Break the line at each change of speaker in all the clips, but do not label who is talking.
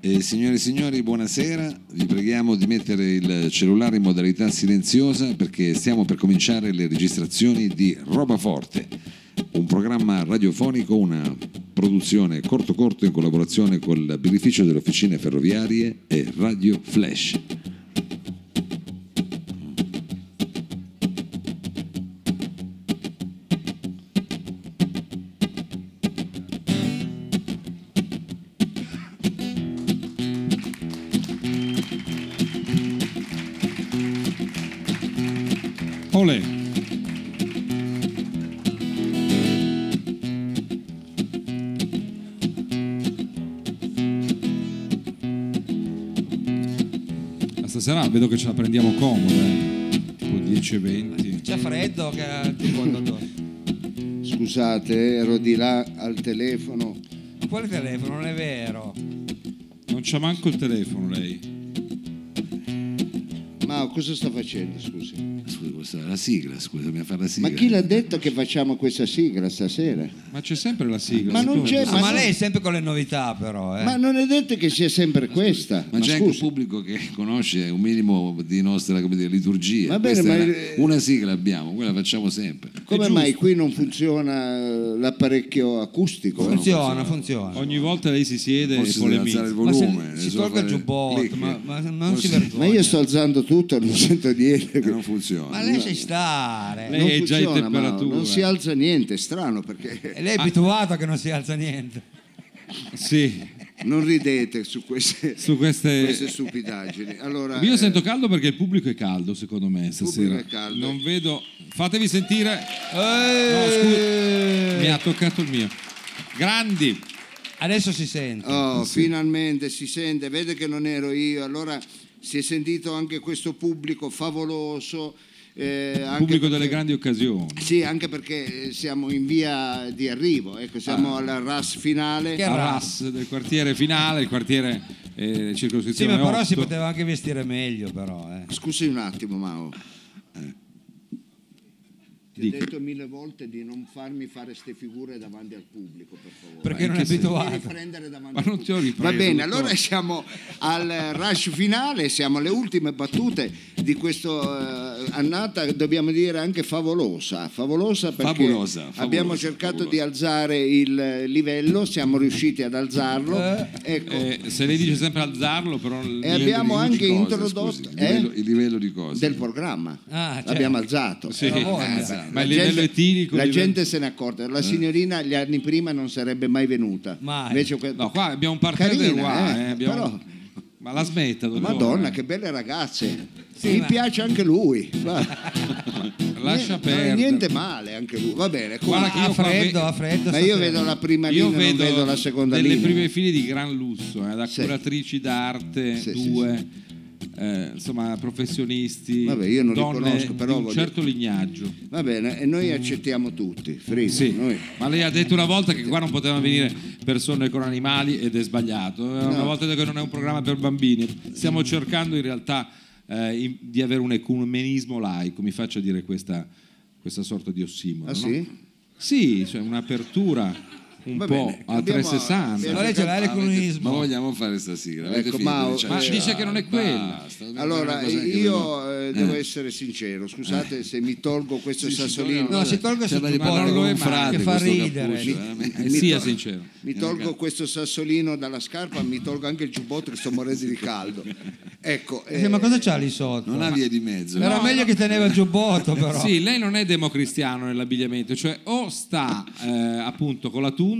Eh, signore e signori, buonasera. Vi preghiamo di mettere il cellulare in modalità silenziosa perché stiamo per cominciare le registrazioni di Roba Forte, un programma radiofonico, una produzione corto corto in collaborazione col birrificio delle officine ferroviarie e Radio Flash.
Olè. Ma Stasera vedo che ce la prendiamo comoda, eh. tipo 10 20.
C'è freddo che tipo dottor.
Scusate, eh, ero di là al telefono.
Ma Quale telefono? Non è vero.
Non c'ha manco il telefono lei.
Ma cosa sta facendo, scusi?
Scusa, questa è la sigla, scusa, mi fa la sigla.
Ma chi l'ha detto che facciamo questa sigla stasera?
Eh.
Ma c'è sempre la sigla.
Ma non
scusa.
c'è-
Ah,
Ma
ma
no-
lei è sempre con le novità però, eh.
Ma non è detto che sia sempre questa.
Ma,
Ma
c'è anche un
scusi,
pubblico che conosce un minimo di nostra come dire, liturgia.
Va bene,
Questa è
ma
una-
il-
una sigla abbiamo, quella facciamo sempre.
come mai qui non funziona eh, l'apparecchio acustico?
funziona, funziona.
Ogni volta lei si siede
Forse
e
deve alzare
polemizza.
il
Ma se
volume.
si
bisogna
tolga il
fare
giubbotto,
click.
ma, ma non si
Forse-
vergogna.
Ma io sto alzando tutto, non sento niente.
Eh, non funziona.
Ma lei sa stare.
Lei-
Non
è già in
funziona, ma
temperatura.
Non si alza niente, è strano perché
E lei è abituato che non si alza niente.
Sì,
non ridete su queste,
su queste...
queste stupidaggini. Allora,
Io
eh,
sento caldo perché il pubblico è caldo, secondo me, stasera.
è caldo.
Non vedo. Fatevi sentire.
Eeeh.
Mi ha toccato il mio. Grandi.
Adesso si sente.
Oh, finalmente si sente, vede che non ero io, allora si è sentito anche questo pubblico favoloso. eh, anche
Pubblico
perché-
delle grandi occasioni.
Sì, anche perché eh, siamo in via di arrivo, ecco, siamo alla RAS finale.
Che
La
razza.
Ah. RAS del quartiere finale, il quartiere eh,
Sì,
circoscrizione.
ma però si
8.
poteva anche vestire meglio però, eh.
Ah, Scusi un attimo, Mao.
Eh.
Ti ho
Dica.
detto mille volte di non farmi fare ste figure davanti al pubblico, per favore.
Perché non è
Mi
abituato.
riprendere davanti
Ma
al
non ti ho ripreso.
Va bene,
dottore.
allora siamo al rush finale, siamo alle ultime battute di questa annata, dobbiamo dire anche favolosa, favolosa perché
Fabulosa, fabulosa,
abbiamo cercato
fabulosa.
di alzare il livello, siamo riusciti ad alzarlo
Eh.
ecco,
Eh, se lei dice sempre alzarlo, però.
e abbiamo
Di
anche
cosa,
introdotto
scusi, il,
eh,
livello, il livello di cosa?
del programma,
Ah, certo.
l'abbiamo alzato.
Sì.
Eh, voglia.
Eh, ma
La
il livello
gente-
etilico.
la
il livello- Eh.
gente se ne è accorta, la signorina gli anni prima non sarebbe mai venuta.
Mai.
Invece que-
No, qua abbiamo un parterre
Carina,
del Roi,
eh,
eh, abbiamo-
però-
Ma la smetta, dottore.
Madonna, che belle ragazze.
Sì,
Mi
ma-
piace anche lui. va.
Lascia
Niente- no,
perdere.
Niente male anche lui. Va bene, comunque.
Guarda che
Ha
io qua
freddo,
ve-
ha freddo.
ma io
stasera.
vedo la prima linea,
Io
non
vedo,
vedo la seconda
delle
linea.
prime file di gran lusso, eh, da
Sì.
curatrici d'arte,
Sì, sì,
due, eh, insomma professionisti,
Vabbè, io non li
donne
conosco, però
di un
voglio-
certo lignaggio.
Va bene, e noi accettiamo tutti. Frido,
Sì,
noi- Ah,
ma lei ha detto una volta che qua non potevano venire persone con animali ed è sbagliato. Eh, Una
No.
volta ha detto che non è un programma per bambini. Stiamo cercando in realtà eh, in- di avere un ecumenismo laico, mi faccia dire questa, questa sorta di ossimoro.
Ah,
no?
sì?
Sì, cioè un'apertura un
Va
po'
bene,
a
abbiamo-
360.
Ma lei ce l'ha
Ah, avete- ma
l'economismo.
vogliamo fare stasera? Avete
Ecco,
finito
ma-
di
ma
ciacciare?
dice che non è quella.
Basta,
Allora,
una cosa che volevo-
io eh, devo essere sincero.
Eh.
Scusate se mi tolgo questo
Sì, sì,
sassolino.
No, si tolga
C'è
sul
da
giubbotto,
riparare con un
che
frate,
fa
questo
ridere.
cappuccio, veramente.
Eh, sia sincero.
Mi tolgo questo sassolino dalla scarpa, mi tolgo anche il giubbotto che sto morendo di caldo. Ecco,
Sì,
eh,
ma cosa c'ha lì sotto?
Non ha via di mezzo.
Era
No,
meglio che teneva il giubbotto però.
Sì, lei non è democristiano nell'abbigliamento, cioè o sta eh, appunto con la tundra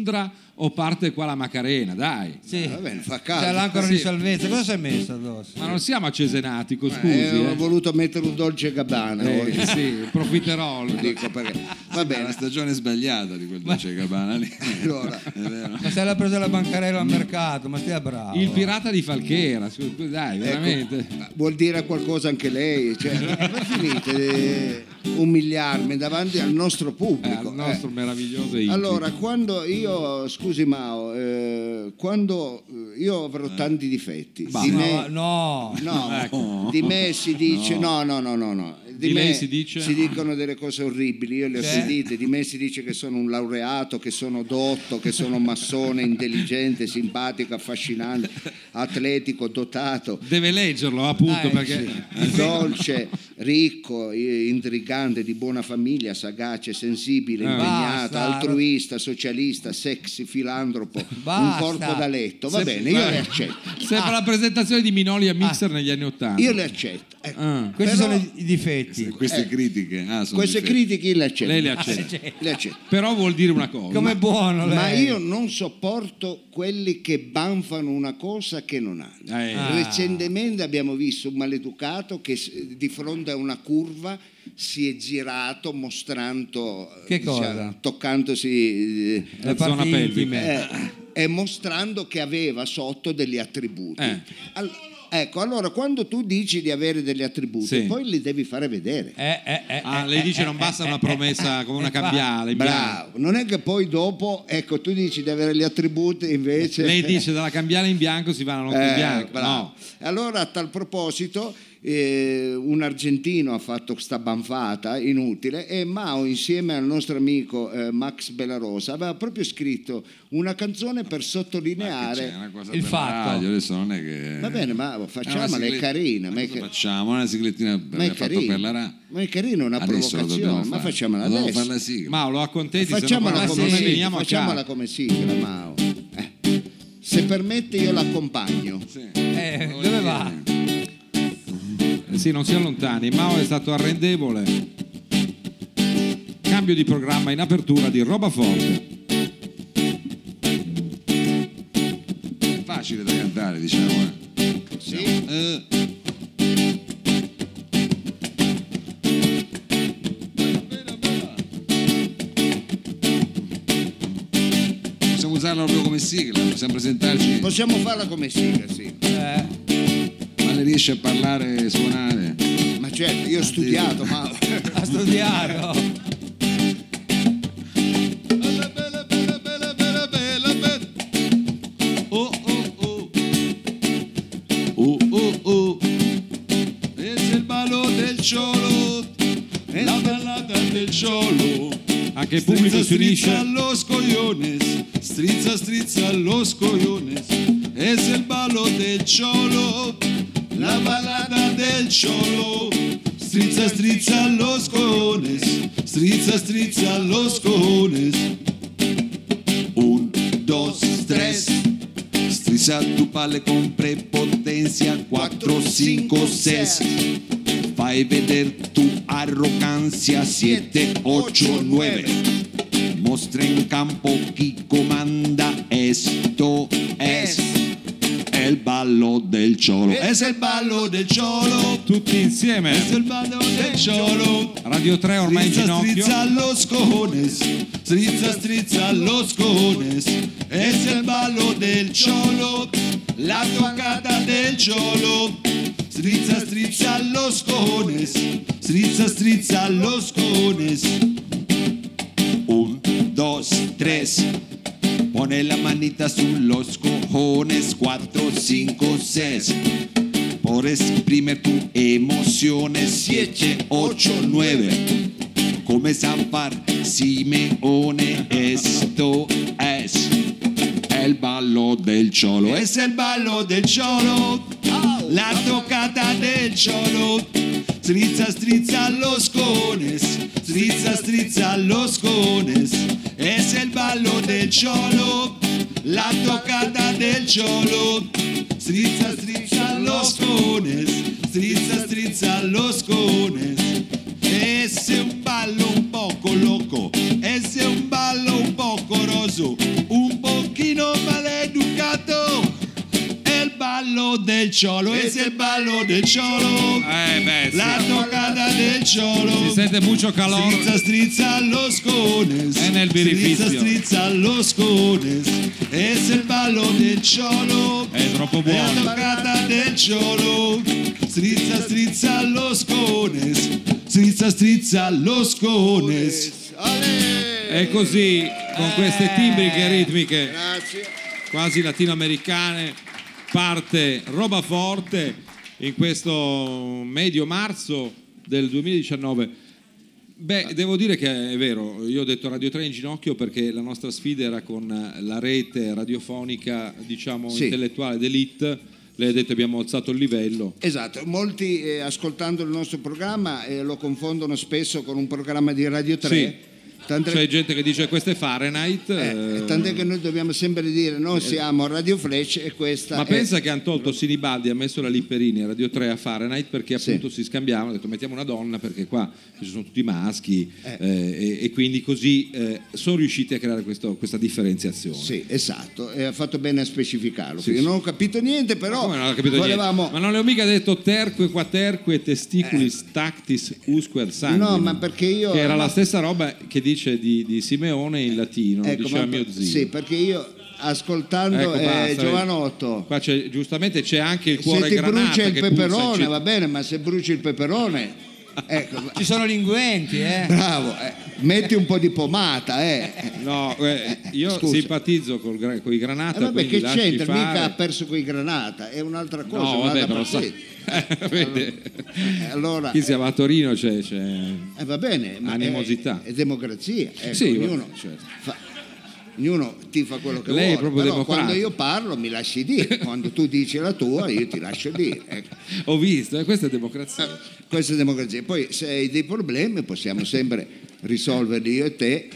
o parte qua la Macarena, dai.
Sì.
Eh, va bene, fa
C'è
caldo.
l'ancora di
Sì.
salvezza. Cosa si è messo addosso?
Ma non siamo a Cesenatico, scusi.
Eh, ho
Eh,
voluto mettere un dolce gabbana.
Eh, sì, profiterol.
Dico perché. Va
È la
bene,
stagione sbagliata di quel Dolce Gabbana lì.
allora.
È vero.
Ma se l'ha presa la bancarella al mercato, ma stia bravo.
Il pirata di Falchera, scusi, dai, veramente.
Ecco, vuol dire qualcosa anche lei, cioè,
Eh.
non finite di umiliarmi davanti al nostro
Eh,
pubblico.
al nostro
eh.
meraviglioso Inti.
Allora, quando io, scusi Mao, eh, quando eh, io avrò tanti difetti, di
No,
me,
no.
no, di me si dice no, no, no, no, no.
Ecco. Di
me
lei si dice?
dicono delle cose orribili, io le ho
Cioè?
sentite, di me si dice che sono un laureato, che sono dotto, che sono massone, intelligente, simpatico, affascinante, atletico, dotato,
Deve leggerlo appunto
Eh,
perché
dolce, ricco, eh, intrigante, di buona famiglia, sagace, sensibile,
Eh.
impegnata,
Basta.
altruista, socialista, sexy, filantropo,
Basta.
un corpo da letto. Va
Se-
bene, io
vai.
le accetto.
sembra la presentazione di Minoli a Mixer negli anni Ottanta.
Ah. Io le accetto. Ecco.
Ah.
Questi
Però-
sono i- i difetti.
Queste
Eh.
critiche, ah, sono
Queste
difetti.
critiche io le accetto.
Lei le accetta.
Le accetto.
Però vuol dire una cosa.
Com'è buono lei.
Ma io non sopporto quelli che banfano una cosa che non hanno.
Eh.
Ah.
Recentemente abbiamo visto un maleducato che s- di fronte a una curva si è girato mostrando,
Che
diciamo,
cosa?
toccandosi eh,
La zona
parti
pelvica.
intime.
eh, e mostrando che aveva sotto degli attributi.
Eh.
Al- ecco, allora quando tu dici di avere degli attributi,
Sì.
poi li devi fare vedere.
Eh, eh, eh,
Ah,
eh,
lei
eh,
dice
eh,
non basta
eh,
una
eh,
promessa
eh,
come
eh,
una
fa-
cambiale. in bianco.
Bravo, non è che poi dopo, ecco, tu dici di avere gli attributi invece...
Lei dice dalla cambiale in bianco si va alla notte in
Eh,
bianco.
bravo.
No.
Allora, a tal proposito, eh, un argentino ha fatto questa banfata inutile e Mao, insieme al nostro amico eh, Max Bellarosa, aveva proprio scritto una canzone per
Ma Ah, che Eh, c'è,
sottolineare.
una cosa
Il
per
fatto.
la radio, adesso non è che...
Va bene, ma
una
facciamola, è
sigle-
carina. Ma è,
cosa
ca-
Facciamo una siglettina per,
ma è
fatto
carina.
per la RA.
Ma è carina una
Adesso la dobbiamo
provocazione, ma
fare.
facciamola
Dobbiamo
adesso.
fare la sigla.
Ma lo accontenti,
Facciamola
se no
come
poi-
sì,
noi
sigla,
veniamo
facciamola
a casa.
come sigla, Mao. Eh. Se permette io l'accompagno.
Sì.
Eh, dove va?
Sì, non si allontani. Mao è stato arrendevole. Cambio di programma in apertura di Roba Forte.
È facile da cantare, diciamo. eh.
Sì.
Eh, Possiamo usarla proprio come sigla, possiamo presentarci.
Possiamo farla come sigla, sì.
Eh,
Ma lei riesce a parlare e suonare?
Ma certo, io ho studiato, ma
ha studiato.
Oh oh oh. Oh oh oh. Es el ballo del cholo. La ballata del cholo.
Anche il pubblico si
strizza
unisce.
los coyones. Strizza, strizza los coyones. Es el ballo del cholo. La ballata del cholo. Strizza, strizza los cojones. Strizza, strizza los cojones. Un, dos, tres. Strizza tu palle con prepotencia. Cuatro, cinco, seis. Fai vedere tu arrogancia 7, 8, 9. Mostra in campo chi comanda. Esto es el ballo del cholo. Es el ballo del cholo.
Tutti
Es
insieme.
el ballo del cholo.
Radio 3 ormai in
Strizza,
ginocchio.
strizza los cojones. Strizza, strizza los cojones. Es el ballo del cholo. La toccata del cholo. Strizza, strizza los cojones. Strizza, strizza los cojones. Un, dos, tres. Pone la manita su los cojones. Cuatro, cinco, seis. Por exprimir tus emociones. Siete, ocho, nueve come zampar Simeone esto es el ballo del cholo es el ballo del cholo la toccata del cholo strizza strizza los cones strizza strizza los cones es el ballo del cholo la toccata del cholo strizza strizza los cones strizza strizza los cones ese è un ballo un poco loco, ese è un ballo un poco um roso, um un pochino maleducato. È il ballo del ciolo, ese è il ballo del ciolo.
Eh beh, sì.
La toccata del ciolo.
Si sente mucho calor.
Strizza, strizza los cones.
È nel
strizza,
birrificio.
strizza los cones. Ese è il ballo del ciolo.
È troppo
La
buono.
toccata del ciolo Strizza, strizza los cones Strizza, strizza los cones
Ale!
E così con queste timbriche ritmiche
Grazie.
quasi latinoamericane parte roba forte in questo medio marzo del 2019. Beh, devo dire che è vero, io ho detto Radio 3 in ginocchio perché la nostra sfida era con la rete radiofonica, diciamo,
Sì.
intellettuale d'elite. Lei ha detto abbiamo alzato il livello.
Esatto, molti eh, ascoltando il nostro programma eh, lo confondono spesso con un programma di Radio 3. Tant'è,
C'è gente che dice questo è Fahrenheit.
eh,
eh,
tant'è che noi dobbiamo sempre dire noi siamo Radio Flash e questa
Ma
è...
pensa che hanno tolto Sinibaldi, ha messo la Lipperini a Radio 3 a Fahrenheit perché
Sì.
appunto si scambiavano, ha detto mettiamo una donna perché qua ci sono tutti maschi eh, e, e quindi così eh, sono riusciti a creare questo- questa differenziazione.
Sì, esatto, e ha fatto bene a specificarlo.
Sì,
Io
sì.
non ho capito niente, però
Come non ho capito niente?
volevamo... Eh.
Ma non le ho mica detto terque quaterque testiculis tactis usque sanguine.
No, ma perché io-
Che era
ma-
la stessa roba che dice di, di Simeone in latino,
Ecco,
diceva
ma-
mio zio.
Sì, perché io ascoltando
Ecco,
eh,
basta, vedi.
Giovanotto,
Qua c'è, giustamente c'è anche il
se
cuore
ti
granata
brucia il
che puzza,
peperone
eccetera.
va bene, ma se bruci il peperone, ecco,
Ci sono linguenti, eh.
bravo, eh, metti un po' di pomata, eh.
No, eh, io
Scusa.
simpatizzo con i
Eh,
granata.
vabbè,
quindi
che
lasci
c'entra?
fare.
Mica ha perso coi granata, è un'altra cosa,
No, vabbè,
un'altra
però sa-
partita.
Eh, vede.
Eh, allora-
Chi siamo a Torino c'è... c'è-
Eh, va bene, ma è-
Animosità.
È, democrazia, ecco,
Sì,
ognuno,
certo.
fa, ognuno ti fa quello che
Lei è
vuole.
proprio
però
democratica.
quando io parlo mi lasci dire, quando tu dici la tua io ti lascio dire. ecco.
Ho visto, eh, questa è democrazia.
Questa è democrazia. Poi se hai dei problemi possiamo sempre risolverli io e te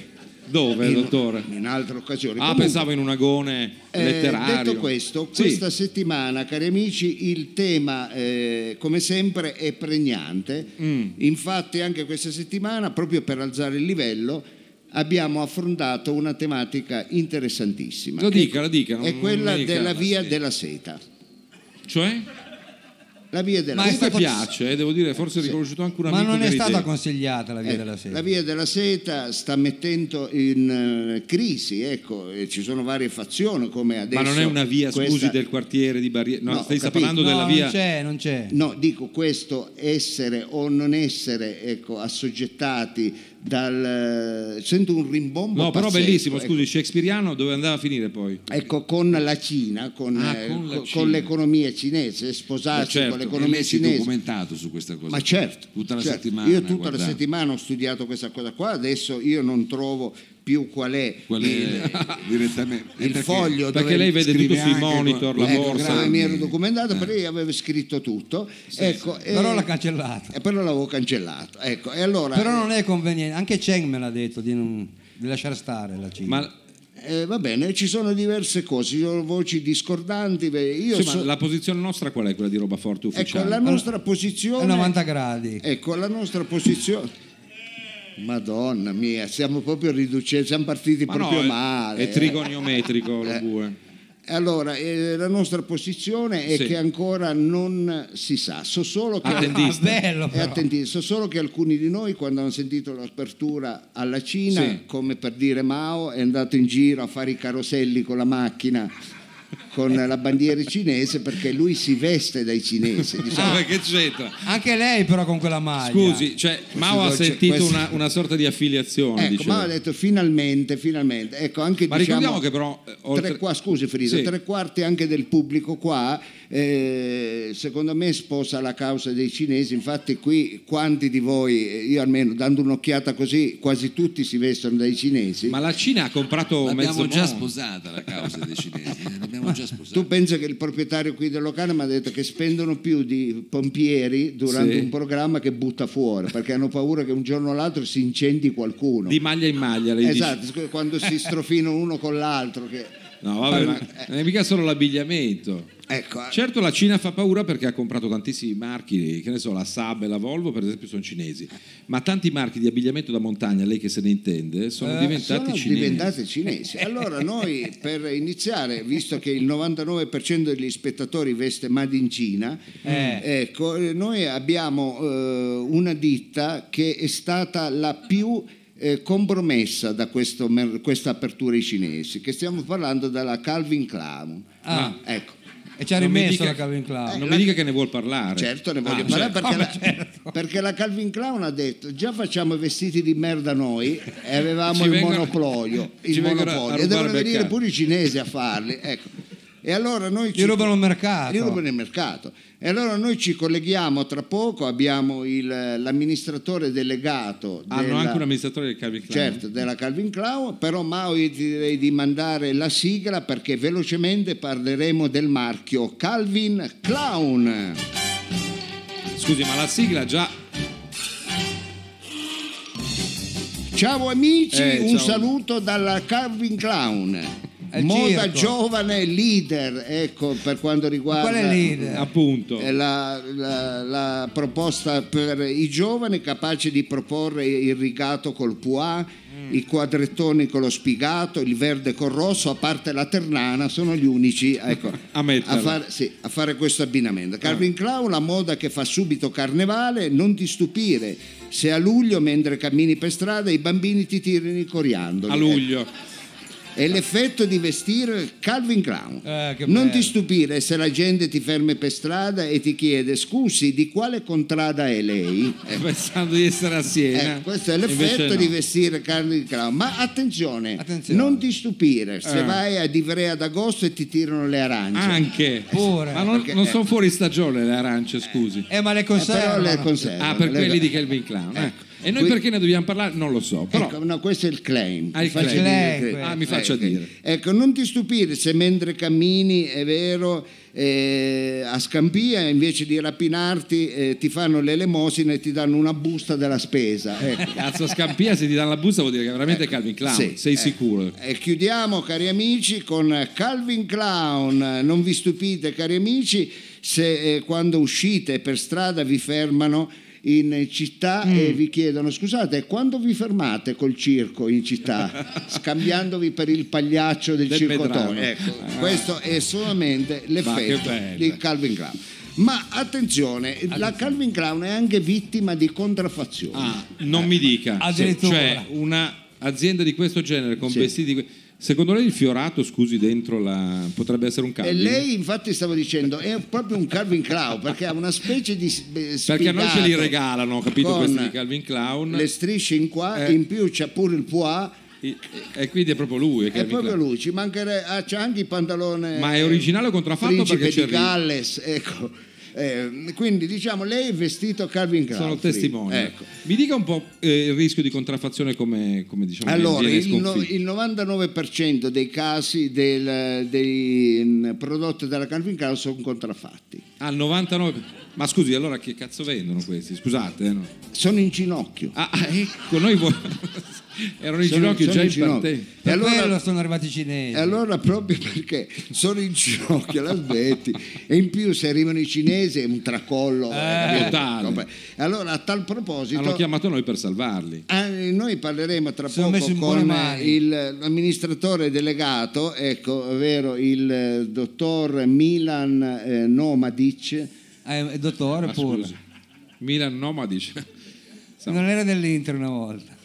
Dove,
in,
dottore?
in altre occasioni.
Ah,
eh, Comunque,
pensavo in un agone
eh,
letterario.
detto questo,
Sì.
questa settimana, cari amici, il tema eh, come sempre è pregnante.
Mm.
Infatti, anche questa settimana, proprio per alzare il livello, abbiamo affrontato una tematica interessantissima.
Lo dica, lo dica. non-
È
non
quella
dica Ah,
della
la
via
sera.
della seta.
Cioè?
Eh, La via della
Ma
Mi
è
seta.
stato-
piace, eh, devo dire, forse ho riconosciuto anche un
Ma
amico
non
che
è
rideva.
stata consigliata la via
Eh,
della seta.
La via della seta sta mettendo in eh, crisi, ecco, e ci sono varie fazioni come adesso.
Ma non è una via,
questa-
scusi, del quartiere di Barriere. No,
No,
stai sta
capito.
parlando
No,
della via...
non c'è, non c'è.
No, dico questo essere o non essere ecco, assoggettati dal... Sento un rimbombo
No, però
pazzesco,
bellissimo,
ecco.
scusi, shakespeariano dove andava a finire poi?
Ecco, con la Cina, con,
Ah,
eh,
con la
co-
Cina.
con l'economia cinese,
Ma
sposarsi
certo,
con
E
l'economia
lei si è
cinese.
documentato su questa cosa.
Ma certo,
Tutta la
certo.
settimana.
Io tutta
guarda.
la settimana ho studiato questa cosa qua, adesso io non trovo più qual è,
Qual
il,
è direttamente.
il foglio
Eh, Perché
dove
lei vede tutto
scrive
sui
anche
monitor,
con-
la
ecco,
borsa. eh.
dove
grande.
mi ero documentato, però io avevo scritto tutto. ecco, e-
Però l'ha cancellata.
e però l'avevo cancellato. Ecco, e allora
Però non è conveniente. Anche Cheng me l'ha detto di, non- di lasciare stare la Cina.
Ma,
eh, va bene, ci sono diverse cose, ci sono voci discordanti. beh, Io
sì, ma
so-
la posizione nostra qual è quella di roba forte
ecco,
ufficiale?
la nostra
È
posizione
90 gradi.
Ecco, la nostra posizione. Madonna mia, siamo proprio riducenti, siamo partiti
Ma no,
proprio
è-
male.
È
eh.
trigoniometrico lo
Eh.
bue.
Allora, eh, la nostra posizione è
Sì.
che ancora non si sa, so solo che...
Attendista.
Ah, bello
E
però.
attenti, so solo che alcuni di noi quando hanno sentito l'apertura alla Cina,
Sì.
come per dire Mao, è andato in giro a fare i caroselli con la macchina, con la bandiera cinese, perché lui si veste dai cinesi. diciamo.
Ma che c'entra?
Anche lei però con quella maglia.
Scusi, cioè, Mao ha
dolce-
sentito
questo-
una, una sorta di affiliazione.
Ecco,
diceva.
ma ho detto finalmente, finalmente. Ecco, anche
Ma
diciamo,
ricordiamo che però, eh, oltre-
tre qua- scusi Frida,
Sì.
tre quarti anche del pubblico qua, eh, secondo me sposa la causa dei cinesi. Infatti qui quanti di voi, eh, io almeno dando un'occhiata così, quasi tutti si vestono dai cinesi.
Ma la Cina ha comprato mezzo
L'abbiamo già
mondo.
sposata la causa dei cinesi. L'abbiamo già sposata.
Tu pensi che il proprietario qui del locale mi ha detto che spendono più di pompieri durante
Sì.
un programma che butta fuori, perché hanno paura che un giorno o l'altro si incendi qualcuno.
Di maglia in maglia, lei dice.
esatto, scu- quando si strofino uno con l'altro. Che...
No, vabbè, ma
Eh.
non è mica solo l'abbigliamento.
Ecco, eh.
Certo la Cina fa paura perché ha comprato tantissimi marchi, che ne so, la Saab e la Volvo per esempio sono cinesi, ma tanti marchi di abbigliamento da montagna, lei che se ne intende, sono diventati
Eh, sono
cinesi.
diventate cinesi. Allora noi per iniziare, visto che il 99% degli spettatori veste Made in Cina,
Eh.
ecco, eh, noi abbiamo eh, una ditta che è stata la più eh, compromessa da questo mer- questa apertura ai cinesi, che stiamo parlando della Calvin Klein.
Ah.
Ecco.
E ci ha
Non mi
rimesso
dica-
la Calvin Klein.
Non
la-
mi dica che ne vuol parlare.
Certo, ne
Ah,
voglio
certo.
parlare perché,
Vabbè,
la, perché la Calvin Klein ha detto già facciamo i vestiti di merda noi e avevamo
Ci
il
vengono-
monopolio, il
ci vengono a- a
monopolio. e
rubare
devono
Beccari.
venire pure i cinesi a farli. Ecco. E allora noi
Gli rubano il mercato.
Gli rubano il mercato. E allora noi ci colleghiamo tra poco, abbiamo il- l'amministratore delegato
Hanno
della-
anche un amministratore del Calvin Klein.
Certo, della Calvin Klein, però Mao io ti direi di mandare la sigla perché velocemente parleremo del marchio Calvin Clown.
Scusi, ma la sigla già...
Eh, Ciao amici,
Eh,
un
ciao.
saluto dalla Calvin Clown.
È
Moda
circo.
giovane leader, ecco per quanto riguarda
Qual è il leader?
Appunto.
eh, La, la- la proposta per i giovani capaci di proporre il rigato col pois,
Mm.
i quadrettoni con lo spigato, il verde col rosso, a parte la ternana, sono gli unici ecco,
A metterla. Ah.
fare, sì, a fare questo abbinamento. Calvin Klein, la moda che fa subito carnevale, non ti stupire se a luglio, mentre cammini per strada, i bambini ti tirano i coriandoli.
A luglio.
eh, È l'effetto di vestire Calvin Klein.
Eh, che
non
bello.
ti stupire se la gente ti ferma per strada e ti chiede scusi di quale contrada è lei? Eh,
Pensando di essere a Siena.
eh, questo è
Invece
l'effetto
no.
di vestire Calvin Klein. Ma attenzione,
Attenzione.
non ti stupire se
Eh. Ah,
vai ad Ivrea ad agosto e ti tirano le arance.
Anche.
Pure.
Ma non,
Perché-
non sono fuori stagione le arance, scusi.
Eh, ma le
Eh, però
conservano.
le conservano.
ah, per
Le-
quelli di Calvin Klein. eh.
Ecco.
E noi
Qui-
perché ne dobbiamo parlare? Non lo so. Però...
Ecco, no, questo è il claim.
Ah, il
Ti faccio
claim.
dire il
Claim,
Ah, mi faccia
Eh,
dire.
Ecco, non ti stupire se mentre cammini, è vero, eh, a Scampia, invece di rapinarti, eh, ti fanno l'elemosina e ti danno una busta della spesa. Ecco.
Cazzo scampia se ti danno la busta vuol dire che veramente è Calvin Klein,
Sì,
sei
eh.
sicuro?
E chiudiamo, cari amici, con Calvin Clown. Non vi stupite, cari amici, se eh, quando uscite per strada vi fermano in città e vi chiedono scusate quando vi fermate col circo in città scambiandovi per il pagliaccio del,
Del
circo
Medrano.
Tony ecco,
Ah.
questo è solamente
che
l'effetto
bello.
di Calvin Clown ma attenzione, la Calvin Clown è anche vittima di contraffazione
Ah, non mi dica.
Addirittura.
Cioè, un'azienda di questo genere con
Sì.
vestiti di que- Secondo lei il fiorato, scusi, dentro la... potrebbe essere
E
un Calvin?
lei, infatti, stavo dicendo, è proprio un Calvin Klein perché ha una specie di. s- eh,
Perché a noi ce li
spiegato
regalano, capito,
con
questi di Calvin Klein.
Le strisce in qua,
Eh.
in più c'è pure il pois.
E, e quindi è proprio lui. È
È
Calvin
proprio
Klein.
lui, ci mancherebbe, ah, c'è anche il pantalone.
Ma è originale o contraffatto?
Principe
Perché c'è
di
il-
Galles, ecco. Eh, quindi diciamo, lei è vestito Calvin Klein.
Sono
quindi,
testimone.
ecco.
Mi dica un po' eh, il rischio di contraffazione come, come diciamo
Allora,
viene
il, no-
sconfitto.
il 99% dei casi del- dei mm, prodotti della Calvin Klein sono contraffatti.
Al 99... Ma scusi, allora che cazzo vendono questi? Scusate. eh, no.
Sono in ginocchio.
Ah, ah, ecco, noi vo- erano in
Sono-
ginocchio
sono
già
in
in
ginocchio.
partenza.
Per
E allora-
quello sono arrivati i cinesi.
E allora proprio perché sono in ginocchio, la smetti. E in più se arrivano i cinesi è un tracollo.
Eh.
capito?
totale.
Vabbè. Allora a tal proposito...
Hanno chiamato noi per salvarli.
ah, noi parleremo tra
Sono
poco
messi in buone
con
mani.
il- l'amministratore delegato, ecco, ovvero il eh, dottor Milan eh, Nomadic.
Eh, dottore
Ah,
pure.
scusi. Milan Nomadic.
Non era dell'Inter una volta.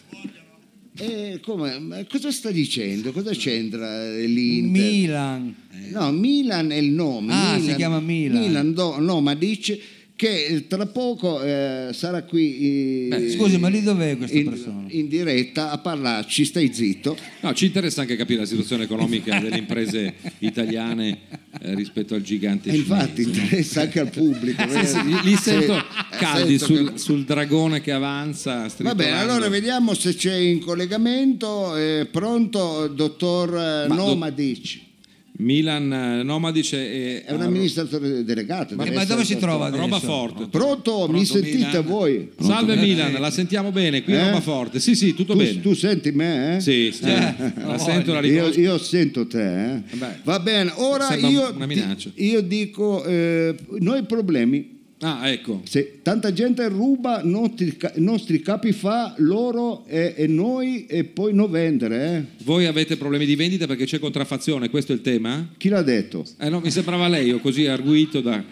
E come, ma cosa sta dicendo? Cosa c'entra eh, l'Inter?
Milan.
No, Milan è il nome.
Ah, si chiama Milan.
Milan Do- Nomadic che eh, tra poco eh, sarà qui eh,
Beh, scusi, ma lì dov'è questa
in,
persona?
in diretta a parlarci, stai zitto.
No, ci interessa anche capire la situazione economica delle imprese italiane eh, rispetto al gigante
E infatti
cinese.
interessa anche al pubblico.
Sì,
vero?
sì, li- li
Sì,
sento
eh,
caldi
sento che-
sul, sul dragone che avanza.
Va bene,
stritolando.
allora vediamo se c'è in collegamento. Eh, pronto, dottor eh,
Ma do-
Nomadic?
Milan eh, Nomadic e
È un amministratore delegato.
Ma,
deve
ma
essere
dove si
dottor-
trova adesso?
roba forte.
Pronto, mi sentite
Milan?
voi?
Salve Milan, la sentiamo bene, qui
Eh?
roba forte. Sì, sì, tutto
Tu,
bene.
tu senti me? Eh?
Sì, sì, la sento, la
Io,
riconosco.
io sento te, eh.
Vabbè.
va bene. Ora
Sembra
io,
una
di-
minaccia.
io dico: eh, noi problemi.
Ah, ecco.
Se tanta gente ruba, nostri, ca- nostri capi fa loro e, e noi, e poi non vendere. eh.
Voi avete problemi di vendita perché c'è contraffazione, questo è il tema?
Chi l'ha detto?
Eh no, mi sembrava lei, ho così arguito da...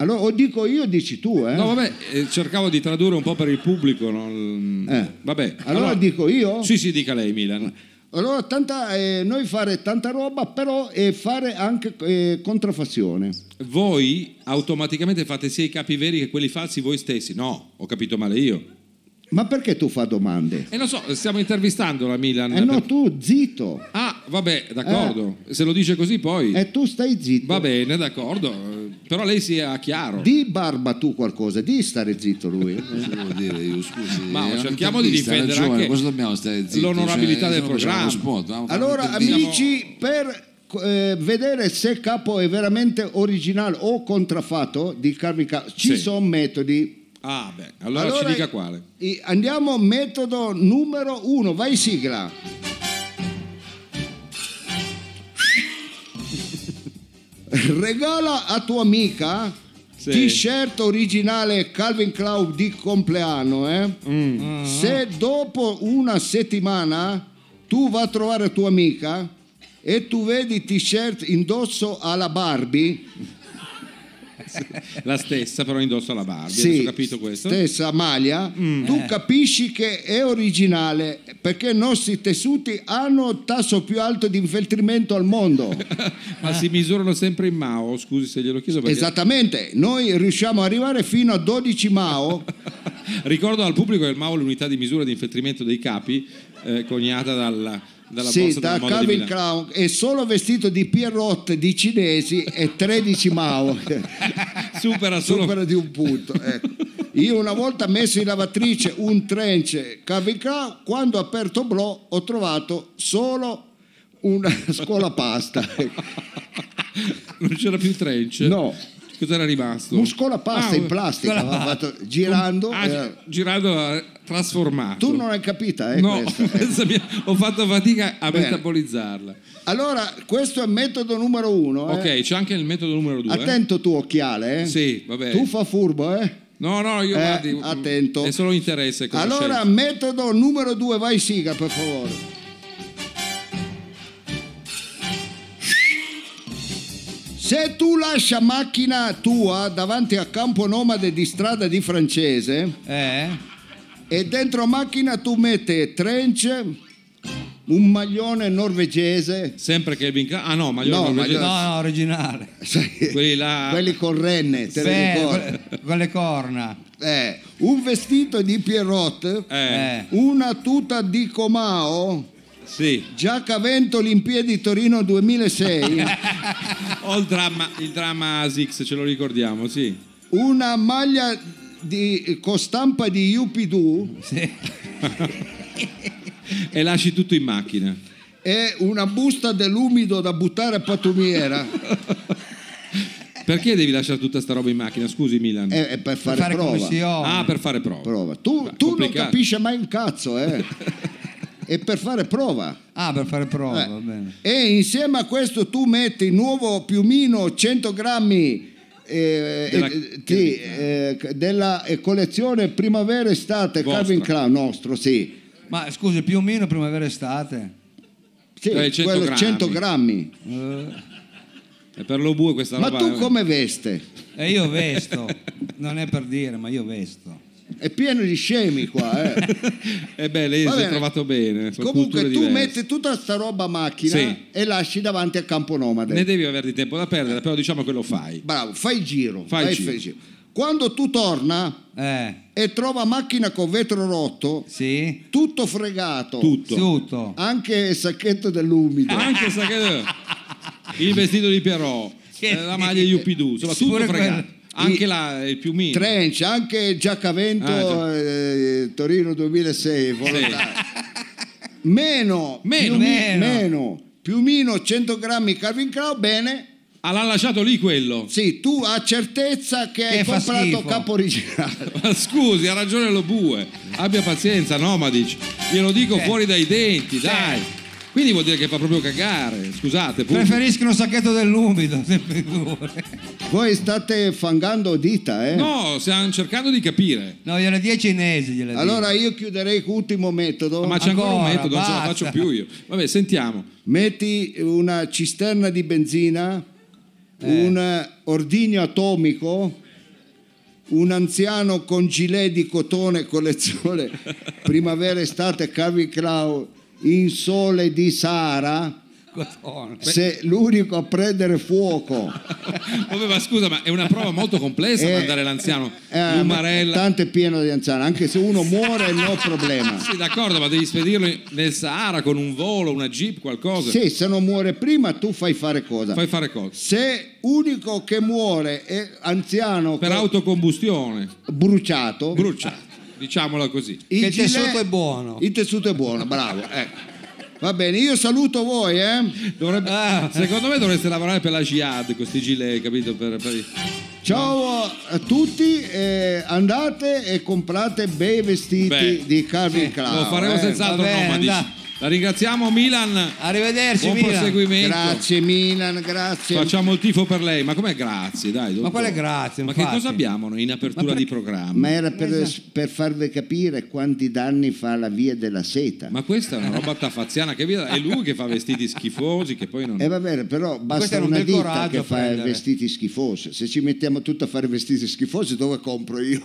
Allora, o dico io, o dici tu. Eh.
No, vabbè, eh, cercavo di tradurre un po' per il pubblico. no? Il-
Eh.
Vabbè.
Allora dico io?
Sì, sì, dica lei Milan.
Allora, tanta, eh, noi fare tanta roba, però e fare anche eh, contraffazione.
Voi automaticamente fate sia i capi veri che quelli falsi voi stessi. No, ho capito male io.
Ma perché tu fa domande?
E lo so, stiamo intervistando la Milan.
Eh no, Eh.
per-
tu zitto.
Ah, vabbè, d'accordo. Se lo dice così poi...
E tu stai zitto.
Va bene, d'accordo. Eh, Però lei sia chiaro.
Di barba tu qualcosa, di stare zitto lui.
Cosa devo dire io? Scusi,
Ma
è
cerchiamo
un'intervista,
di
ha
difendere
ragione,
anche
cosa dobbiamo stare zitti?
l'onorabilità
Cioè, se
del
no facciamo
programma.
uno spot, dobbiamo fare
Allora,
un'intervista.
amici, per eh, vedere se il capo è veramente originale o contraffatto di Carmi Ca- ci
Sì.
sono metodi.
Ah, beh, allora, ci dica quale.
i- Andiamo metodo numero uno, vai sigla. Regala a tua amica
Sì.
t-shirt originale Calvin Klein di compleanno, eh?
Mm.
Se dopo una settimana tu vai a trovare tua amica e tu vedi t-shirt indosso alla Barbie,
La stessa, però indossa la Barbie. Adesso ho capito questo. Mm. Eh.
stessa maglia, tu capisci che è originale perché i nostri tessuti hanno il tasso più alto di infeltrimento al mondo.
Ma si misurano sempre in Mao, scusi se glielo chiedo.
Esatto.
Perché...
Esattamente, noi riusciamo ad arrivare fino a 12 Mao.
Ricordo al pubblico che il Mao è l'unità di misura di infettimento dei capi, eh, coniata dalla, dalla
sì,
borsa
da
della moda di
Calvin
Milano.
Crown è solo vestito di Pierrot di cinesi e 13 Mao.
Supera solo...
Supera di un punto. ecco. Io una volta messo in lavatrice un trench Calvin Crown, quando ho aperto Blo ho trovato solo una scuola pasta. ecco.
Ah, Non c'era più trench?
No.
Cos'era rimasto?
Muscola pasta
Ah,
in plastica, aveva fatto- girando.
Ah,
eh,
girando l'ha trasformato.
tu non l'hai capita, eh,
No,
questa, eh.
questa mi- ho fatto fatica a
Bene. Eh.
metabolizzarla.
Allora, questo è il metodo numero uno. eh.
Ok, c'è anche il metodo numero due.
Attento tu occhiale, eh.
Sì, vabbè.
Tu fa furbo, eh.
No, no, io
Eh,
guardi, mm,
attento.
È solo interesse. cosa
Allora,
c'è.
metodo numero due, vai siga per favore. Se tu lascia macchina tua davanti a campo nomade di strada di francese
Eh?
e dentro macchina tu metti trench, un maglione norvegese,
sempre Calvin Klein. Ah no, ma
No,
io
ma
No, no, originale.
sai,
Quelli là-
quelli con renne, te le
Beh,
ricordi?
con- con le corna.
Eh, un vestito di Pierrot,
Eh,
Eh.
una tuta di Comao,
sì.
Giacca Vento Olimpiadi Torino 2006,
Ho il dramma, il dramma Asix, ce lo ricordiamo, sì.
una maglia di, con stampa di Yupidu
E lasci tutto in macchina.
e una busta dell'umido da buttare a pattumiera
Perché devi lasciare tutta sta roba in macchina? Scusi Milan.
Eh, eh, per
Per
fare,
fare
prova.
commissione.
ah, per fare prova.
prova. Tu,
Ma
tu non
complicato.
capisci mai un cazzo, eh. e per fare prova.
Ah, per fare prova,
Eh.
va bene.
E insieme a questo tu metti nuovo piumino 100 grammi eh,
Della-
eh, sì, eh, della eh, collezione primavera-estate
Vostra.
Calvin Klein nostro, sì.
Ma scusi, più o meno primavera estate.
Sì,
Cioè, 100
quello
grammi.
100 grammi.
E per lo bue questa
Ma
roba.
tu come veste?
E io vesto. non è per dire, ma io vesto.
È pieno di scemi qua, eh.
Eh beh, lei
Va
si è
bene.
trovato bene. sono
Comunque
culture
tu
diverse.
metti tutta sta roba a macchina
Sì.
e lasci davanti a Campo
Ne
Nomade.
devi avere di tempo da perdere, però diciamo che lo fai.
Bravo, fai il giro.
Fai
fai-
il giro.
fai il giro. Quando tu torna
Eh,
e trova macchina con vetro rotto,
sì?
tutto fregato.
Tutto.
Tutto.
Anche il sacchetto dell'umido.
Anche sa che- il vestito di Pierrot,
Che-
eh, la maglia di Yupidu, insomma, tutto
Pure
fregato.
quello.
Anche la, il piumino.
Trench, anche Giacavento
Ah,
eh, Torino 2006, volontà. Meno,
Meno.
piumi-
Meno.
meno. piumino 100 grammi Calvin Klein, bene.
Ah, l'ha lasciato lì quello.
Sì, tu hai certezza che, hai
fa
comprato
schifo.
capo originale.
Ma scusi, ha ragione lo bue. Abbia pazienza, Nomadic. Glielo dico fuori dai denti, dai. Quindi vuol dire che fa proprio cagare. Scusate, pubblico.
Preferiscono il sacchetto dell'umido, se figure.
Voi state fangando dita, eh?
No, stiamo cercando di capire.
No, gliela dia ai cinesi, gliela dia.
Allora io chiuderei con l'ultimo metodo.
Ma c'è ancora, un
Ancora,
metodo, non ce la
basta.
faccio più io. Vabbè, sentiamo.
Metti una cisterna di benzina,
Eh.
un ordigno atomico, un anziano con gilet di cotone collezione primavera-estate Calvin Klein in sole di Sara,
Cotone.
se l'unico a prendere fuoco
Vabbè, ma scusa, ma è una prova molto complessa
Eh,
mandare l'anziano
eh,
Lumarella.
tanto è pieno di anziani, anche se uno muore no problema.
Sì, d'accordo, ma devi spedirlo nel Sahara con un volo, una jeep, qualcosa.
Sì, se non muore prima tu fai fare cosa?
Fai fare cosa?
Se unico che muore è anziano
Per
co-
autocombustione,
bruciato,
brucia, diciamola così. Eh.
il
Che il
gilet-
tessuto è buono.
Il tessuto è buono, bravo. ecco. Va bene, io saluto voi, eh.
Dovrebbe- Secondo me dovreste lavorare per la Jihad, questi gilet, capito? Per, per-
Ciao a tutti, eh, andate e comprate bei vestiti
Beh.
di Calvin Klein.
Lo faremo
eh.
senz'altro
va bene,
Roma, dici.
andà.
La ringraziamo Milan,
Arrivederci,
buon
Milan.
proseguimento.
Grazie Milan, grazie.
Facciamo il tifo per lei, ma com'è grazie, dai. dopo.
Ma quale grazie,
Ma che
infatti?
cosa abbiamo noi in apertura di programma?
Ma era per, per farvi capire quanti danni fa la via della seta.
Ma questa è una roba taffaziana che via, è lui che fa vestiti schifosi che poi non...
E va bene, però
questo
basta
era un
una
bel
ditta
coraggio
che
a
fa
prendere.
vestiti schifosi. Se ci mettiamo tutto a fare vestiti schifosi, dove compro io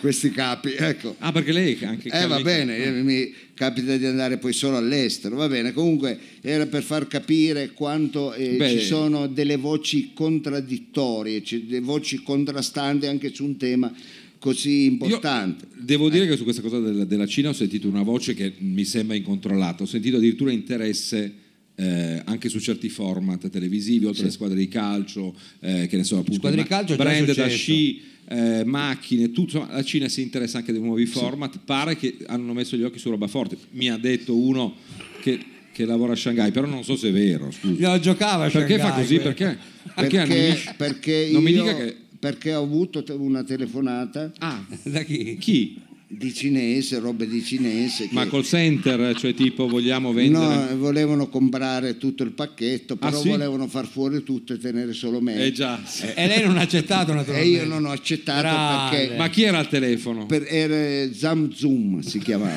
questi capi? Ecco.
Ah, perché lei anche...
Eh va bene, eh, mi capita di andare poi solo all'estero, va bene, comunque era per far capire quanto eh,
Beh.
ci sono delle voci contraddittorie, ci- delle voci contrastanti anche su un tema così
Io
importante.
devo
Eh.
dire che su questa cosa della, della Cina ho sentito una voce che mi sembra incontrollata, ho sentito addirittura interesse eh, anche su certi format televisivi, oltre alle squadre di calcio, eh, che ne so, appunto,
Squadre di
ma-
calcio è già
brand da
successo.
sci, eh, macchine, tutto, insomma, la Cina si interessa anche dei nuovi format, pare che hanno messo gli occhi su roba forte, mi ha detto uno che, che lavora a Shanghai, però non so se è vero, scusa.
No, giocava a
Perché fa
Shanghai,
così?
quello.
Perché? Perché,
Perché,
annuisce?
perché
Non mi
io-
dica che...
perché ho avuto te- una telefonata
Ah,
Da chi?
chi?
di cinese, robe di cinese. che-
Ma col center, cioè tipo vogliamo vendere... Ah,
No, volevano comprare tutto il pacchetto, però
sì?
volevano far fuori tutto e tenere solo me.
Eh già.
E lei non ha accettato
E
naturalmente.
Eh, io non ho accettato
Grande.
perché
Eh. Ma chi era al telefono?
per, era Zamzum si chiamava.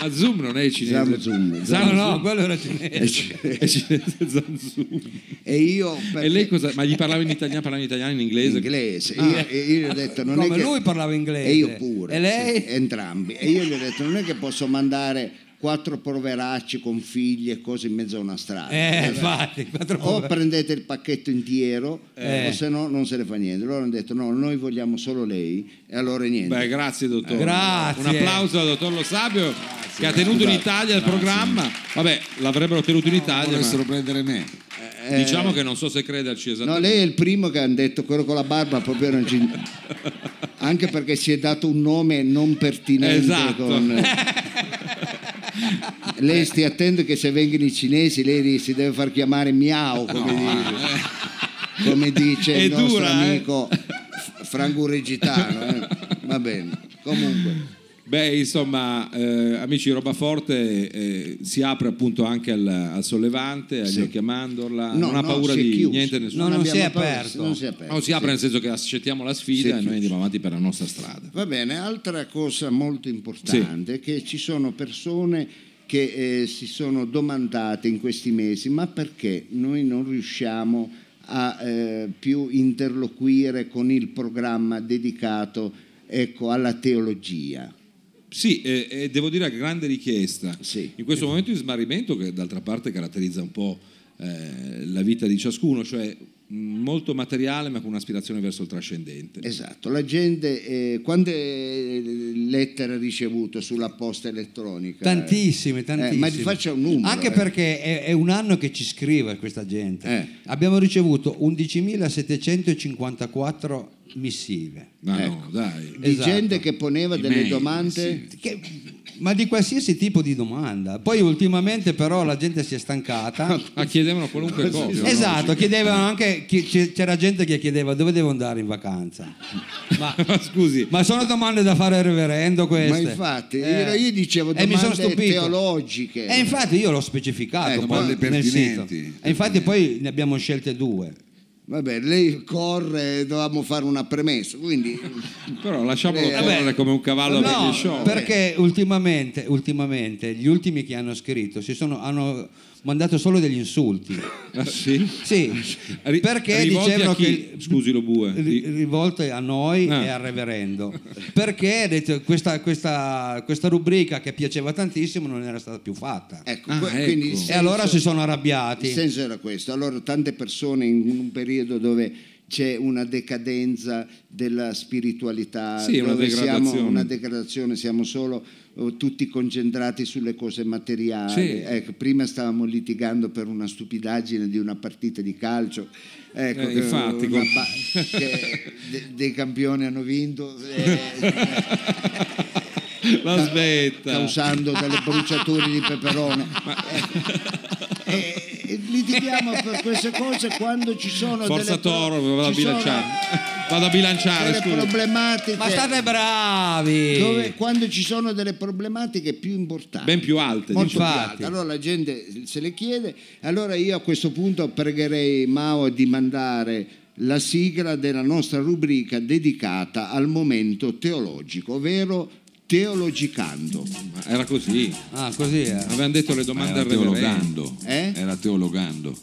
Ma Zoom non è cinese.
Zamzum.
No,
Zam-
no, quello era
Eh,
cinese.
È cinese Zamzum.
e io perché
E lei cosa? Ma gli parlava in italiano, parlava in italiano, in inglese?
inglese.
Ah.
Io, e io gli ho detto certo, non
Come
è che
lui parlava inglese.
e io pure.
E lei? Eh,
sì, Eh, entrambi. E io gli ho detto non è che posso mandare quattro poveracci con figli e cose in mezzo a una strada.
Eh, infatti, quattro
o
poveri.
prendete il pacchetto intero
Eh.
o se no non se ne fa niente loro hanno detto no noi vogliamo solo lei e allora niente
Beh, grazie dottore.
Grazie.
Un applauso al dottor Lo Sabio che ha tenuto in Italia il programma. Vabbè, l'avrebbero tenuto in Italia,
Volessero
ma
prendere me.
diciamo che non so se crederci
No,
esattamente.
lei è il primo che hanno detto quello con la barba proprio non ci... anche perché si è dato un nome non pertinente
Esatto.
con- lei stia attento che se vengono i cinesi lei si deve far chiamare Miao come, dice, come dice
eh. È
il nostro
dura, eh.
amico F- Franco Regitano eh. va bene comunque
Beh, insomma, eh, amici Robaforte eh, si apre appunto anche al, al sollevante, agli occhi a mandorla,
No,
Ah, non ha
no,
paura
si è
di
chiuso.
niente nessuno.
No, non
abbiamo
si è
paura,
aperto.
non si è aperto
No, si apre nel senso che accettiamo la
Sì,
sfida e
chiuso.
noi andiamo avanti per la nostra strada.
Va bene, altra cosa molto importante è che ci sono persone che eh, si sono domandate in questi mesi ma perché noi non riusciamo a eh, più interloquire con il programma dedicato ecco, alla teologia.
Sì, eh, eh, devo dire a grande richiesta.
Sì.
In questo momento di smarrimento che d'altra parte caratterizza un po' eh, la vita di ciascuno, cioè mh, molto materiale ma con un'aspirazione verso il trascendente.
Esatto, la gente, eh, quante eh, lettere ha ricevuto sulla posta elettronica?
Tantissime, tantissime.
Eh, ma ti faccia un numero.
Anche
eh.
perché è, è un anno che ci scrive questa gente.
Eh.
Abbiamo ricevuto 11.754 missive.
Ma no,
Ecco.
dai.
Di
Esatto.
gente che poneva delle
Email,
domande...
Che- ma di qualsiasi tipo di domanda. Poi ultimamente però la gente si è stancata.
Ah, chiedevano qualunque cosa.
Esatto, chiedevano anche, chi- c- c'era gente che chiedeva dove devo andare in vacanza. Ma,
Ma scusi,
ma sono domande da fare al reverendo
Ma
queste.
infatti,
Eh.
io- io dicevo
E mi sono
domande
stupito.
teologiche.
E infatti io l'ho specificato
Ecco,
poi
domande
nel sito.
pertinenti.
E infatti poi ne abbiamo scelte due.
Vabbè, lei corre, dovevamo fare una premessa, quindi
Ah,
però lasciamolo
Eh,
correre
vabbè.
come un cavallo
No,
degli show.
perché ultimamente, ultimamente gli ultimi che hanno scritto si sono, hanno mandato solo degli insulti.
Ah, sì?
Sì,
Ri-
perché
rivolti
dicevano
a chi?
che
Scusi, lo bue.
Ri- rivolte a noi
Ah.
e al reverendo perché ha detto, questa, questa- questa rubrica che piaceva tantissimo non era stata più fatta
Ecco,
Ah,
que-
ecco.
quindi il
E
e
senso-
allora si sono
Il
arrabbiati
senso era questo. Allora, tante persone in un periodo dove c'è una decadenza della spiritualità,
Sì, una
dove
degradazione.
siamo una degradazione, siamo solo eh, tutti concentrati sulle cose materiali.
Sì.
Ecco, prima stavamo litigando per una stupidaggine di una partita di calcio. Ecco,
Eh,
che
infatti,
una
col-
ba- che de- dei campioni hanno vinto. eh,
La svetta.
causando delle bruciature di peperone. Eh, eh, litighiamo per queste cose quando ci sono
Forza
delle pro-
Toro, vado a
ci sono
bilanciare. Vado a bilanciare,
delle
scusi.
problematiche
ma state bravi
dove- quando ci sono delle problematiche più importanti
Ben più alte.
Molto
dico.
più
Infatti.
alte. allora la gente se le chiede allora io a questo punto pregherei Mao di mandare la sigla della nostra rubrica dedicata al momento teologico ovvero teologicando
Ma Era così.
ah così eh.
Avevano detto le domande
Era
al reverendo.
teologando.
Eh?
Era teologando.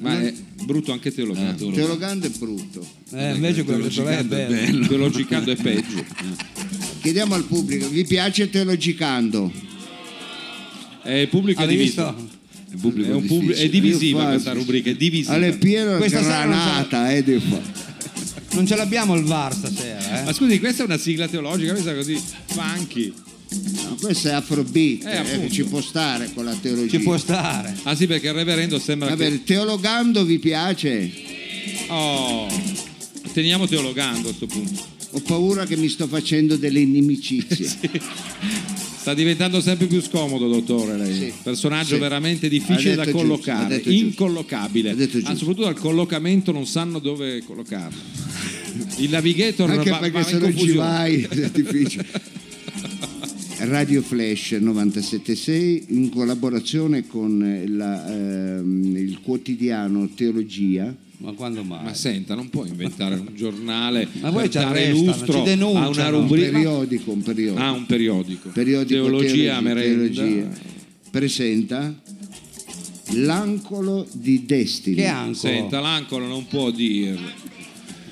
Ma è brutto anche
Era
teologando.
teologando.
teologando è brutto
Eh, invece quello che trovai è
Teologicando
bello
Teologicando è peggio.
Chiediamo al pubblico, vi piace teologicando?
È il pubblico è
Avete
diviso.
visto?
È un pubblico
È, un pubblico-
difficile.
è divisiva
Infatti.
questa rubrica, è divisiva.
Alle Piero
Questa sera non
granata, eh, di fa-
non ce l'abbiamo il VAR stasera eh.
Ma scusi, questa è una sigla teologica, questa è così funky.
No, questo è afrobeat,
Eh,
eh,
appunto.
ci può stare con la teologia.
ci può stare
Ah sì, perché il reverendo sembra
Va
che...
bene, teologando vi piace?
Oh, teniamo teologando a sto punto.
Ho paura che mi sto facendo delle inimicizie.
Sta diventando sempre più scomodo, dottore, lei.
Sì.
Personaggio
Sì.
veramente difficile
Ha
da
detto giusto, ha
collocare,
detto giusto.
incollocabile.
Ha detto
Ah,
giusto.
soprattutto al collocamento non sanno dove collocarlo. Il navigator
Anche
va- va
perché
in
se non ci
confusione.
vai è difficile. Radio Flash 976 in collaborazione con la, ehm, il quotidiano Teologia.
ma quando mai
Ma senta, non puoi inventare un giornale
Ma voi
per
ci
dare
arrestano,
lustro
ci denunciano.
a una
Un
Un
rubrica.
periodico, un periodico.
Ah, un periodico.
periodico
teologia,
teologi-
merenda.
teologia, presenta l'ancolo di Destiny.
che anco
Senta, l'Ancora non può dirlo.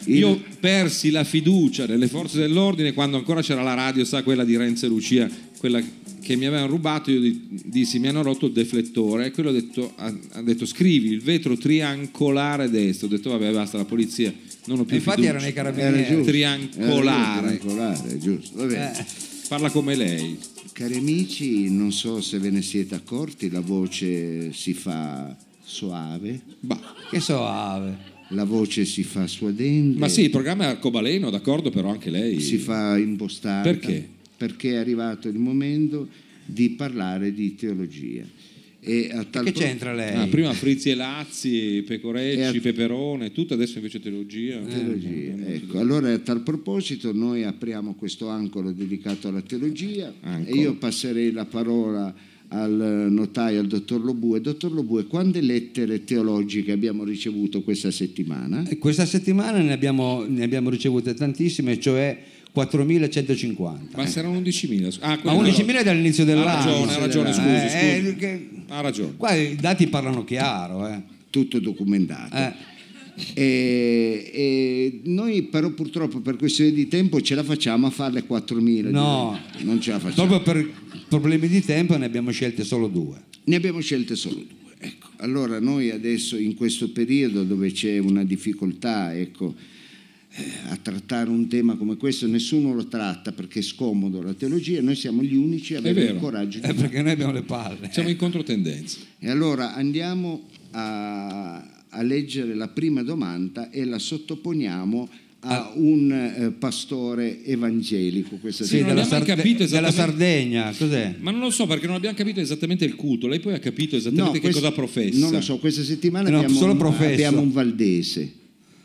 Il-
Io persi la fiducia delle forze dell'ordine quando ancora c'era la radio, sa, quella di Renzo e Lucia, quella che mi avevano rubato, io di- dissi, mi hanno rotto il deflettore e quello ha detto, ha, ha detto scrivi il vetro triangolare destro. Ho detto vabbè basta, la polizia non ho più
infatti
fiducia.
erano i
era
carabinieri
giusto.
triangolare.
Era giusto, triangolare, giusto. Va bene.
Eh,
Parla come lei.
Cari amici, non so se ve ne siete accorti, la voce si fa soave,
Bah.
che soave
la voce si fa suadente,
Ma sì, il programma è arcobaleno, d'accordo, però anche lei.
si fa impostata.
Perché?
Perché è arrivato il momento di parlare di teologia. E a tal
che
pro-
c'entra lei
Ah, prima Frizzi e Lazzi, Pecorecci,
E a-
Peperone, tutto adesso invece Eh, teologia.
Teologia, ecco. Allora a tal proposito noi apriamo questo angolo dedicato alla teologia
Ancolo.
Ecco.
e io passerei la parola al notaio, al dottor Lobue. Dottor Lobue, quante lettere teologiche abbiamo ricevuto questa settimana?
E Eh, Questa settimana ne abbiamo, ne abbiamo ricevute tantissime, cioè 4.150.
Ma saranno 11.000. scu- Ah,
Ma
quello-
11.000 è dall'inizio dell'anno.
Ha ragione, ha ragione, scusi,
Eh, eh,
scusi.
che-
Ha ragione.
Qua i dati parlano chiaro. eh.
Tutto documentato.
Eh,
E, e noi però purtroppo per questione di tempo ce la facciamo a fare le 4.000.
No.
direi. non ce la facciamo.
proprio per problemi di tempo ne abbiamo scelte solo due.
Ne abbiamo scelte solo due. Ecco. Allora noi adesso in questo periodo dove c'è una difficoltà ecco, eh, a trattare un tema come questo, nessuno lo tratta perché è scomodo la teologia, noi siamo gli unici a avere
vero.
il coraggio.
Eh,
Di...
perché noi abbiamo le palle.
Siamo in controtendenza.
E allora andiamo a, a leggere la prima domanda e la sottoponiamo a un eh, pastore evangelico questa
Ah. Sì,
sera.
non
della,
abbiamo
Sarde-
capito
della
esattamente-
Sardegna, cos'è?
Ma non lo so perché non abbiamo capito esattamente il culto. Lei poi ha capito esattamente che
questo-
cosa professa.
Non lo so, questa settimana
No,
abbiamo
solo
un-
professa.
abbiamo un valdese.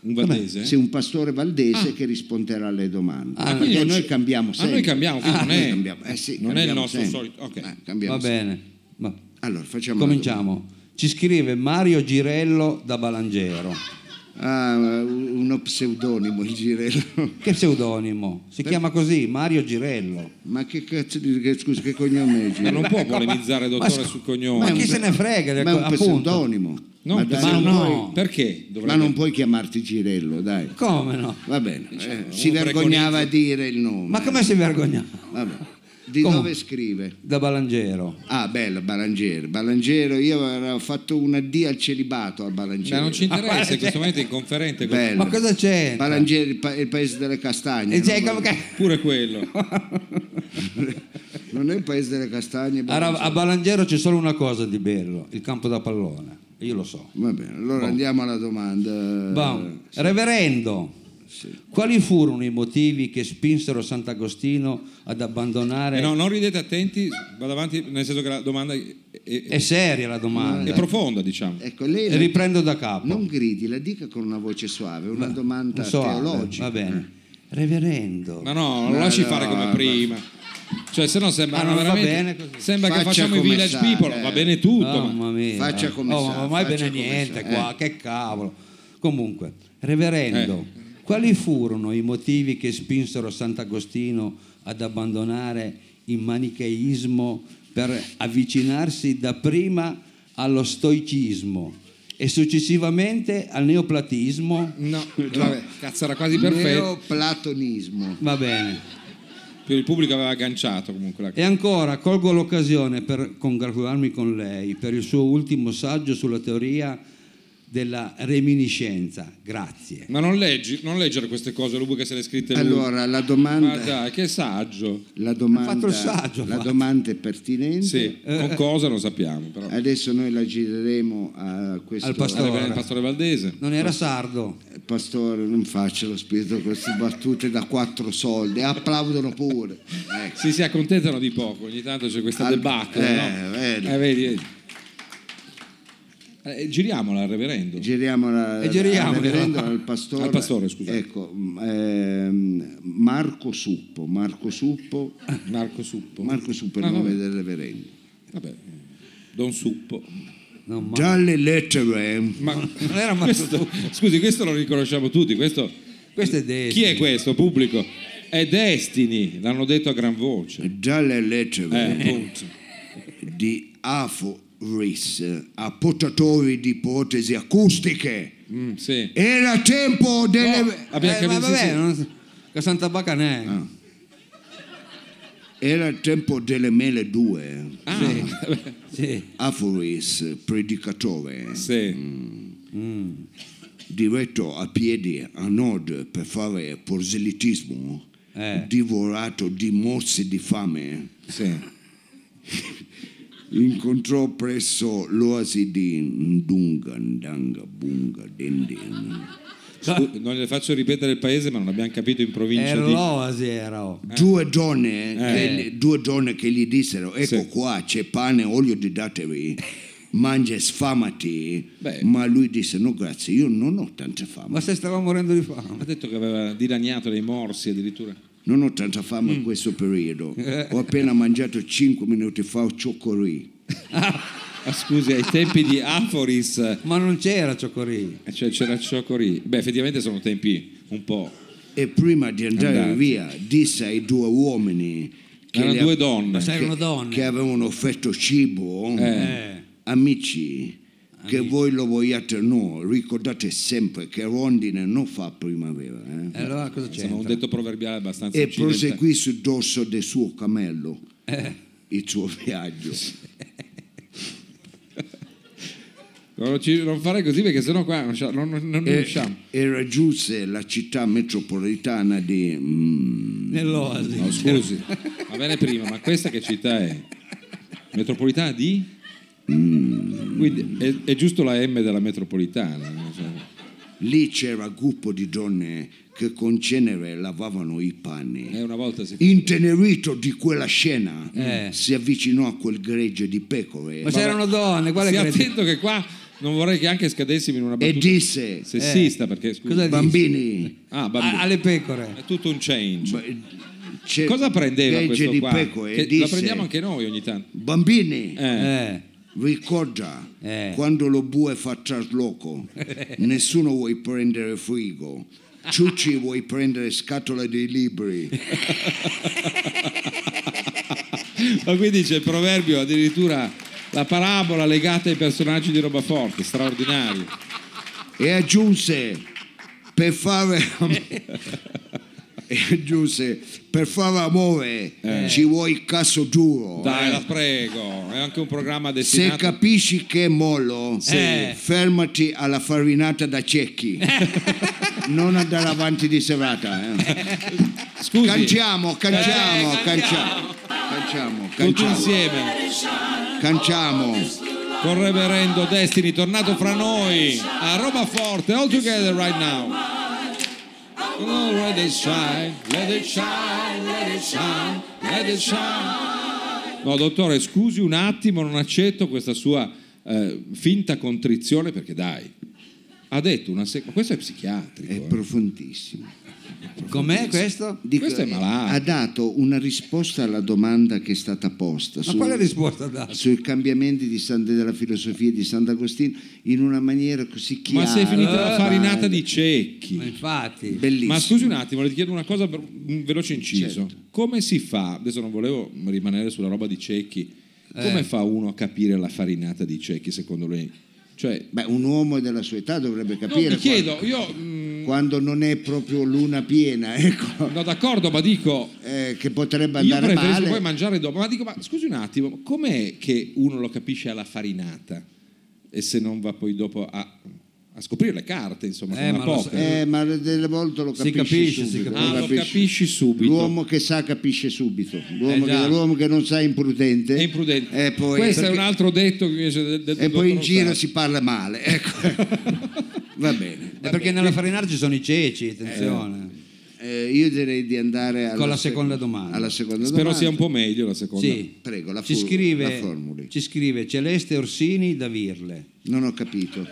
Un valdese?
C'è un pastore valdese
Ah.
che risponderà alle domande.
Ah,
perché
quindi non
noi
ci-
cambiamo
Ah,
sempre.
noi cambiamo, quindi non
noi
è-
cambiamo. Eh sì,
non è il
cambiamo
nostro
sempre.
solito- ok.
Eh, cambiamo
Va
sempre.
bene. Va.
Allora, facciamo la
Cominciamo. Ci scrive Mario Girello da Balangero.
domanda. ha uno pseudonimo, il Girello.
Che pseudonimo? Si chiama così, Mario Girello.
Ma che cazzo di... che- Scusa, che cognome è
Ma
Girello?
non può polemizzare, dottore,
scu-
sul
Ma
cognome.
chi se ne frega? del
Ma è un
co- appunto.
pseudonimo.
Non-
ma, dai,
ma
non
no.
puoi-
Perché?
ma
dovrebbe-
non puoi chiamarti Girello, dai.
Come no?
Va bene, eh, si
Diciamo, uno
vergognava a
preconizza.
dire il nome.
Ma come si vergogna?
Vabbè. Di
Come?
dove scrive?
Da Balangero.
Ah, bello, Balangero. Balangero, io avevo fatto una D al celibato a Balangero.
Ma non ci
Ma guarda,
interessa, in
cioè-
questo momento è inconferente. con-
Bello.
Ma cosa c'è?
Balangero, il, pa- il paese delle castagne.
E cioè,
non,
come ca-
Pure quello.
non è il paese delle castagne.
a, Ra-
Balangero.
a Balangero c'è solo una cosa di bello, il campo da pallone. Io lo so.
Va bene, allora
Boh.
andiamo alla domanda.
Bon. Reverendo, quali furono i motivi che spinsero Sant'Agostino ad abbandonare...
Eh no, non ridete attenti, vado avanti, nel senso che la domanda è, è-
È seria la domanda.
è profonda, diciamo.
Ecco, lei la-
Riprendo da capo.
non gridi, la dica con una voce suave, è una domanda
Non so,
teologica.
Boh. Va bene. Reverendo.
Ma no,
Ma
lo lasci
Eh, no,
fare come
ma-
prima. Cioè, se no sembra
Ah, non va
veramente-
bene così.
sembra che
Faccia
facciamo i
come
village
sa,
people,
eh.
va bene tutto, ma
Mamma mia.
Faccia come
oh,
sa,
ma mai
faccia
bene
come
niente
sa,
qua,
eh.
che cavolo. Comunque, reverendo,
Eh.
quali furono i motivi che spinsero Sant'Agostino ad abbandonare il manicheismo per avvicinarsi dapprima allo stoicismo e successivamente al neoplatismo?
no, vabbè, cazzo era quasi perfetto.
Neoplatonismo.
Va bene.
Il pubblico aveva agganciato comunque
Eh.
la
E ancora colgo l'occasione per congratularmi con lei per il suo ultimo saggio sulla teoria della reminiscenza. Grazie.
Ma non, leggi, non leggere queste cose, lui che se le scritte lui.
Allora, eh. la
Ma
domanda...
dai, che saggio.
La domanda,
Ha fatto il saggio, ha
la
fatto.
domanda è pertinente.
Sì,
eh.
con cosa non sappiamo, però.
Adesso noi la gireremo a questo
Al pastore.
Sarebbe il pastore Valdese.
Non era sardo.
Pastore, non faccia lo spirito con queste battute da quattro soldi, applaudono pure. Ecco.
Si, si accontentano di poco, ogni tanto c'è questa
Al-
debacle,
eh,
no?
vedi.
Eh, vedi, vedi. Eh, giriamola al reverendo.
Giriamo la,
E giriamo.
al reverendo, al pastore.
Al pastore, scusa.
Ecco, m- ehm, Marco Suppo, Marco Suppo,
Marco Suppo.
Marco Suppo è
Ah,
il nome
vabbè.
del reverendo.
Vabbè, Don Suppo.
Non, ma-
Jolly Lettere,
Ma
non era Marco
questo, scusi, questo lo riconosciamo tutti. Questo,
Questo è
chi
destino.
è questo pubblico? È Destiny, l'hanno detto a gran voce.
Jolly
Eh,
Lettere
appunto.
eh, di Aforis, apportatori di ipotesi acustiche.
Mm, sì.
Era tempo delle...
No. Abbiamo
Eh, ma
capito, sì,
vabbè,
sì. Ah.
non- che Santa Bacanè.
Era il tempo delle mele due.
Ah,
Sì.
Aforis, predicatore,
sì.
diretto a piedi a nord per fare proselitismo,
Eh.
divorato di morsi di fame,
sì.
incontrò presso l'oasi di Ndungandanga Bunga Dendi.
Scu- non le faccio ripetere il paese, ma non abbiamo capito in provincia
Era
di.
l'oasi, era. oh.
Due donne,
Eh.
che, due donne che gli dissero, ecco
Sì.
qua c'è pane, olio di dateri, mangia, sfamati,
Beh.
ma lui disse no grazie, io non ho tanta fame.
Ma se stava morendo di
Ha
fame.
detto che aveva dilaniato dei morsi addirittura.
Non ho tanta fame
Mm.
in questo periodo. Ho appena mangiato 5 minuti fa cioccolì.
Ah, scusi, ai tempi di Aforis, eh,
Ma non c'era Ciocorì.
cioè c'era Ciocori. Beh, effettivamente sono tempi un po'.
E prima di andare
Andate.
via disse ai due uomini che,
Erano
le-
due donne.
Ma erano donne.
che avevano offerto cibo,
Eh.
amici, che voi lo vogliate o no, ricordate sempre che rondine non fa primavera. eh.
E allora cosa
Insomma, un
c'entra?
detto proverbiale abbastanza
E
occidentale.
proseguì sul dorso del suo cammello
Eh.
il suo viaggio.
Non, ci- non fare così perché sennò qua non, c'ha- non- non- non
E,
riusciamo.
e raggiunse la città metropolitana di... mm,
Nell'oasi.
No, scusi, va bene prima, ma questa che città è? Metropolitana di? Mm. Quindi è, è giusto la M della metropolitana. eh, cioè, non so.
Lì c'era un gruppo di donne che con cenere lavavano i panni.
Eh, una volta si
Intenerito di quella scena,
Eh.
si avvicinò a quel gregge di pecore
Ma c'erano donne, quale
Stia
credi?
attento che qua non vorrei che anche scadessimo in una
e
battuta
disse:
sessista perché scusa.
cosa-
Bambini,
eh, Ah,
A-
bambino.
alle pecore.
È tutto un change.
ba- c'è
Cosa prendeva
gregge
questo
di
qua?
pecore?
Che
e disse,
la prendiamo anche noi ogni tanto.
Bambini,
Eh,
Eh.
Ricorda
Eh.
quando lo bue fa trasloco, nessuno vuoi prendere frigo, Ciucci vuoi prendere scatola dei libri.
Ma qui dice il proverbio addirittura la parabola legata ai personaggi di Robaforte, straordinario.
e aggiunse per fare e aggiunse per fare amore ci vuoi caso giuro
Eh. Dai, la prego, è anche un programma
se
destinato
capisci che è mollo
Eh.
fermati alla farinata da cecchi non andare avanti di serata eh.
Scusi,
canciamo canciamo
Eh,
canciamo canciamo
tutti
canciamo
insieme
canciamo
con Reverendo Destiny tornato fra noi a Robaforte, all together right now. Oh, let it shine, let it shine, let it shine, let it shine. No, dottore, scusi un attimo, non accetto questa sua eh, finta contrizione perché dai. Ha detto una se- ma questo è psichiatrico.
è
eh.
profondissimo
Com'è questo?
Dico,
Questo è
eh,
malato.
ha dato una risposta alla domanda che è stata posta
Ma
su-
quale risposta dà?
sui cambiamenti di San- della filosofia di Sant'Agostino in una maniera così
Ma
chiara.
sei finita la
Eh,
farinata
ma-
di cecchi.
Ma infatti,
Bellissimo. Certo.
Ma scusi un attimo, le ti chiedo una cosa, per- un veloce inciso. Come si fa, adesso non volevo rimanere sulla roba di cecchi, come
Eh.
fa uno a capire la farinata di cecchi secondo lei? Cioè,
Beh, un uomo della sua età dovrebbe
no, mi
capire
chiedo, io... mm,
quando, quando non è proprio luna piena, ecco,
no d'accordo, ma dico...
eh, che potrebbe
Io
andare
preferisco
male.
poi mangiare dopo, ma dico, ma scusi un attimo, com'è che uno lo capisce alla farinata e se non va poi dopo a, a scoprire le carte, insomma,
Eh,
come
ma
a
lo
poker?
Eh, ma delle volte lo
Si
capisci
capisce, si
subito.
capisce.
Ah, lo capisci subito.
L'uomo che sa capisce subito. L'uomo,
Eh, già.
che, l'uomo che non sa è imprudente.
è imprudente.
E Eh, poi,
Questo
perché-
è un altro detto che invece del, del
e poi in
dottor
giro
Rossati.
si parla male. Ecco. Va bene.
è perché nella farinara ci sono i ceci, attenzione.
Eh, io direi di andare alla
Con la
sec-
seconda domanda.
alla seconda
Spero
domanda.
sia un po' meglio la seconda.
Sì.
Prego, la
ci,
for-
scrive,
la formuli.
ci scrive Celeste Orsini da Virle.
Non ho capito.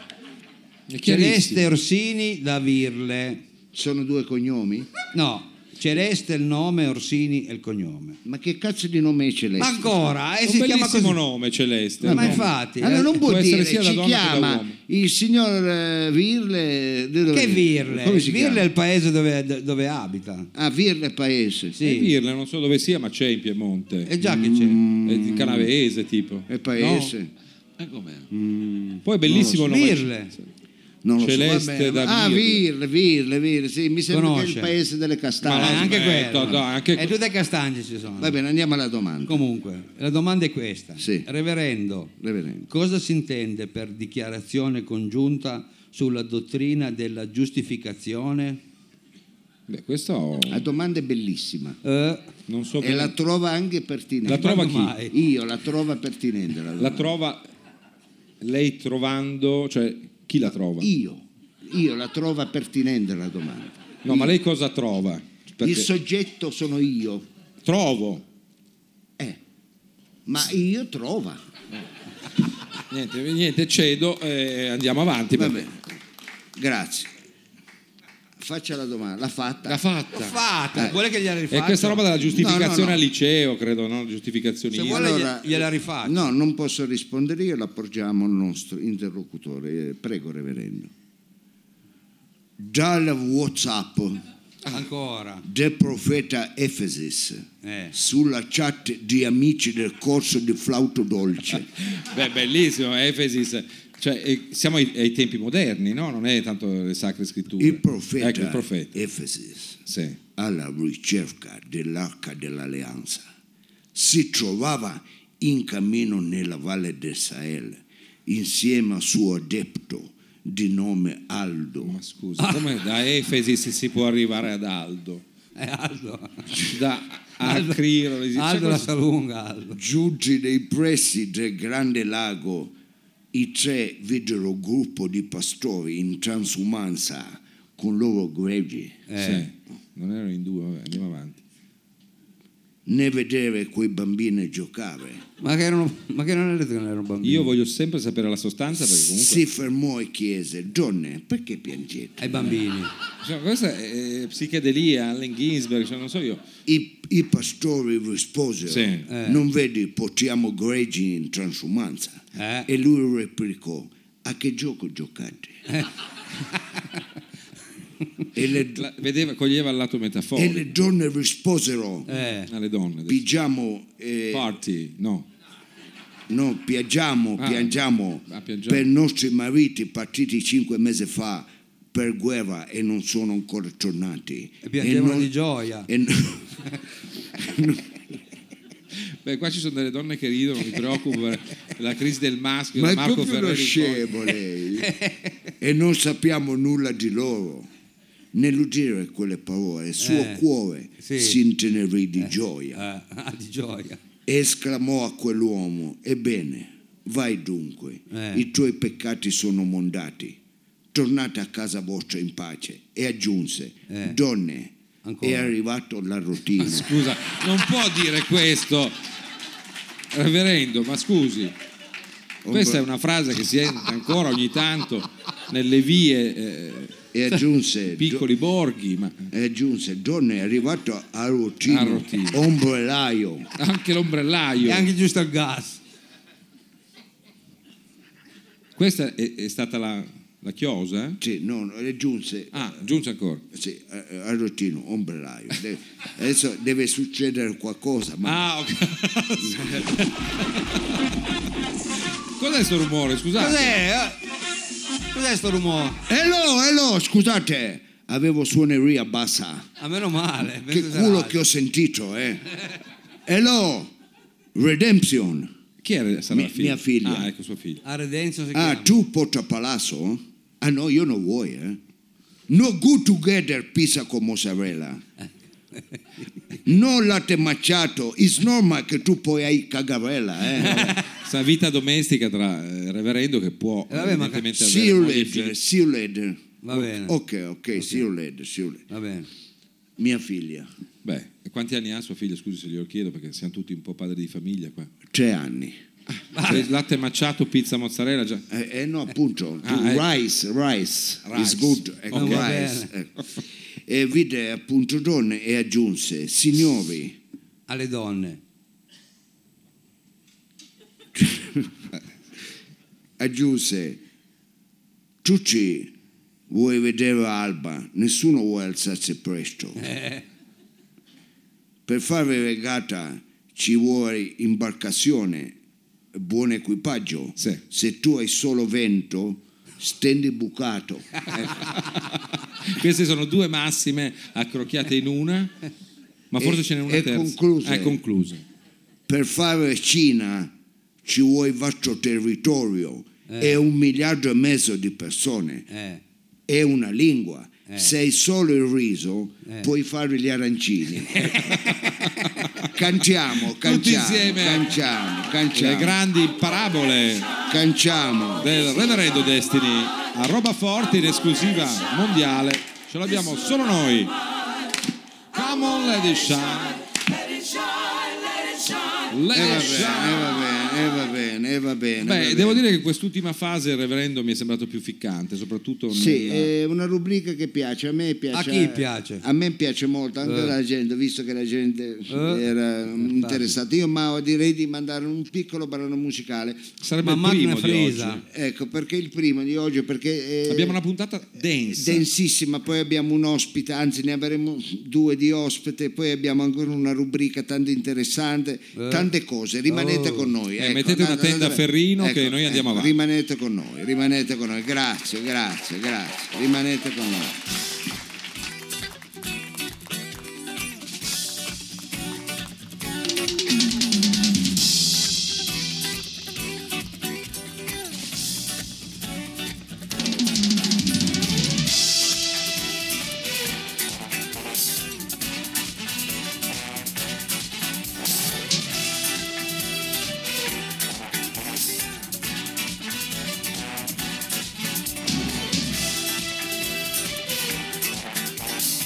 È chiarissimo.
Celeste Orsini da Virle.
Sono due cognomi?
No, Celeste è il nome, Orsini è il cognome.
Ma che cazzo di nome è
Ma
Celeste?
ancora? E
È un
si chiama
bellissimo
così.
nome Celeste.
Ma
Nome.
infatti, eh,
Allora non
eh? Può
può
essere
dire,
sia da
ci
donna che da
chiama
uomo.
il signor eh, Virle... di dove-
Che Virle?
Come si
Virle è
chiama?
il paese dove, do- dove abita.
Ah, Virle Paese.
Sì.
E Virle, non so dove sia, ma c'è in Piemonte.
E Eh, già che c'è.
Mm.
È di canavese tipo.
È Paese.
No? Eh, com'è?
Mm.
Poi è bellissimo il nome.
Virle.
Non lo
Celeste
so, va bene.
da
Ah,
Virle.
Virle, Virle, Virle. Sì, mi sembra che è
Conosce.
il paese delle
Ah,
Ma
castagne.
no,
anche
smetto,
quello. Eh,
no, anche
E due dei castagni ci sono.
Va bene, andiamo alla domanda.
Comunque, la domanda è questa.
Sì.
Reverendo,
Reverendo.
cosa si intende per dichiarazione congiunta sulla dottrina della giustificazione?
Beh, questo
La domanda è bellissima.
Eh,
non so
E
bene.
la
La,
trova anche pertinente.
La trova chi?
Quando mai?
Io la trovo pertinente. La domanda.
trova lei trovando, cioè chi la trova?
Io, io la trovo pertinente la domanda.
No, ma lei cosa trova? Perché
Il soggetto sono io,
trovo.
eh, ma io trova.
Niente, niente, cedo e andiamo avanti.
Va
perché-
bene, grazie. Faccia la domanda, l'ha fatta?
L'ha fatta.
fatta,
Eh.
vuole che gliela
E
rifaccia?
questa roba della giustificazione
No, no, no.
al liceo, credo, no? Giustificazione.
Se vuole- gliela- gliela rifaccio.
No, non posso rispondere io, la porgiamo al nostro interlocutore. Eh, Prego, reverendo. Dal WhatsApp
Ancora.
del profeta Efesis
Eh.
sulla chat di amici del corso di flauto dolce.
Beh, bellissimo, Efesis. Cioè, eh, siamo ai, ai tempi moderni, no? Non è tanto le sacre scritture.
Il profeta, Eh.
Ecco, il profeta.
Efesis
Sì.
alla ricerca dell'arca dell'alleanza si trovava in cammino nella valle del Sahel insieme al suo adepto di nome Aldo.
Ma scusa, come da Efesis si può arrivare ad Aldo?
Eh, Aldo.
Da Acriro, cioè,
Aldo la
questo-
salunga, Aldo.
Giunti nei pressi del grande lago, i tre videro un gruppo di pastori in transumanza con loro greggi.
Sì. Non erano in due, vabbè, andiamo avanti.
né vedere quei bambini giocare.
Ma che, erano, ma che non erano, erano bambini?
Io voglio sempre sapere la sostanza perché comunque...
Si fermò e chiese, John, perché piangete?
Ai bambini.
Cioè, questa è psichedelia, Allen Ginsberg, cioè, non so io.
I, i pastori risposero,
Sì.
Eh.
non vedi, portiamo greggi in transumanza.
Eh.
E lui replicò, a che gioco giocate? e, le,
La- vedeva, coglieva il lato
e
metaforico
le donne risposero,
Eh,
alle donne. adesso.
pigiamo... eh,
Party, no.
No, piangiamo,
Ah,
piangiamo
ah, piangiamo.
per i nostri mariti partiti cinque mesi fa per guerra e non sono ancora tornati.
e piangevano
non-
di gioia.
e no-
Beh, qua ci sono delle donne che ridono, mi preoccupa la crisi del maschio,
Ma
da
è
Marco
proprio uno
Ferreri. in
scemo lei. e non sappiamo nulla di loro. Nell'udire quelle parole, il suo
Eh,
cuore
sì.
si intenerì di gioia
Eh, ah, di gioia.
e esclamò a quell'uomo, ebbene, vai dunque,
Eh.
i tuoi peccati sono mondati, tornate a casa vostra in pace. E aggiunse,
Eh.
donne,
Ancora.
è arrivato la routine.
Scusa, non può dire questo, reverendo, ma scusi. Questa è una frase che si sente ancora ogni tanto nelle vie, eh,
E aggiunse,
piccoli borghi, ma
e aggiunse, donne, è arrivato a routine,
A routine.
ombrellaio.
anche l'ombrellaio.
E anche giusto al gas.
Questa è, è stata la, la chiosa? eh?
Sì, no, no, aggiunse
Ah, giunge ancora.
sì, eh, a- a routine, ombrellaio. De- adesso deve succedere qualcosa, ma
Ah, ok. Cos'è questo rumore? Scusate.
Cos'è? Eh? Cos'è sto rumore?
Hello, hello, scusate, avevo suoneria bassa.
A meno male.
Che
penso sarà
culo
altro.
che ho sentito, eh. Hello, Redemption.
Chi era? Sarà
Mi-
la figlia?
mia figlia.
Ah, ecco sua figlia.
A Redenzio si
Ah,
chiama.
tu porta palazzo? Ah no, io non vuoi, eh. No good together pizza con mozzarella. No latte macchiato, it's normal che tu poi hai cagarella, eh.
Sa vita domestica tra eh, reverendo che può
Eh, vabbè, ma ca-
evidentemente
See you
moglie e
later,
figli.
see you later.
Va bene.
Mm.
Ok, ok, see you later, see you later.
Va bene.
Mia figlia,
Beh, e quanti anni ha sua figlia? Scusi se glielo chiedo perché siamo tutti un po' padri di famiglia qua.
tre anni.
Cioè, latte macciato, pizza mozzarella già.
Eh, eh, no, appunto,
Ah,
tu-
eh.
rice, rice,
Rice.
is good, ecco,
Ok. Va
rice. ecco. E vide appunto donne e aggiunse, signori,
Alle donne.
aggiunse, tutti vuoi vedere Alba, nessuno vuole alzarsi presto. Per fare regata ci vuole imbarcazione, buon equipaggio.
Sì.
Se tu hai solo vento, stendi bucato.
Queste sono due massime accrocchiate in una, ma
E-
forse ce n'è una
e
terza.
concluse.
Ah, È conclusa.
per fare Cina ci vuole il vostro territorio è un miliardo e mezzo di persone
Eh.
è una lingua se hai solo il riso
Eh.
puoi fare gli arancini cantiamo
Tutti
cantiamo
insieme.
cantiamo
Le
cantiamo
grandi parabole
cantiamo
del reverendo Destiny a roba forte in esclusiva mondiale. Ce l'abbiamo solo noi. Come on, Lady Shine.
e
Lady
Eh, va
Shine.
bene e va bene e va bene e va
Beh,
bene.
devo dire che quest'ultima fase il reverendo mi è sembrato più ficcante, soprattutto
Sì, eh,
nella-
è una rubrica che piace, a me piace.
A chi piace?
A me piace molto, anche
Eh.
alla gente, visto che la gente
Eh.
era interessata. Io ma direi di mandare un piccolo brano musicale.
sarebbe
Ma
il
Magna
primo di
Fresa.
oggi.
Ecco, perché il primo di oggi, perché eh, è
Abbiamo una puntata densa.
densissima, poi abbiamo un ospite, anzi ne avremo due di ospite, poi abbiamo ancora una rubrica tanto interessante, tante cose, rimanete
Oh.
con noi. ecco.
Eh, mettete una tenda a Ferrino che noi andiamo avanti.
Rimanete con noi, rimanete con noi, grazie, grazie, grazie, rimanete con noi.
Thank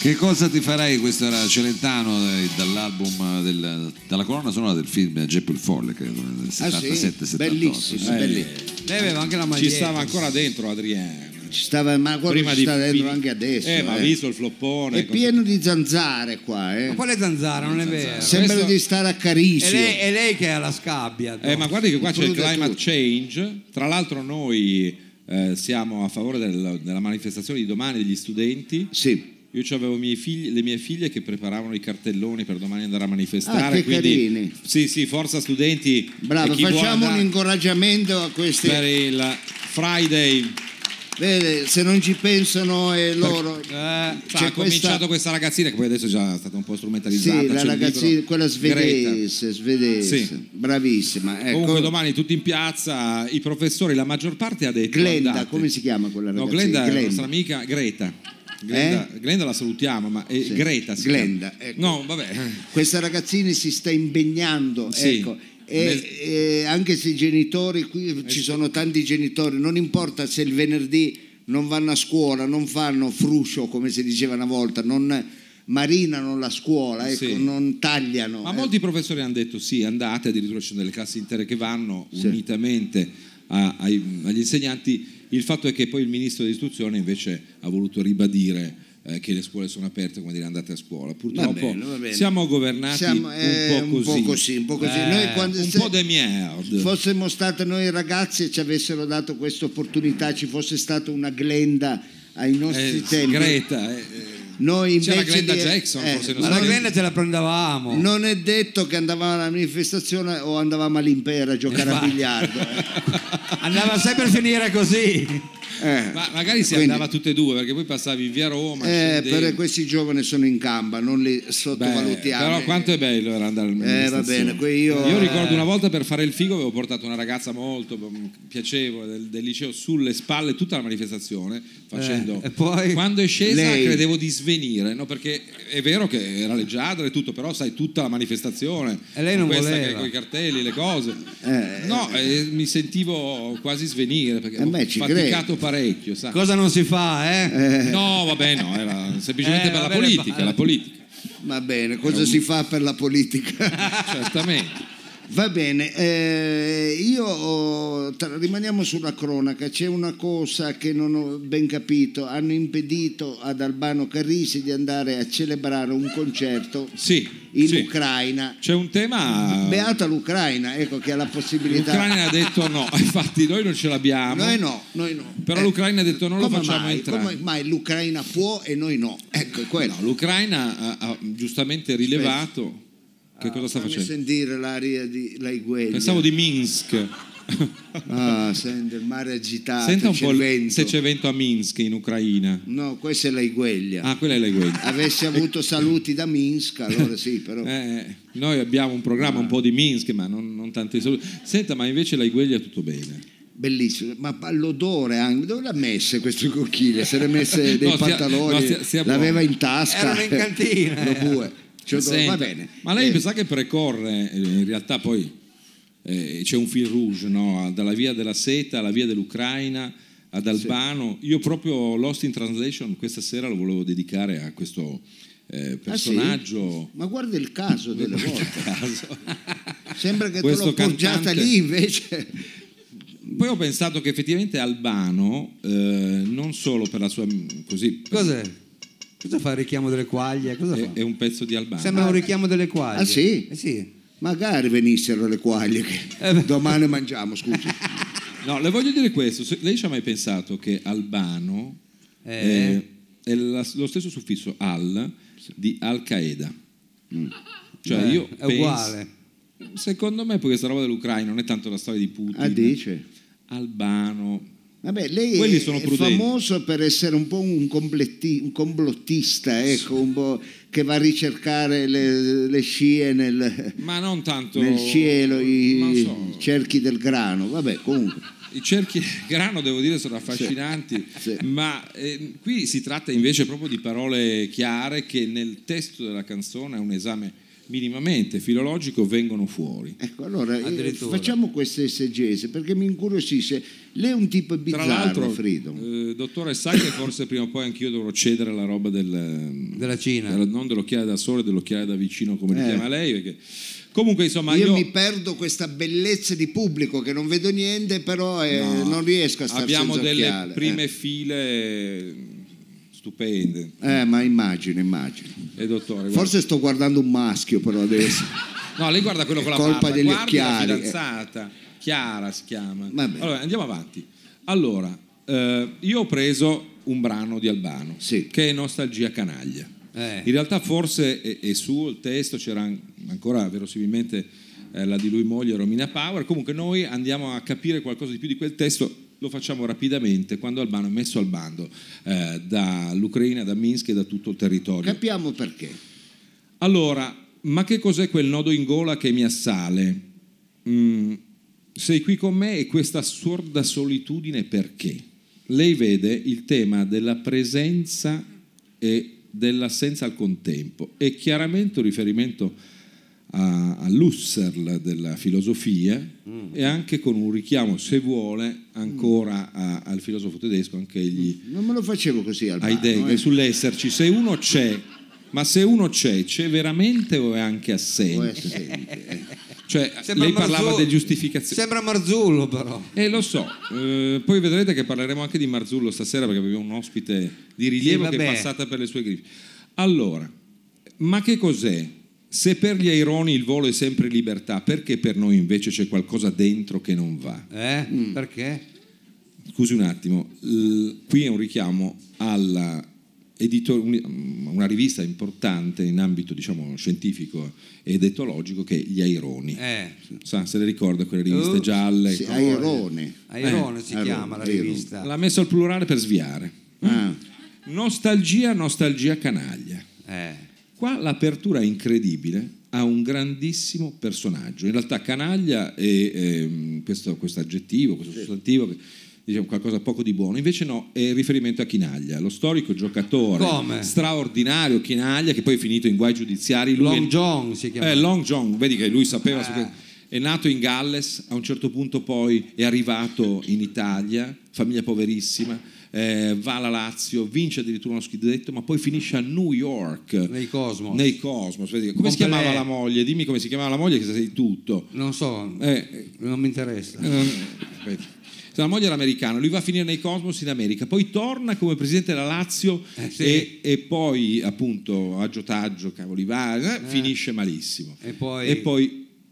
Che cosa ti farei? Questo era Celentano eh, dall'album, del- dalla colonna sonora del film Geppo il Folle, credo, nel Eh,
Ah, sì?
77
Bellissimo, bellissimo.
Lei aveva anche la
Ci
maglietta.
stava ancora dentro Adriano.
Ci stava, ma guarda,
Eh. Prima
ci
di
sta dentro
fin-
anche adesso.
Eh, ma ha
eh.
visto ecco. il floppone.
È pieno di zanzare qua, eh.
Ma quale zanzara, non è vero?
Sembra
questo-
di stare a
È
Carisio.
lei, è lei che ha la scabbia.
Eh, ma guardi che qua c'è il
Include
climate
tutto.
change. Tra l'altro noi eh, siamo a favore del- della manifestazione di domani degli studenti.
Sì.
Io avevo i miei figli- le mie figlie che preparavano i cartelloni per domani andare a manifestare.
Ah, che
quindi,
carini.
Sì, sì, forza studenti.
Bravo,
e chi vuole
facciamo un
andare
incoraggiamento a questi.
per il Friday.
Vede, se non ci pensano è loro.
Eh,
C'è
ha cominciato questa ragazzina che poi adesso è già stata un po' strumentalizzata.
Sì, la
c'è il
ragazzina,
libro.
quella
Greta.
svedese, svedese.
Sì.
Bravissima. Ecco.
Comunque domani tutti in piazza, i professori, la maggior parte ha detto...
Glenda,
andate.
come si chiama quella
No,
ragazzina?
Glenda è la nostra amica Greta. Glenda, Glenda la salutiamo, ma eh,
Sì.
Greta si
Glenda,
chiama.
ecco.
No, vabbè.
Questa ragazzina si sta impegnando,
Sì.
ecco. E,
Nel-
e anche se i genitori, qui ci sono tanti genitori, non importa se il venerdì non vanno a scuola, non fanno fruscio come si diceva una volta, non marinano la scuola, ecco,
Sì.
non tagliano.
Ma
eh.
molti professori hanno detto sì, andate, addirittura ci sono delle classi intere che vanno
Sì.
unitamente a- ai- agli insegnanti. Il fatto è che poi il ministro dell'istruzione invece ha voluto ribadire eh, che le scuole sono aperte, come dire andate a scuola. Purtroppo
bene, va bene.
siamo governati
Siamo, eh,
un po' così.
un po' così, un po' così.
Eh,
Noi quando
un
se-
po' de merde.
fossimo state noi ragazzi e ci avessero dato questa opportunità, ci fosse stata una glenda ai nostri
Eh,
tempi.
Greta, eh, eh.
Noi
C'era
invece
Glenda
di-
Jackson,
eh,
forse non
Ma
so
la
che-
Glenn te la prendevamo.
Non è detto che andavamo alla manifestazione o andavamo all'impero a giocare a
Infatti.
biliardo.
Andava sempre a finire così.
Eh.
Ma magari si
Quindi-
andava tutte e due, perché poi passavi via Roma.
Eh,
scendevi.
però questi giovani sono in gamba, non li
Beh,
sottovalutiamo.
però quanto è bello era andare al manifestazione.
Eh, va bene, qui io-
Eh.
ricordo una volta per fare il figo avevo portato una ragazza molto mm, piacevole del, del liceo sulle spalle tutta la manifestazione facendo
Eh, e poi-
quando è scesa
Lei-
credevo di svenire, no? perché è vero che era leggiadra e tutto, però sai tutta la manifestazione
E lei
con
non
questa
voleva.
che- con i cartelli, le cose.
Eh,
no, eh, mi sentivo quasi svenire perché
Eh, beh, ci
ho faticato parecchio, sai.
Cosa non si fa, eh?
No, vabbè, no, era semplicemente
Eh,
per la
va bene,
politica,
fa-
la politica,
Va bene, cosa si fa per la politica?
certamente.
Va bene, eh, io ho- tra- rimaniamo sulla cronaca, c'è una cosa che non ho ben capito, hanno impedito ad Albano Carrisi di andare a celebrare un concerto
Sì,
in
sì.
Ucraina.
C'è un tema.
Beata l'Ucraina, ecco che ha la possibilità.
L'Ucraina ha detto no, infatti noi non ce l'abbiamo.
Noi no, noi no.
Però
Eh,
l'Ucraina ha detto non lo
come
facciamo
mai?
entrare.
Come mai l'Ucraina può e noi no? Ecco, è quello.
No, L'Ucraina ha, ha giustamente rilevato. Che cosa sta
Ah, Fammi
facendo?
sentire l'aria di Laigueglia.
Pensavo di Minsk.
Ah, sente il mare agitato,
Senta un
Ah, c'è
po'
il
il-
vento.
se c'è vento a Minsk in Ucraina.
No, questa è Laigueglia.
Ah, quella è la guerra.
Avessi avuto saluti da Minsk, allora sì, però...
Eh, noi abbiamo un
Ah.
programma un po' di Minsk, ma non, non tanti saluti. Senta, ma invece la Igueglia tutto bene.
Bellissimo, ma pa- l'odore anche, dove l'ha messe queste conchiglie? Se le messe dei
No, stia-
pantaloni,
no, stia- stia buono.
l'aveva in tasca.
Erano in cantina.
Lo bue. Cioè, dove-
Senta,
va bene.
Ma lei
Eh,
mi sa che precorre, eh, in realtà poi eh, c'è un fil rouge, no? dalla via della seta alla via dell'Ucraina ad Albano. Io proprio Lost in Translation questa sera lo volevo dedicare a questo eh,
ah, sì?
personaggio.
Ma guarda il caso delle volte.
Caso.
Sembra che
Questo
te l'ho poggiata
cantante-
lì invece.
Poi ho pensato che effettivamente Albano, eh, non solo per la sua... così...
Cos'è? Cosa fa il richiamo delle quaglie? Cosa
È,
fa?
è un pezzo di Albano.
Sembra un richiamo delle quaglie.
Ah, sì?
Eh, sì.
Magari venissero le quaglie
Eh,
che
beh.
domani mangiamo, scusi.
No, le voglio dire questo. se- Lei ci ha mai pensato che Albano
Eh.
è, è la- lo stesso suffisso al di Al Qaeda? Cioè io
Eh, è
penso-
uguale.
Secondo me poi questa roba dell'Ucraina non è tanto la storia di Putin.
Ah, dice.
Albano.
Vabbè, lei
Quelli
è,
sono
è
prudenti.
famoso per essere un po' un, completti- un complottista, ecco, un po' che va a ricercare le, le scie nel,
Ma non tanto
nel cielo,
non
i
Certo, so.
cerchi del grano. Vabbè, comunque.
I cerchi di grano, devo dire, sono affascinanti,
Sì.
ma eh, qui si tratta invece proprio di parole chiare che nel testo della canzone è un esame minimamente filologico vengono fuori.
Ecco, allora eh,
Addirittura.
facciamo questa esegesi perché mi incuriosisce. Lei è un tipo
Tra
bizzarro,
l'altro,
Freedom.
eh, dottore, sai che forse prima o poi anch'io dovrò cedere alla roba del, ehm,
Della Cina.
della- non dell'occhiale da sole, dell'occhiale da vicino, come
Eh.
li chiama lei. perché- Comunque, insomma,
io,
io,
mi perdo questa bellezza di pubblico che non vedo niente, però eh,
No.
non riesco a stare
abbiamo
senza
delle
occhiale, eh.
prime file stupende.
Eh, ma immagino, immagino.
E dottore, guarda-
Forse sto guardando un maschio però adesso.
No, lei guarda quello con la
Colpa
barba,
degli
guardi
occhiali,
la
eh.
fidanzata, Chiara si chiama.
Vabbè.
Allora, andiamo avanti. Allora, eh, io ho preso un brano di Albano,
Sì.
che è Nostalgia Canaglia.
Eh.
In realtà forse è, è suo il testo, c'era an- ancora verosimilmente eh, la di lui moglie Romina Power, comunque noi andiamo a capire qualcosa di più di quel testo, lo facciamo rapidamente quando Albano è messo al bando eh, dall'Ucraina, da Minsk e da tutto il territorio.
Capiamo perché.
Allora, ma che cos'è quel nodo in gola che mi assale? Mm, sei qui con me e questa assurda solitudine perché? Lei vede il tema della presenza e dell'assenza al contempo e chiaramente un riferimento a, a Husserl della filosofia e anche con un richiamo, se vuole, ancora a- al filosofo tedesco, anche egli
Non me lo facevo così al
ai
bar, no,
deghe
eh.
sull'esserci se uno c'è ma se uno c'è c'è veramente o è anche
Può
assente
essere.
cioè
Sembra
lei parlava
Marzullo-
di giustificazione
Sembra Marzullo però.
eh, lo so, eh, poi vedrete che parleremo anche di Marzullo stasera perché abbiamo un ospite di rilievo
Sì,
che è
vabbè.
passata per le sue griffe. Allora, ma che cos'è? Se per gli aironi il volo è sempre libertà, perché per noi invece c'è qualcosa dentro che non va?
Eh? Perché?
Scusi un attimo, l- qui è un richiamo alla edito- un- una rivista importante in ambito diciamo, scientifico ed etologico che è Gli Aironi.
Eh.
Sa, se le ricorda quelle riviste
Uh,
gialle?
Sì, airone.
Airone si
Airone,
chiama la
Airone.
rivista.
L'ha messo al plurale per sviare.
Ah,
Nostalgia, nostalgia canaglia.
Eh.
Qua l'apertura è incredibile a un grandissimo personaggio. In realtà canaglia è ehm, questo, questo aggettivo, questo sostantivo che diciamo qualcosa poco di buono. Invece no, è riferimento a Chinaglia, lo storico giocatore
Come?
straordinario Chinaglia che poi è finito in guai giudiziari. Lui
Long
è-
John si chiama. Ah.
eh, Long John, vedi che lui sapeva. su que- È nato in Galles, a un certo punto poi è arrivato in Italia, famiglia poverissima, eh, va alla Lazio, vince addirittura uno scudetto, ma poi finisce a New York.
Nei Cosmos. eh.
Nei Cosmos, vedi, Come
Con
si chiamava
Pelé.
la moglie? Dimmi come si chiamava la moglie che sai tutto.
Non so,
Eh,
non mi interessa.
eh, aspetta. Se La moglie era americana, lui va a finire nei Cosmos in America, poi torna come presidente della Lazio
Eh, sì.
e, e poi appunto a Giotaggio, cavoli vari, eh, finisce malissimo.
E poi-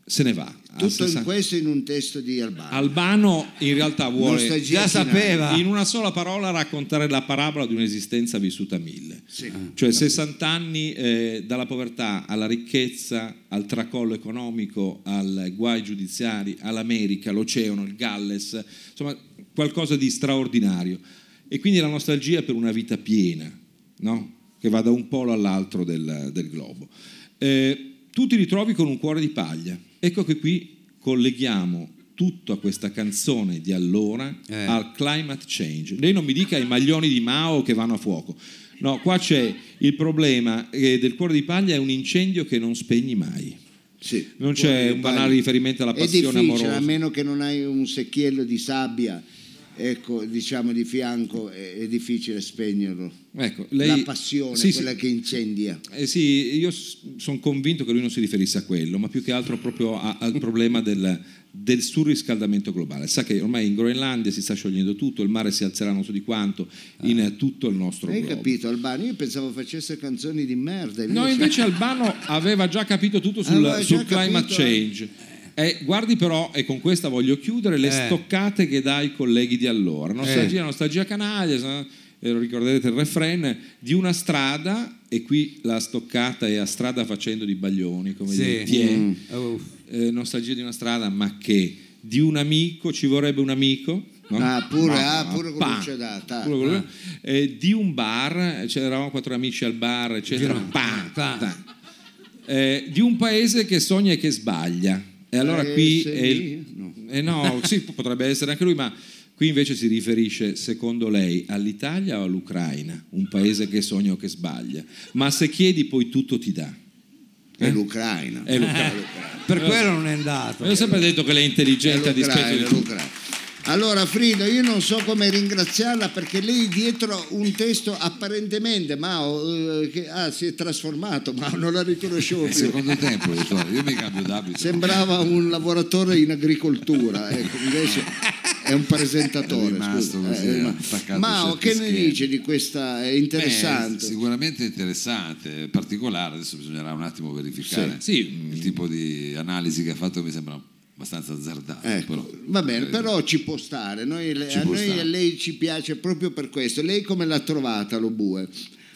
se ne va. A
tutto
60
in questo in un testo di Albano.
Albano in realtà
Nostalgia
vuole
Già
finale.
sapeva.
in una sola parola raccontare la parabola di un'esistenza vissuta a mille.
Sì.
Cioè 60 anni eh, dalla povertà alla ricchezza, al tracollo economico, al guai giudiziari, all'America, all'oceano, il Galles, insomma qualcosa di straordinario. E quindi la nostalgia per una vita piena, no? che va da un polo all'altro del, del globo. Eh, tu ti ritrovi con un cuore di paglia. Ecco che qui colleghiamo tutto a questa canzone di allora
Eh.
al climate change. Lei non mi dica i maglioni di Mao che vanno a fuoco. No, qua c'è il problema eh, del cuore di paglia è un incendio che non spegni mai.
Sì.
Non c'è un banale riferimento alla passione
È difficile,
amorosa.
a meno che non hai un secchiello di sabbia, ecco, diciamo di fianco, è, è difficile spegnerlo.
Ecco, lei-
La passione,
Sì, sì.
quella che incendia.
Eh sì, io sono convinto che lui non si riferisse a quello, ma più che altro proprio a- al problema del, del surriscaldamento globale. Sa che ormai in Groenlandia si sta sciogliendo tutto, il mare si alzerà non so di quanto in eh, tutto il nostro
Hai
globo.
capito Albano? Io pensavo facesse canzoni di merda.
No, invece Albano aveva già capito tutto sul,
cioè Aveva già
sul climate
capito, eh.
change. Eh, guardi però, e con questa voglio chiudere, le
Eh.
stoccate che dà ai colleghi di allora. Nostalgia, nostalgia canaglia, sa- eh, lo ricorderete il refrain, di una strada, e qui la stoccata è a strada facendo di baglioni, come
Sì.
dire, "Tiè".
Mm. Oh.
Eh, nostalgia di una strada, ma che di un amico, ci vorrebbe un amico. no?
Ah, pure,
Ma-
ah, pure
pa-
con luce data.
pure con luce- eh, di un bar, c'eravamo quattro amici al bar, eccetera.
Giro-
pa-
pa-
ta. Eh, di un paese che sogna e che sbaglia. E allora
Eh,
qui
se
è il- eh, no, sì, potrebbe essere anche lui, ma qui invece si riferisce, secondo lei, all'Italia o all'Ucraina? Un paese che sogna o che sbaglia. Ma se chiedi poi tutto ti dà.
È l'Ucraina.
È Luca.
Per quello non è andato.
Mi ho sempre detto che lei è intelligente a
È l'Ucraina,
dispetto di
è
tutto.
l'Ucraina. Allora Frida, io non so come ringraziarla perché lei dietro un testo apparentemente Mao eh, che ah, si è trasformato, ma non la riconoscevo più.
Secondo tempo, dottore, io mi cambio d'abito.
Sembrava un lavoratore in agricoltura, ecco, invece è un presentatore.
È rimasto
scusa.
così,
Eh, ma-
attaccato a
Mao,
certi Eh,
che ne
schemi.
dice di questa? È interessante.
Beh, sicuramente interessante, particolare, adesso bisognerà un attimo verificare
Sì, sì.
il tipo di analisi che ha fatto mi sembra abbastanza azzardato.
Ecco,
però,
va bene,
eh,
però ci può stare, noi-
Ci
a
può
noi
stare.
e lei ci piace proprio per questo. Lei come l'ha trovata lo bue?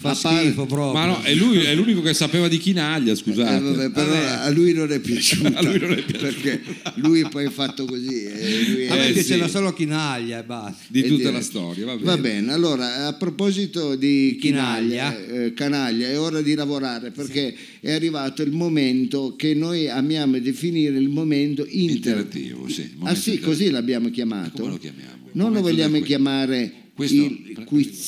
Fa
A par-
schifo proprio.
Ma no, è lui è l'unico che sapeva di chinaglia,
Eh,
scusate.
vabbè, però a lui non è piaciuta,
A lui non è piaciuta.
perché lui poi è fatto così. eh, lui è-
A me
Eh,
piaceva
sì.
solo Chinaglia e basta.
di
e
tutta
dire-
la storia, va bene.
Va bene, allora a proposito di Chinaglia, eh, Canaglia, è ora di lavorare perché è arrivato il momento che noi amiamo definire il momento inter-
interattivo, sì. il
Ah
momento
sì,
interattivo.
così l'abbiamo chiamato.
Come lo chiamiamo?
Non lo
Momento
vogliamo
del-
chiamare
Questo-
il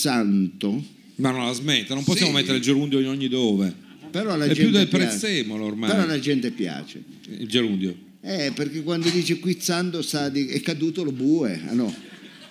quizzanto,
Ma non la smetta, non possiamo
Sì.
mettere il gerundio in ogni dove.
però alla
È
gente
più del
piace.
prezzemolo ormai.
Però alla gente piace.
Il gerundio.
Eh, perché quando dice quizzando sa di è caduto lo bue. Ah no,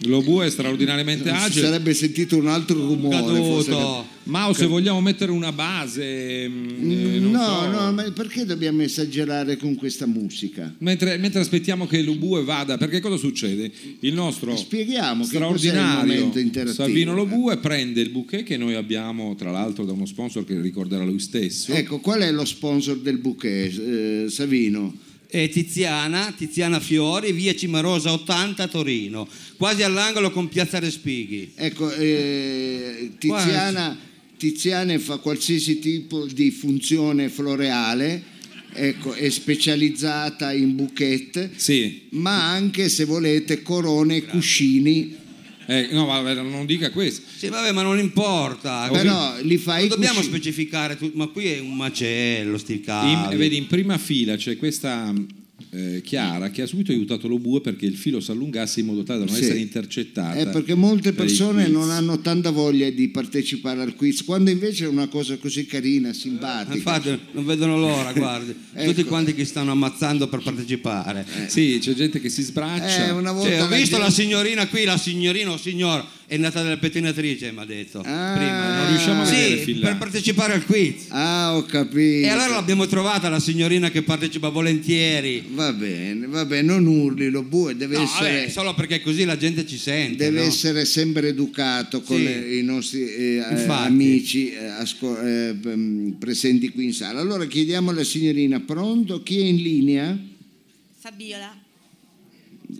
Lo bue è straordinariamente
si
agile.
sarebbe sentito un altro rumore. forse.
Caduto. Mao, se vogliamo mettere una base, mm, eh, non
No,
so.
no, ma perché dobbiamo esagerare con questa musica?
Mentre, mentre aspettiamo che Lobue vada, perché cosa succede? Il nostro
Spieghiamo che cos'è il
straordinario
momento interattivo.
Savino Lobue prende il bouquet che noi abbiamo, tra l'altro, da uno sponsor che ricorderà lui stesso.
Ecco, qual è lo sponsor del bouquet, eh, Savino?
E Tiziana, Tiziana Fiori, via Cimarosa 80 Torino, quasi all'angolo con Piazza Respighi.
Ecco, eh, Tiziana, Tiziane fa qualsiasi tipo di funzione floreale, ecco, è specializzata in bouquet,
Sì,
ma anche, se volete, corone e cuscini,
Eh, no, vabbè, non dica questo.
Sì, vabbè, ma non importa.
Oh.
però li fa
non
i
Ah, dobbiamo
cuscini.
specificare, tutto, ma qui è un macello, sti
In,
Ah,
cavi.
eh, vedi, in prima fila c'è questa eh, Chiara che ha subito aiutato lo bue perché il filo si allungasse in modo tale da non
Sì.
essere intercettata.
Eh, perché molte
dai
persone
quiz.
non hanno tanta voglia di partecipare al quiz, quando invece è una cosa così carina, simpatica.
Infatti Eh, non vedono l'ora, guardi, tutti
Ecco.
quanti che stanno ammazzando per partecipare.
Sì, c'è gente che si sbraccia.
Eh, una volta
Cioè, ho
gente-
visto la signorina qui, la signorina o signor è nata dalla pettinatrice, mi ha detto.
Ah.
prima.
Non riusciamo a
Sì,
vedere fin là.
per partecipare al quiz.
Ah, ho capito.
E allora l'abbiamo trovata la signorina che partecipa volentieri.
Va bene, va bene, non urli, lo bue, deve,
No,
essere,
vabbè, solo perché così la gente ci sente.
deve
no?
essere sempre educato con
Sì.
le- i nostri eh, eh,
Infatti.
amici eh, asco- eh, mm, presenti qui in sala. Allora chiediamo alla signorina, pronto? Chi è in linea?
Fabiola.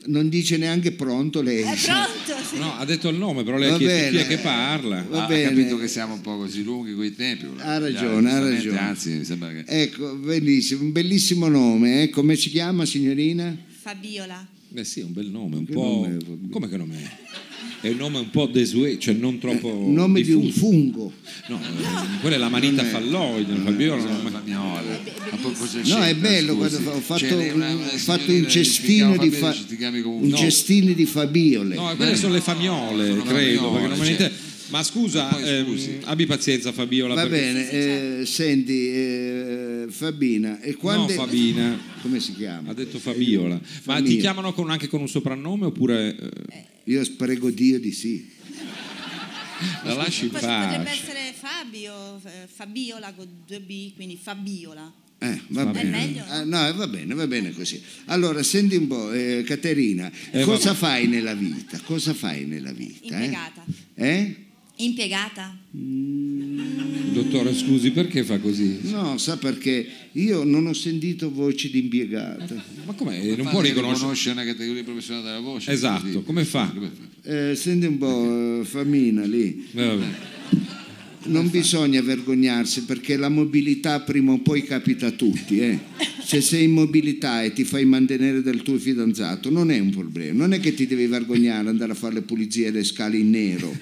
Non dice neanche pronto lei.
È Eh, pronto? Sì.
No, ha detto il nome, però lei
Va
ha chiesto
bene.
chi è che parla.
Va
Ah,
bene.
Ha capito che siamo un po' così lunghi quei tempi.
Ha ragione, ha
giustamente,
ragione.
Anzi, mi sembra che...
Ecco, bellissimo, un bellissimo nome, eh. come si chiama signorina?
Fabiola.
Beh sì, è un bel nome, un
Che
po'...
nome è, Fabio?
Come che nome è? È un nome un po' desueto, cioè non troppo...
Oh,
Eh, nome di un
diffuso.
fungo.
No, eh, quella è la manita falloide, Fabiola. non è-
Famignola. Ma poi cosa
No,
c'entra,
è bello,
scusi?
guarda, ho fatto
C'è
un-
una- una
ho fatto
signorina
un
che
cestino
ci chiama
di fa-
Fabiola, ci chiami come
un
No,
cestino di fabiole.
No, eh, quelle sono le famiole,
sono
credo.
famiole,
perché non me ne
cioè.
inter-
certo.
Ma scusa,
Poi scusi.
ehm, abbi pazienza Fabiola.
Va
perché-
bene, eh, senti eh, Fabina, e
No,
quando
Fabina.
come si
Ha
chiama?
detto Fabiola. Ma ti
Famiglia.
chiamano con- anche con un soprannome oppure eh,
Io prego Dio di sì.
la lasci in
Poi potrebbe
pace?
essere Fabio, eh, Fabiola con due B, quindi Fabiola.
Eh, va
Va
bene.
bene. È meglio, no?
Ah, no, va bene, va bene così. Allora, senti un po', eh, Caterina,
Eh,
cosa
vabbè.
fai nella vita? Cosa fai nella vita? eh?
Impiegata.
Eh?
Impiegata?
Dottore, scusi, perché fa così?
No, sa perché io non ho sentito voci di impiegata.
Ma come? Non
Ma
può
deve
riconoscere.
riconoscere una categoria professionale della voce.
Esatto,
così.
come fa?
Eh, senti un po', eh, Famina lì.
Eh, vabbè.
Non bisogna vergognarsi perché la mobilità prima o poi capita a tutti. eh. Se sei in mobilità e ti fai mantenere dal tuo fidanzato non è un problema, non è che ti devi vergognare andare a fare le pulizie alle scale in nero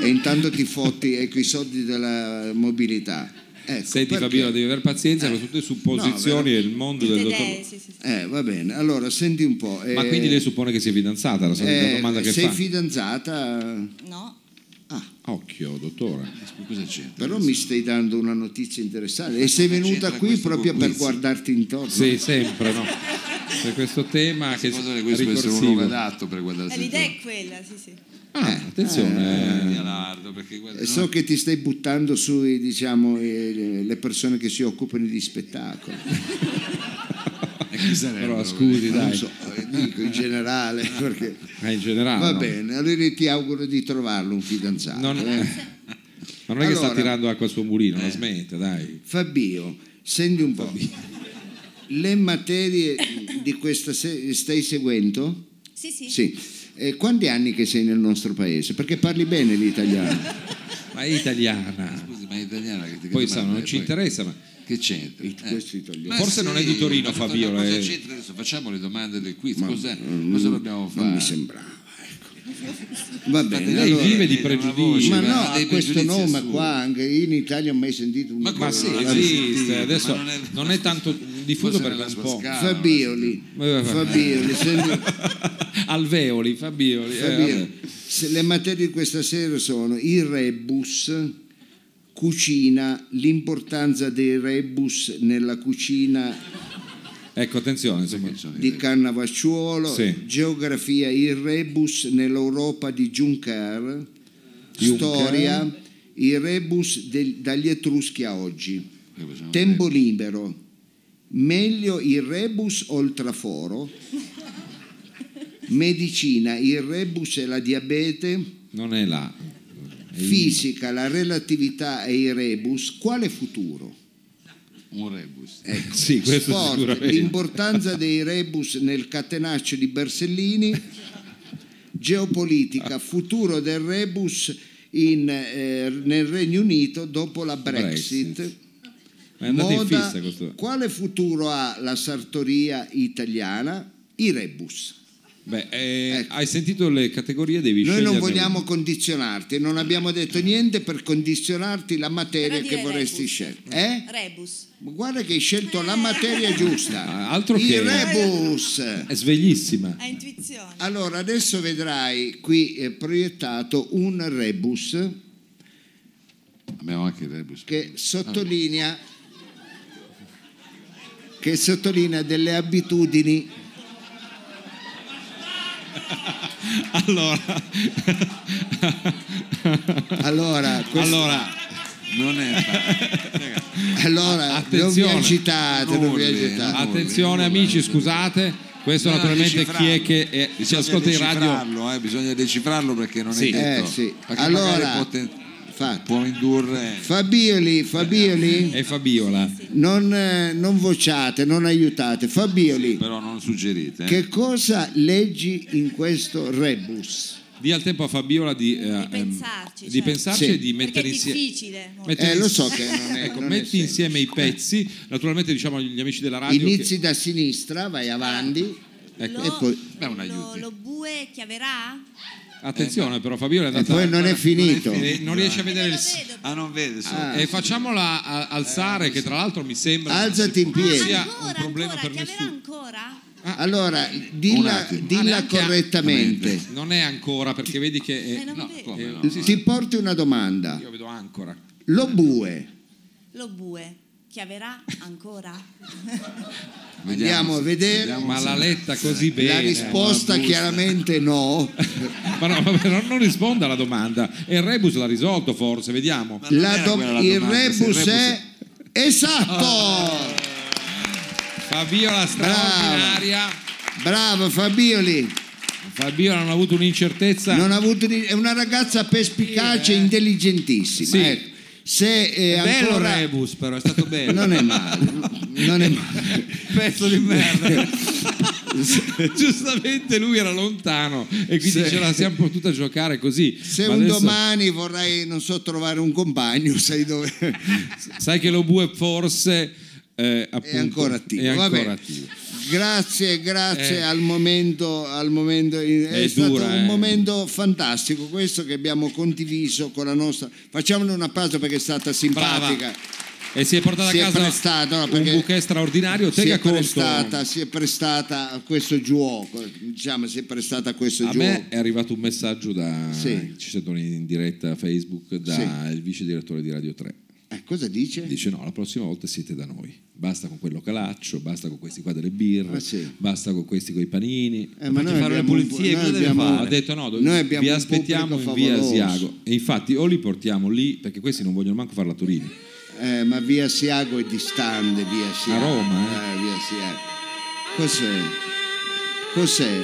e intanto ti fotti ecco, i soldi della mobilità. Ecco,
Senti
perché-
Fabiola, devi avere pazienza con tutte le supposizioni e il mondo del
Tutte
dottor.
idee, sì, sì, sì.
Eh, va bene, allora senti un po'.
Ma
eh,
quindi lei suppone che sia fidanzata? La, la
eh,
domanda che
sei
fa.
fidanzata?
No?
Occhio, dottore.
Cosa c'entra?
Però mi stai dando una notizia interessante e sei venuta
C'entra
qui
questo
proprio
con
per
quiz?
guardarti intorno. Eh,
Sì, sempre, no? Per questo tema che
Secondo me questo può essere un
ricorsivo.
luogo adatto per guardare
Eh, l'idea è quella, sì, sì.
Ah, attenzione.
Alardo, perché guarda,
Eh, So che ti stai buttando sui, diciamo, eh, le persone che si occupano di spettacoli.
e chi sarebbero?
Però scusi,
Non
dai.
so, eh, dico in generale perché...
Ma in generale.
Va
no?
bene, allora ti auguro di trovarlo un fidanzato.
Non-
eh.
Ma non è che sta
Allora.
tirando acqua al suo mulino, la smette, dai.
Fabio, senti un po'. Le materie di questa se- stai seguendo?
Sì, sì.
Sì. Eh, quanti anni che sei nel nostro paese? Perché parli bene l'italiano.
Ma è italiana.
Scusi, ma è italiana che ti
Poi
che
sa,
domanda
non
è?
ci
Poi
interessa, ma
Che c'entra? Eh.
questo è italiano.
Ma
Forse non è di Torino,
ma cosa-
Fabio,
Cosa
eh.
c'entra adesso? Facciamo le domande del quiz.
Ma-
cosa,
mm,
cosa dobbiamo fare?
Non mi sembrava. ecco. Va bene.
lei
allora-
vive di
eh, non la voce,
pregiudici,
ma
dice,
no,
ha
a
dei
questo
pregiudizi
nome
assurdi.
qua anche in Italia ho mai sentito un
Ma
Ma sì,
Non l'avevo
esiste,
sentito,
adesso
ma non è-
non è tanto
forse
diffuso perché
nella
è un
sua
po'.
scala,
Fabioli.
Eh,
Fabioli, senti-
Alveoli, Fabioli. eh,
Fabio,
vabbè.
se le materie di questa sera sono i rebus, cucina, l'importanza dei rebus nella cucina
ecco, attenzione, insomma.
di Cannavacciuolo,
Sì.
geografia, il rebus nell'Europa di Juncker, storia, i rebus del- dagli Etruschi a oggi,
Che possiamo
tempo libero, meglio il rebus o il traforo, medicina, il rebus e la diabete,
Non è là.
fisica, la relatività e i rebus, quale futuro?
dire? Un rebus.
Sì, questo
Sport,
sicuramente.
l'importanza dei rebus nel catenaccio di Bersellini,
Ah.
geopolitica, futuro del rebus in, eh, nel Regno Unito dopo la Brexit.
Ma è andato in
Moda,
fissa questo.
quale futuro ha la sartoria italiana? I rebus.
Beh, eh,
Ecco.
hai sentito le categorie, devi
Noi non
sceglierne
vogliamo
una.
condizionarti, non abbiamo detto niente per condizionarti la materia
Però
che
direi
vorresti
rebus.
scegliere. Eh?
Rebus.
Ma Guarda che hai scelto la materia giusta.
Ah, altro
I
che-
rebus.
È sveglissima.
A intuizione.
Allora, adesso vedrai qui eh, proiettato un rebus
Abbiamo anche il rebus.
che sottolinea che sottolinea delle abitudini
Ecco.
Allora,
allora, questo-
allora
Non è facile.
allora, non vi
attenzione.
agitate non vi
Urli,
agitate
ah,
attenzione amici, scusate. Questo
No,
naturalmente chi
decifrarlo.
è che eh, ci
Bisogna
ascolta in radio.
decifrarlo, eh, bisogna decifrarlo perché non
Sì.
è detto.
Eh, sì.
Perché
Allora,
magari può, te-
infatti.
può indurre...
Fabioli Fabioli
È Fabiola.
non, eh, non vociate non aiutate Fabioli
Però non suggerite. eh.
che cosa leggi in questo rebus
Dia il tempo a Fabiola di, eh, ehm,
pensarci,
di
certo.
pensarci
Sì.
e di
Perché
mettere
è
insieme.
difficile. molto.
Metti
eh lo
ins-
so che non è
Ecco,
non è
metti
semplice.
insieme i pezzi, naturalmente diciamo agli amici della radio.
Inizi da sinistra, vai avanti.
Lo,
E poi-
Beh, un aiuto.
lo, lo bue chiaverà?
che- attenzione, però Fabiola esatto, è
Eh, E
andata.
poi non è finito.
eh, non riesce a
Non
vedere
lo
il. s-
vedo.
Ah, non vede solo.
Ah.
E facciamola a- alzare, che tra l'altro mi sembra.
Eh, Alzati in
Ah,
piedi.
sia un
ancora,
problema
ancora,
per
chiaverà
nessuno.
ancora?
Allora,
Un
dilla,
attimo.
Ah,
dilla
neanche-
correttamente.
Non è ancora, perché vedi che. È,
Eh, non
No,
vedo.
come no?
Ti- Ti porti una domanda.
Io vedo ancora.
Lo bue,
Lo bue chiaverà ancora?
andiamo a vedere.
vediamo
Ma la letta così bene.
La risposta chiaramente no.
Ma no, vabbè, non- non risponda alla domanda. E il rebus l'ha risolto, forse, vediamo.
non
La
era
do-
quella la
il
domanda, se il
rebus
rebus
è esatto.
Fabiola straordinaria.
Bravo Fabioli.
Fabiola non ha avuto un'incertezza.
Non ha avuto ni- è una ragazza perspicace e intelligentissima.
Sì.
Ecco. Se è
Bello
ancora
Rebus, però è stato bello.
non è male, non è male.
Pezzo di merda. Giustamente lui era lontano e quindi ce la siamo potuta giocare così.
Se
Ma
un
adesso
domani vorrai, non so, trovare un compagno, sai dove.
Sai che lo bue forse eh, appunto,
È ancora attivo.
è ancora
vabbè.
attivo.
Grazie, grazie
Eh.
al momento. Al momento è,
È
stato
dura,
un
eh.
momento fantastico questo che abbiamo condiviso con la nostra. Facciamone una pausa perché è stata simpatica.
e si è portata
Si è
a casa
prestato, no,
un
perché
bouquet straordinario.
si
Tenga
è,
conto.
prestata, si è prestata a questo gioco, diciamo, si è prestata a questo
A
gioco.
me è arrivato un messaggio da.
Sì.
Ci sentono in diretta Facebook dal vice direttore di Radio 3.
Eh, cosa dice?
Dice: No, la prossima volta siete da noi. Basta con quello calaccio, basta con questi qua delle birre,
Ah, sì.
basta con questi coi panini.
Eh, ma
Fate
noi
fare le
abbiamo un-
pulizie,
noi
cosa deve
abbiamo-
fare?
Ha detto no,
Noi abbiamo
vi
un
aspettiamo in
pubblico
via
favoloso.
Asiago. E infatti o li portiamo lì, perché questi non vogliono manco farla a Torino.
Eh, ma via Siago è distante, via Siago.
Roma,
eh. via Siago. Cos'è? Cos'è?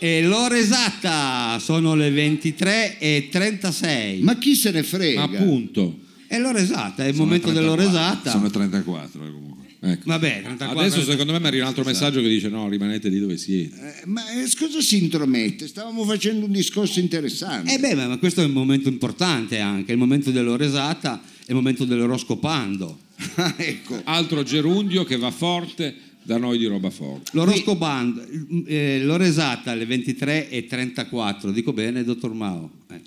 E l'ora esatta sono le 23 e 36.
Ma chi se ne
Ma
frega?
appunto,
È l'ora esatta, è il momento dell'ora
34,
esatta.
Sono 34 eh, comunque.
ecco.
Vabbè, 34.
Adesso secondo me mi arriva un altro messaggio che dice no, rimanete lì dove siete.
Eh, ma eh, cosa si intromette? Stavamo facendo un discorso interessante.
Eh beh, ma ma questo è un momento importante anche, il momento dell'ora esatta è il momento dell'oroscopando.
Ah, ecco.
Altro gerundio che va forte da noi di roba forte.
L'oroscopando, eh, l'ora esatta alle 23 e 34, dico bene, dottor Mao? Eh.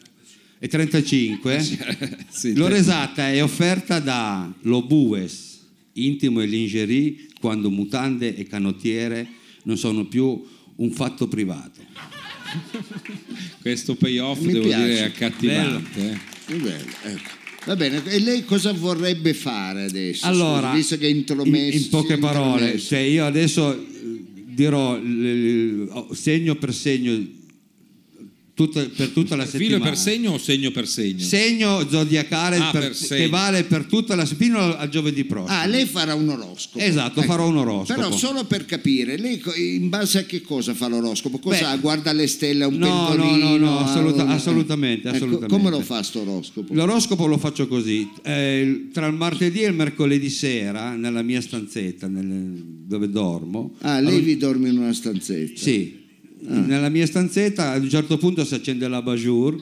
E 35.
Sì,
l'ora
te-
esatta è offerta da Lobues, intimo e lingerie, quando mutande e canottiere non sono più un fatto privato.
Questo payoff
Mi
devo
piace.
dire è accattivante. eh.
Che bello, ecco. Va bene, e lei cosa vorrebbe fare adesso?
Allora,
Scusi, visto che è
in,
intromesso.
in poche
si è
parole,
intromesso.
cioè io adesso eh, dirò l- l- oh, segno per segno tutta- per tutta la
Filo
settimana.
per segno o segno per segno?
Segno zodiacale
Ah,
per-
per segno.
che vale per tutta la fino al al giovedì prossimo.
Ah, lei farà un oroscopo.
cioè- Esatto, farò un oroscopo.
Però solo per capire, lei co- in base a che cosa fa l'oroscopo? Cosa
Beh,
guarda le stelle, ha un
no,
pentolino?
no, no, no,
ha
assoluta-
un- eh,
assolutamente,
Ecco,
assolutamente.
come lo fa sto oroscopo?
L'oroscopo lo faccio così, eh, tra il martedì e il mercoledì sera nella mia stanzetta nel- dove dormo.
Ah,
allo-
lei vi Ah. dorme in una stanzetta?
Sì, nella mia stanzetta ad un certo punto si accende la Bajour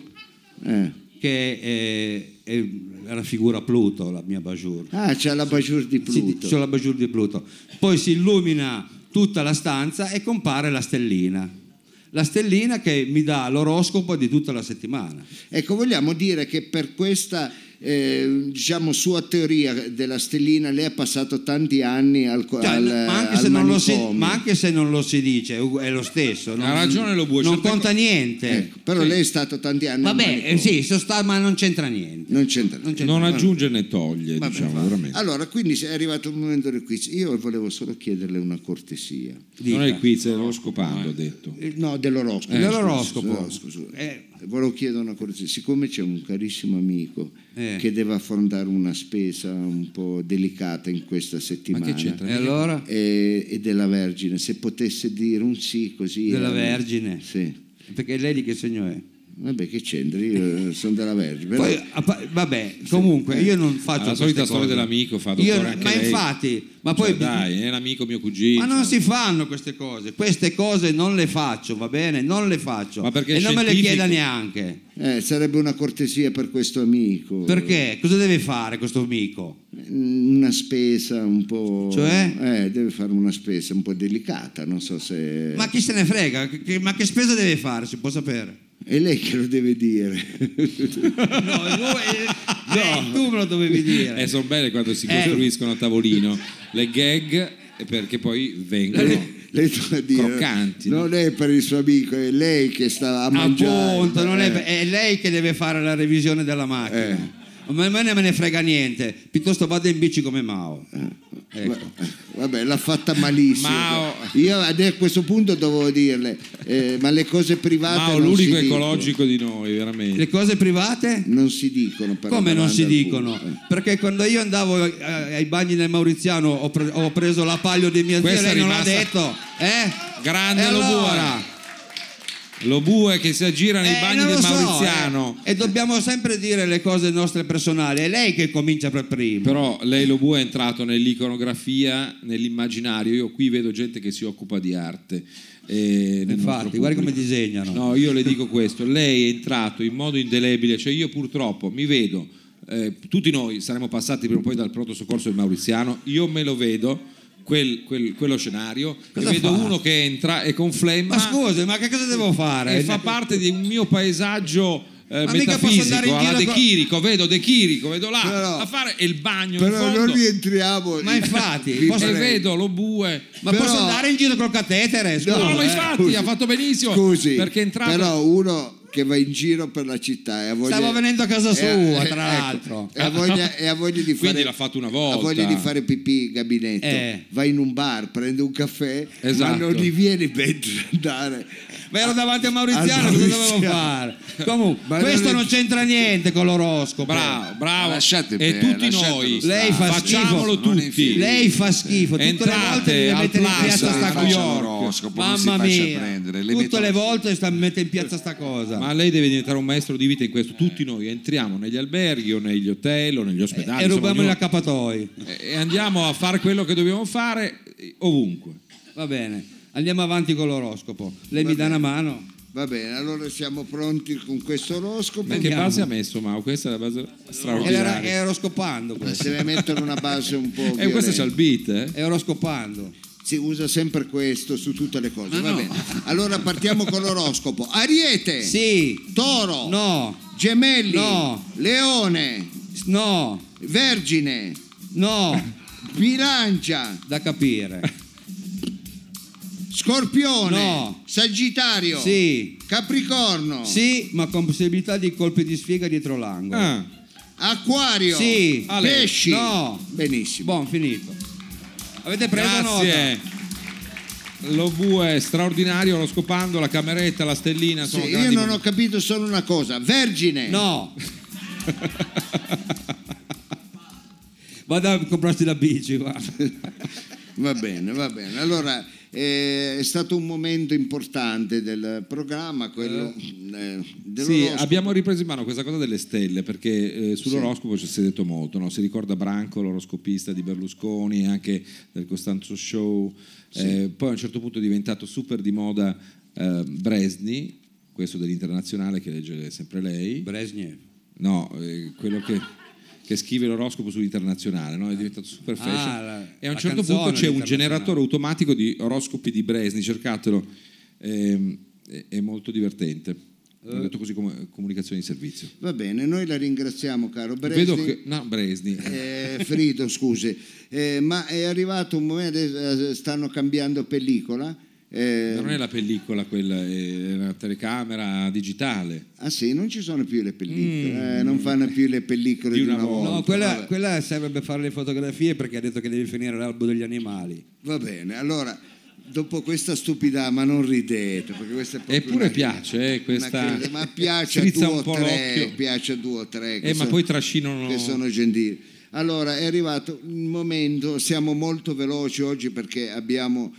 Eh.
che è, è- raffigura Pluto, la mia Bajour.
Ah, c'è la Bajour di
Sì,
Pluto.
c'è la Bajour di Pluto. Poi si illumina tutta la stanza e compare la stellina. La stellina che mi dà l'oroscopo di tutta la settimana.
Ecco, vogliamo dire che per questa eh, diciamo, sua teoria della stellina lei ha passato tanti anni al, co-
Cioè,
al- eh,
ma, anche
al
se non lo si,
manicomio.
ma anche se non lo si dice, è u- è lo stesso. Non,
Ha ragione lo Bue,
Non
certe
conta niente.
Ecco, però lei è stato tanti anni al
Vabbè,
manicomio.
eh, sì, so sta- ma non c'entra niente.
Non c'entra.
Non c'entra
Non
niente.
aggiunge né toglie,
Vabbè,
diciamo,
va.
Ah,
veramente.
Allora, quindi è arrivato il momento del quiz. Io volevo solo chiederle una cortesia.
Non
Dica.
è il quiz, è lo scopando, ha detto.
Eh, No, dell'oroscopo.
Eh, dell'oroscopo.
Dell'oroscopo, scusa.
Eh.
Volevo chiedere una cortesia. Siccome c'è un carissimo amico
Eh.
che deve affrontare una spesa un po' delicata in questa settimana.
Ma che c'entra?
E allora?
E, e della Vergine, se potesse dire un sì così.
Della
eh,
Vergine?
Sì.
Perché lei di che segno è?
Vabbè, che c'entra? Io eh, sono della Vergine. però-
Poi, a pa- vabbè, comunque io non faccio
Alla
queste
solita storia
cose.
dell'amico fa
Io-
dottore anche
Ma
lei.
infatti, ma poi
Cioè, dai, è un amico mio cugino.
ma non si fanno queste cose. Queste cose non le faccio, va bene? Non le faccio.
Ma perché
e
è
non me le
scientifico.
chieda neanche.
Eh, sarebbe una cortesia per questo amico.
Oh.
Perché? Cosa deve fare questo amico?
Una spesa un po'.
Cioè?
Eh, deve fare una spesa un po' delicata, non so
Eh.
se.
Ma chi se ne frega? Che- che- ma che spesa deve fare? Si può sapere?
È lei che lo deve dire.
No, voi- eh, tu me lo dovevi dire.
Cioè,
Eh, sono belle quando si
Eh.
costruiscono a tavolino le gag
eh,
perché poi vengono.
lei doveva dire.
Croccanti, no?
Non è per il suo amico, è lei che sta a mangiare.
Ah, Appunto, non è,
Eh,
è lei che deve fare la revisione della macchina.
Eh.
Ma me ne me ne frega niente, piuttosto vado in bici come Mao.
Eh.
Ecco.
va- Vabbè, l'ha fatta malissimo.
Mao-
Io ad- a questo punto dovevo dirle, eh, ma le cose private.
Mao,
non
l'unico
si dicono.
ecologico di noi, veramente.
Le cose private?
Non si dicono. però
Come non
davanti
si
al
dicono?
pubblico.
Perché quando io andavo eh, ai bagni del Mauriziano ho, pre- ho preso la palio di mia zia,
Questa è
lei non l'ha
rimasta-
detto. Eh?
Grande
E
lo
allora?
Lo bue che si aggira nei
Eh,
bagni
non
del
lo so,
Mauriziano.
eh. E dobbiamo sempre dire le cose nostre personali. È lei che comincia per primo.
Però lei lo bue è entrato nell'iconografia, nell'immaginario. Io qui vedo gente che si occupa di arte. eh, nel
Infatti,
nostro
guarda come
pubblico.
disegnano.
No, io le dico questo, lei è entrato in modo indelebile, cioè io purtroppo mi vedo, eh, tutti noi saremmo passati prima o poi dal pronto soccorso del Mauriziano, io me lo vedo, quel- quel- quello scenario,
Cosa
e vedo
fa?
uno che entra e con
Ma,
flemma Eh,
scusi, ma che cosa devo fare?
e fa parte di un mio paesaggio eh,
eh, Ma mica posso andare in
metafisico alla
giro
De
con-
Chirico, vedo De Chirico, vedo là
Però-
a fare il bagno in
Però
fondo
non rientriamo.
Ma infatti,
Vi
posso-
e
prego.
vedo lo bue.
Ma
Però-
posso andare in giro col catetere?
No,
No,
Scusa,
ma
eh.
infatti ha fatto benissimo
Scusi,
Certo, perché è entrato
però
uno che va in giro per la città e ha voglia,
Stavo venendo a casa sua,
eh,
tra
ecco,
l'altro.
e ha voglia, e ha voglia di
Quindi
fare
l'ha fatto una
ha
volta.
voglia di fare pipì in gabinetto
Eh.
va in un bar prende un caffè
Esatto.
ma non gli viene per andare
Ma ero davanti a Mauriziano,
Al
cosa
Mauriziano.
dovevo fare? Comunque,
Ma
questo
non è-
non c'entra niente con l'oroscopo.
Bravo, bravo.
Lasciate
e
per-
tutti
lasciatelo
noi.
stare.
Lei fa
Facciamolo
schifo.
Non è
tutti.
finito.
Lei fa schifo, tutte le volte
Entrate
deve
al
mettere in
Plaza,
piazza sta
facciano
cosa.
l'oroscopo, non si
Mamma
faccia
mia,
prendere, le metto
tutte le
alla-
volte sta mette in piazza sta cosa.
Ma lei deve diventare un maestro di vita in questo. Tutti noi entriamo negli alberghi o negli hotel o negli ospedali.
Eh, e
insomma,
rubiamo gli
ognuno-
accappatoi.
e andiamo a fare quello che dobbiamo fare eh, ovunque.
Va bene, andiamo avanti con l'oroscopo. Lei mi dà una mano?
va bene allora siamo pronti con questo oroscopo
Ma che base ha messo Mao? Questa è la base
Era,
straordinaria.
è oroscopando
Eh,
questo.
deve mettere una base un po'
E Eh, questo c'ha il
violenta.
beat, eh?
È oroscopando.
si usa sempre questo su tutte le cose va bene allora partiamo con l'oroscopo
Eh.
ariete
Sì,
toro
no,
gemelli
No.
leone
s- no,
vergine
no,
bilancia
da capire.
scorpione
No.
sagittario
Sì,
Capricorno,
sì, ma con possibilità di colpi di sfiga dietro l'angolo.
Ah,
Acquario,
Sì.
Ale.
Pesci.
No. Boh,
Benissimo.
Buon, finito. Avete preso nota?
grazie. Lo bue straordinario, lo scopando, la cameretta, la stellina.
Sì,
Sono
io non ho capito solo una cosa. Vergine.
No. Vado a comprarsi la bici, guarda.
Va bene, va bene. Allora, eh, è stato un momento importante del programma, quello eh,
Sì,
dell'oroscopo.
abbiamo ripreso in mano questa cosa delle stelle perché eh, sull'oroscopo ci si è detto molto, no? si ricorda Branco, l'oroscopista di Berlusconi, anche del Costanzo Show, Eh, poi a un certo punto è diventato super di moda eh, Bresni, questo dell'internazionale che legge sempre lei,
Brezhnev.
no, eh, quello che, che scrive l'oroscopo sull'internazionale, no? è diventato super
Ah,
fashion
la-
e a un
la
certo
canzone
punto c'è un
dell'Internazionale.
generatore automatico di oroscopi di Bresni, cercatelo, Ehm, è, è molto divertente.
Eh.
Ho detto così come comunicazione di servizio.
Va bene, noi la ringraziamo, caro Bresni.
Vedo che. No, Bresni.
Eh, Frido, scusi, Eh, ma è arrivato un momento, adesso, eh, stanno cambiando pellicola. eh,
Ma non è la pellicola quella, è una telecamera digitale.
Ah sì, non ci sono più le pellicole, eh, non fanno più le pellicole di una, volta.
No, quella,
vabbè.
quella serve per fare le fotografie perché ha detto che devi finire l'albo degli animali.
Va bene, allora, dopo questa stupidità, ma non ridete, perché questa è proprio
Eppure
una-
piace, eh,
una
questa.
crisi, ma piace a
strizza
due
un po'
o tre,
l'occhio.
piace a due o tre. che
Eh, ma
sono-
poi trascinano.
che sono gentili. Allora è arrivato il momento, siamo molto veloci oggi perché abbiamo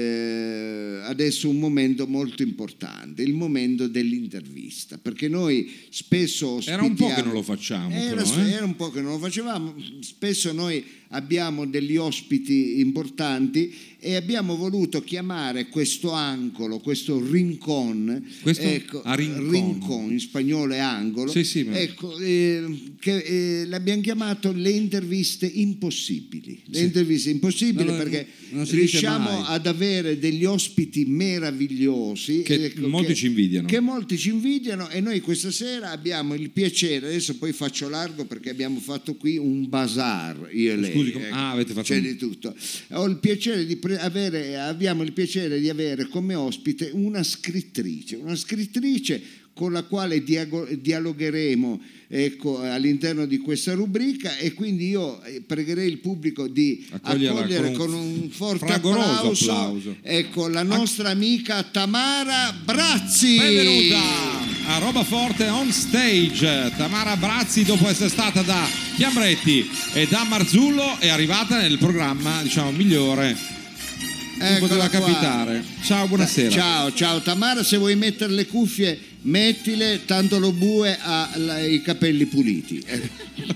eh, adesso un momento molto importante, il momento dell'intervista, perché noi spesso
Era un po' che non
ospitiamo-
lo facciamo,
era,
però, eh.
era un po' che non lo facevamo, spesso noi abbiamo degli ospiti importanti e abbiamo voluto chiamare questo angolo, questo rincon, ecco,
Questo? Ah, rincon.
rincon, in spagnolo è angolo,
Sì, sì, ma-
ecco, eh, che, eh, l'abbiamo chiamato le interviste impossibili, le interviste impossibili
No, no,
perché
non si dice
riusciamo
mai.
ad avere degli ospiti meravigliosi
Che
ecco,
molti ci invidiano.
che molti ci invidiano e noi questa sera abbiamo il piacere, adesso poi faccio largo perché abbiamo fatto qui un bazar, io e lei. ecco,
Scusi, com- ah, avete fatto
C'è
un-
di tutto. Ho il piacere di pre- avere, abbiamo il piacere di avere come ospite una scrittrice, una scrittrice con la quale diago- dialogheremo ecco, all'interno di questa rubrica e quindi io eh, pregherei il pubblico di
Accoglierla
accogliere
con
con
un
un forte
fragoroso
applauso,
applauso.
Ecco, la nostra amica Tamara Brazzi.
Benvenuta a Roba Forte on stage. Tamara Brazzi, dopo essere stata da Chiambretti e da Marzullo, è arrivata nel programma, diciamo, migliore che poteva
Eccola qua.
capitare. Ciao, buonasera.
Ciao, ciao Tamara, se vuoi mettere le cuffie mettile, tanto lo bue ha la- i capelli puliti. Eh,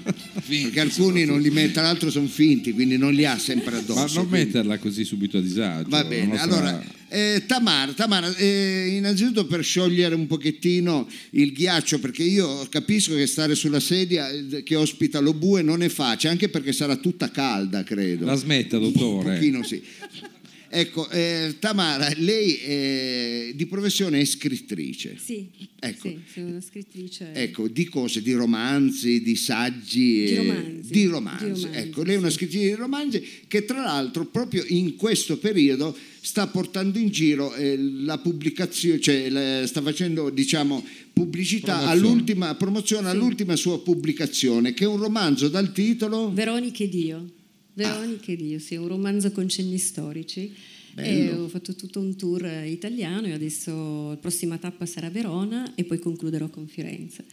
Finti,
Perché alcuni non li mette, l'altro sono finti, quindi non li ha sempre addosso.
Ma non
quindi-
metterla così subito a disagio.
Va
la
bene,
nostra-
allora eh, Tamara, Tamara, eh, innanzitutto per sciogliere un pochettino il ghiaccio, perché io capisco che stare sulla sedia eh, che ospita lo bue non è facile, anche perche sarà tutta calda, credo.
La eh. smetta,
Un
dottore.
pochino sì. Ecco, eh, Tamara, lei eh, di professione è scrittrice.
Sì,
Ecco.
sì, sono una scrittrice.
Ecco, di cose, di romanzi, di saggi,
Di
eh,
romanzi.
di romanzi.
Di romanzi,
Ecco, lei è una
sì.
scrittrice di romanzi che tra l'altro proprio in questo periodo sta portando in giro eh, la pubblicazione, cioè la- sta facendo diciamo pubblicità
Promozione.
all'ultima promozione all'ultima sua pubblicazione che è un romanzo dal titolo
Veronica e
Ah.
Dio. Veronica e Dio, sì, è un romanzo con cenni storici. E
Bello.
ho fatto tutto un tour eh, italiano e adesso la prossima tappa sarà Verona e poi concluderò con Firenze.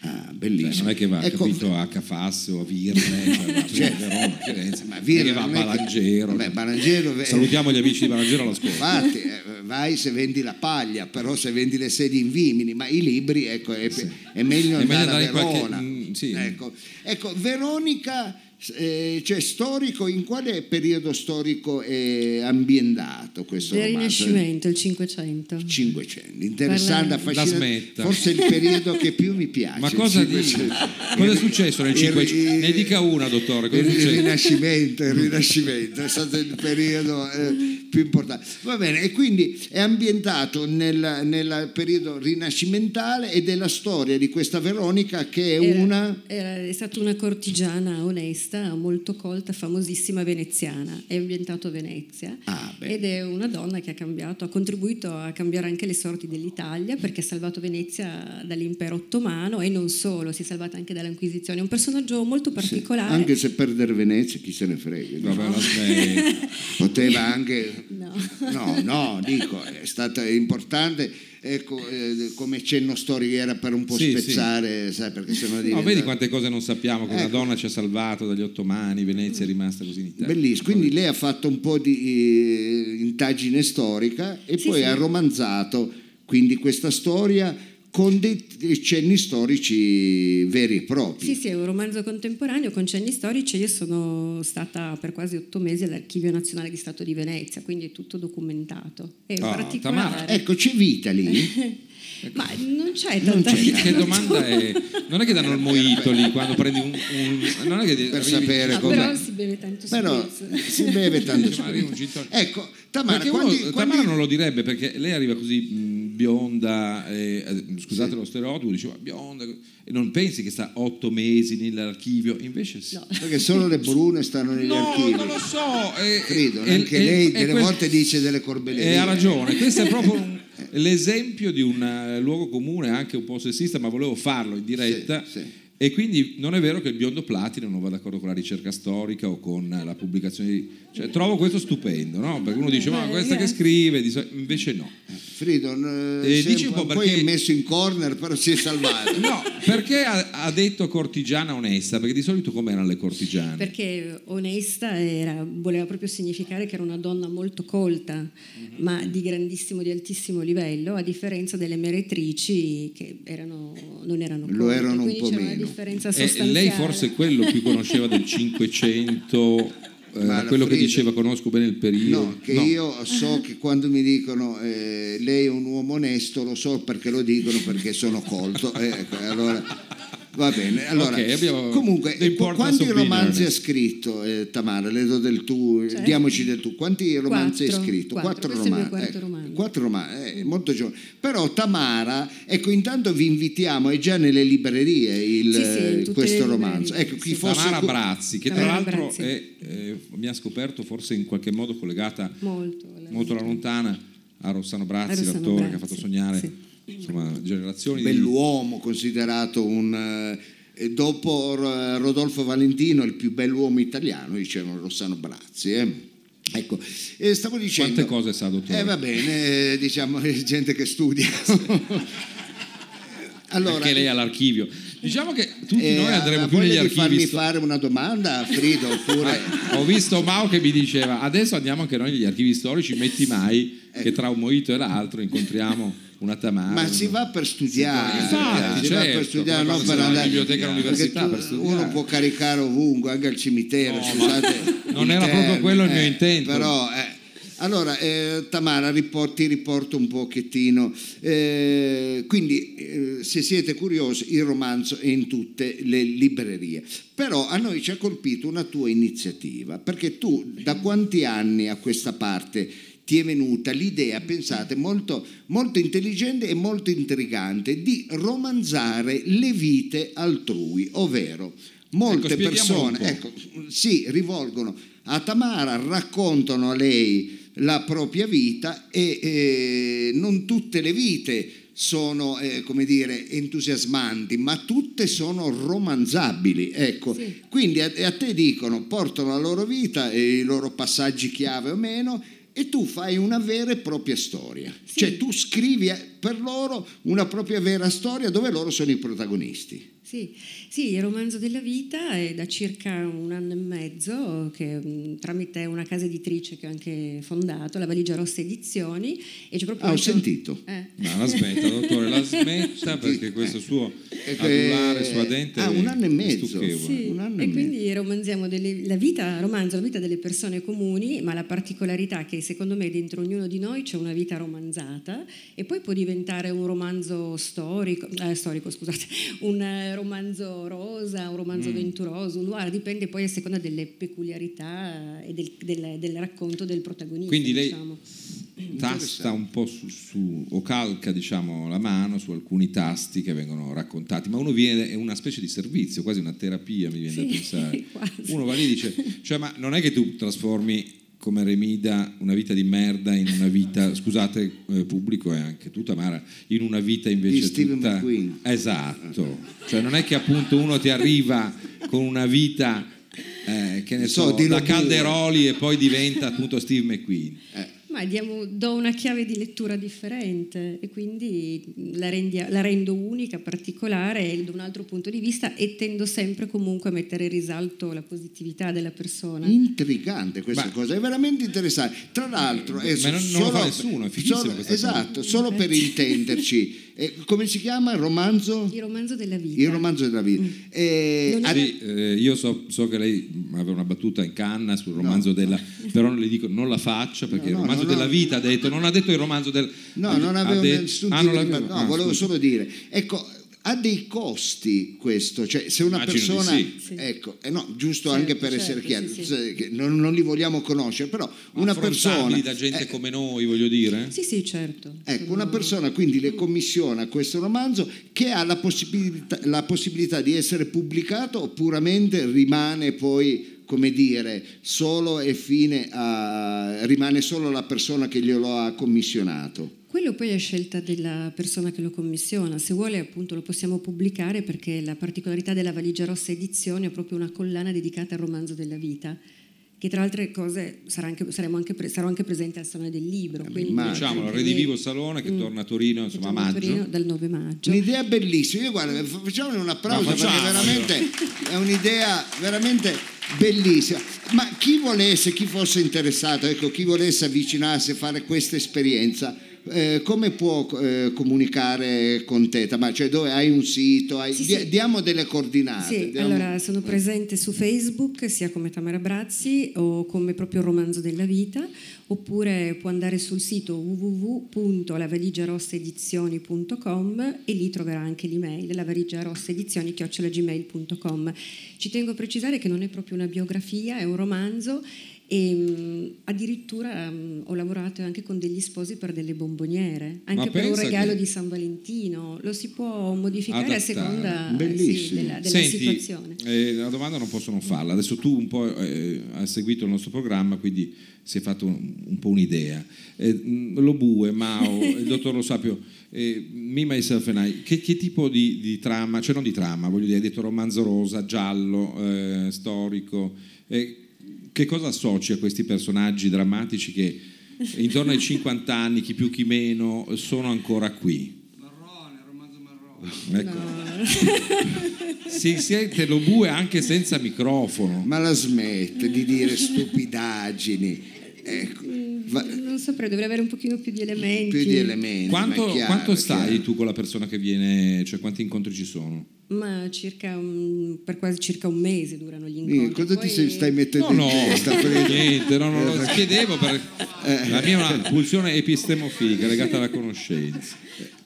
Ah,
Cioè,
bellissimo.
non è che va
Ecco,
capito a Cafasso, a Virne, cioè, va,
Cioè,
Verona, Firenze,
ma
ma
Virne
va a
non è che-
Palangero.
Beh, Palangero, eh,
Salutiamo gli amici di Barangero all'ascolto.
Infatti, eh, vai se vendi la paglia, però se vendi le sedie in Vimini, ma i libri, ecco, è, è meglio
È meglio
andare,
andare
a
in qualche-
Verona.
mm, sì.
ecco. Ecco, Veronica, eh, cioè storico, in quale periodo storico è ambientato questo
Del
romanzo?
Rinascimento, il Cinquecento.
500, interessante,
Parla-
La
affascinante,
smetta.
forse il periodo che più mi piace.
Ma cosa,
il
dici?
500.
cosa è successo nel
Il-
500?
il-
Ne dica una, dottore. Cosa è
il, il
successo?
rinascimento, il rinascimento è stato il periodo eh, più importante. Va bene, e quindi è ambientato nel, nel periodo rinascimentale ed è la storia di questa Veronica che è
Era-
una...
era- è stata una cortigiana onesta, molto colta, famosissima veneziana. È ambientato a Venezia
Ah, beh.
ed è una donna che ha cambiato, ha contribuito a cambiare anche le sorti dell'Italia perché ha salvato Venezia dall'impero ottomano e non solo, si è salvata anche dall'Inquisizione. È un personaggio molto particolare.
Anche se perdere Venezia, chi se ne frega.
Ah,
Vabbè, la smetta.
Poteva anche...
No.
No, no, dico, è stata importante, ecco, eh, come cenno storico era per un po'
Sì, sì.
spezzare, sai, perché sennò diventa...
No, vedi quante cose non sappiamo, che una
Ecco.
donna ci ha salvato dagli ottomani, Venezia è rimasta così in Italia.
Certo. Bellissimo, quindi lei ha fatto un po' di eh, indagine storica e
Sì,
poi
sì.
ha romanzato quindi questa storia con dei cenni storici veri e propri.
Sì, sì, è un romanzo contemporaneo con cenni storici. Io sono stata per quasi otto mesi all'Archivio Nazionale di Stato di Venezia, quindi è tutto documentato. È
Ah, Tamara,
particolare.
Ecco, c'è vita lì.
Ma non c'è
Non
tanta
c'è
vita.
Cioè, Che domanda
Ah,
è? Non è che danno il moito lì quando prendi un... un- non è che
Per sapere
No,
com'è.
però si beve tanto
Però
spritz.
si beve tanto
Dice, ma arriva un gin
spritz.
tonic.
Ecco, Tamara,
Perché uno,
quando,
Tamara non lo direbbe perché lei arriva così mh, bionda, eh, eh, scusate lo stereotipo, diceva bionda, e non pensi che sta otto mesi nell'archivio, invece sì.
No.
perché solo le brune stanno negli
No,
archivi.
non lo so. eh,
Credo,
eh,
anche
eh,
lei
eh,
delle
questo-
volte dice delle corbellerie.
E Eh, ha ragione, questo è proprio un- l'esempio di un eh, luogo comune, anche un po' sessista, ma volevo farlo in diretta.
Sì, sì.
E quindi non è vero che il biondo platino non va d'accordo con la ricerca storica o con la pubblicazione di... Cioè, trovo questo stupendo, no? Perché uno dice, ma questa che scrive, di so-" invece no.
Frido, n-
Eh,
si è
dici
un
un
po'
po'
poi
perché-
è messo in corner, però si è salvato.
No, perché ha, ha detto cortigiana onesta? Perché di solito com'erano le cortigiane?
Perché onesta era- voleva proprio significare che era una donna molto colta,
Mhm.
ma di grandissimo, di altissimo livello, a differenza delle meretrici che erano, non erano
Lo
colte.
erano un
Quindi
po'
c'era
meno.
una differenza
Eh,
sostanziale.
lei forse quello più conosceva del Cinquecento, eh,
Ma la
quello che
Frida-
diceva conosco bene il periodo.
No, che io so che quando mi dicono eh, lei è un uomo onesto, lo so perché lo dicono perché sono colto. Eh, ecco, allora va bene. Allora,
Ok, abbiamo-
comunque,
non
eh,
importa
quanti
l'opinione.
romanzi ha scritto eh, Tamara? Le do del tu, eh,
Certo.
diamoci del tu. Quanti romanzi hai
Quattro,
scritto?
quattro, questo è il mio quarto
ecco,
romanzo.
quattro romanzi, eh, molto giovane. Però Tamara, ecco, intanto vi invitiamo, è già nelle librerie il-
Sì, sì, in tutte
questo
le
romanzo.
librerie,
Ecco, chi
sì.
fosse
Tamara
cu-
Brazzi, che tra
Tamara
l'altro
Brazzi.
è, eh, mi ha scoperto forse in qualche modo collegata
Molto. alla-
molto alla lontana a Rossano Brazzi,
A Rossano
l'autore che ha
Brazzi,
fatto sognare
sì.
insomma, generazioni di-
bell'uomo considerato un eh, dopo R- Rodolfo Valentino il più bell'uomo italiano dicevano Rossano Brazzi eh. ecco e stavo dicendo
Quante cose sa, dottore?
eh va bene eh, diciamo è gente che studia allora
Anche lei all'archivio. Diciamo che tutti
eh,
noi andremo
ha
più
voglia
negli
di farmi
archivi. sto-
fare una domanda a Frido oppure
Ah, Ho visto Mao che mi diceva adesso andiamo anche noi negli archivi storici, metti mai che tra un moito e l'altro incontriamo una Tamara.
Eh. Ma si
una-
va per studiare,
Infatti,
si va
certo,
per studiare,
come
non per
quando si va in
andare
biblioteca all'università,
perché
per studiare.
Uno può caricare ovunque, anche al cimitero.
No,
scusate
ma
il
non era proprio quello il mio intento.
eh, Però, eh, Allora, eh, Tamara, ripor- ti riporto un pochettino. Eh, quindi, eh, se siete curiosi, il romanzo è in tutte le librerie. Però a noi ci ha colpito una tua iniziativa, perché tu da quanti anni a questa parte ti è venuta l'idea, pensate, molto, molto intelligente e molto intrigante, di romanzare le vite altrui, ovvero molte
Ecco, spieghiamolo un
persone
po'.
ecco, si rivolgono a Tamara, raccontano a lei la propria vita e eh, non tutte le vite sono eh, come dire entusiasmanti ma tutte sono romanzabili ecco
Sì.
quindi a, a te dicono portano la loro vita e i loro passaggi chiave o meno e tu fai una vera e propria storia
Sì.
cioè tu scrivi eh, per loro una propria vera storia dove loro sono i protagonisti
Sì, sì, il romanzo della vita è da circa un anno e mezzo che mh, tramite una casa editrice che ho anche fondato, la Valigia Rossa Edizioni, e c'è proprio
ah, ho
anche-
sentito
Eh.
Ma la smetta, dottore, la smetta perché questo suo
Eh,
adulare suadente
ah, un anno e
è
mezzo.
stucchevole.
Sì,
un anno e
e quindi romanziamo delle- la vita, romanzo la vita delle persone comuni, ma la particolarità che secondo me dentro ognuno di noi c'è una vita romanzata e poi può diventare un romanzo storico, eh, storico scusate, un eh, romanzo rosa, un romanzo
Mm.
venturoso, un noir, dipende poi a seconda delle peculiarità e del, del- del racconto del protagonista.
Quindi lei-
diciamo.
tasta un po' su, su- o calca diciamo la mano su alcuni tasti che vengono raccontati ma uno viene è una specie di servizio quasi una terapia mi viene da
Sì,
pensare
quasi.
uno va lì e dice cioè ma non è che tu trasformi come Remida una vita di merda in una vita scusate eh, pubblico e anche tu Tamara in una vita invece
Steve
tutta
McQueen.
esatto cioè non è che appunto uno ti arriva con una vita eh, che ne
So,
so,
dillo
da
pure.
Calderoli e poi diventa appunto Steve McQueen
Ma diamo- do una chiave di lettura differente e quindi la, rendi- la rendo unica, particolare e da un altro punto di vista e tendo sempre comunque a mettere in risalto la positività della persona.
Intrigante questa
Ma- Eh,
cosa, è veramente interessante. Tra l'altro, è
Ma non- non lo fa nessuno, è fighissima
solo-
questa cosa.
Esatto, solo per
Eh,
intenderci. Eh, come si chiama il romanzo?
Il romanzo della vita.
Il romanzo della vita. Eh,
Non è-
ad-
Sì, eh, io so, so che lei aveva una battuta in canna sul romanzo della... però non le dico non la faccia perché
No,
il
no,
romanzo
no, no.
della vita ha detto, non ha detto il romanzo del...
No,
ha
non
de- ha
avevo
de-
nessun
ah,
tipo
non
di-
l'avevo-
no,
ah,
volevo
scusa.
solo dire, ecco, ha dei costi questo, cioè se una
Immagino di
persona,
sì.
Sì.
ecco, eh no, giusto
Certo,
anche per
certo,
essere chiari,
sì, sì.
se- che non, non li vogliamo conoscere, però
Ma
una persona...
affrontabili da gente
eh,
come noi, voglio dire. eh?
Sì, sì, certo.
Ecco,
Sono-
una persona quindi le commissiona questo romanzo che ha la possibilità, la possibilità di essere pubblicato o puramente rimane poi, come dire, solo e fine a... rimane solo la persona che glielo ha commissionato.
Quello poi è scelta della persona che lo commissiona, se vuole appunto lo possiamo pubblicare perché la particolarità della Valigia Rossa Edizione è proprio una collana dedicata al romanzo della vita, che tra altre cose sarà anche, saremo anche pre- sarò anche presente al Salone del Libro. quindi-
immagino.
Diciamo, la
anche
Redivivo
lì-
Salone che
Mm.
torna a
Che
Torino, insomma, a
torna
maggio.
Torino dal 9 maggio.
Un'idea bellissima, io guarda, fa- facciamone un applauso
Ma facciamolo.
perché veramente è un'idea veramente bellissima. Ma chi volesse, chi fosse interessato, ecco, chi volesse avvicinarsi a fare questa esperienza, eh, come può eh, comunicare con te? Ma cioè dove hai un sito? Hai-
Sì,
di-
sì.
Diamo delle coordinate.
Sì,
diamo-
allora sono presente su Facebook sia come Tamara Brazzi o come proprio il Romanzo della Vita, oppure può andare sul sito www.lavaligiarossaedizioni.com e lì troverà anche l'email lavaligiarossaedizioni.gmail.com. Ci tengo a precisare che non è proprio una biografia, è un romanzo e mh, addirittura mh, ho lavorato anche con degli sposi per delle bomboniere, anche per un
pensa che-
regalo di San Valentino, lo si può modificare
Adattare.
a seconda eh, sì,
Bellissimo.
della, della situazione.
Senti, eh, la domanda non posso non farla. Adesso tu un po' eh, hai seguito il nostro programma, quindi si è fatto un, un po' un'idea. Eh, mh, lo Bue, Mao, il dottor Lo Sapio, eh, Me, Myself and I, che, che tipo di, di trama, cioè non di trama, voglio dire, hai detto romanzo rosa, giallo, eh, storico, eh, che cosa associ a questi personaggi drammatici che intorno ai 50 anni, chi più chi meno, sono ancora qui?
Marrone, romanzo marrone.
Ecco. si sente lo bue anche senza microfono.
Ma la smette di dire stupidaggini. Ecco,
Mm,
va-
non saprei, dovrei avere un pochino più di elementi.
più di elementi.
Quanto,
ma è chiaro,
quanto
è
stai
chiaro.
tu con la persona che viene, cioè quanti incontri ci sono?
Ma circa un- per quasi circa un mese durano gli incontri.
Eh, Cosa
Poi-
ti sei- stai mettendo
No,
in
no,
testa? Fred?
niente, no, no,
Eh,
lo chiedevo per la mia è una pulsione epistemofilica legata alla conoscenza.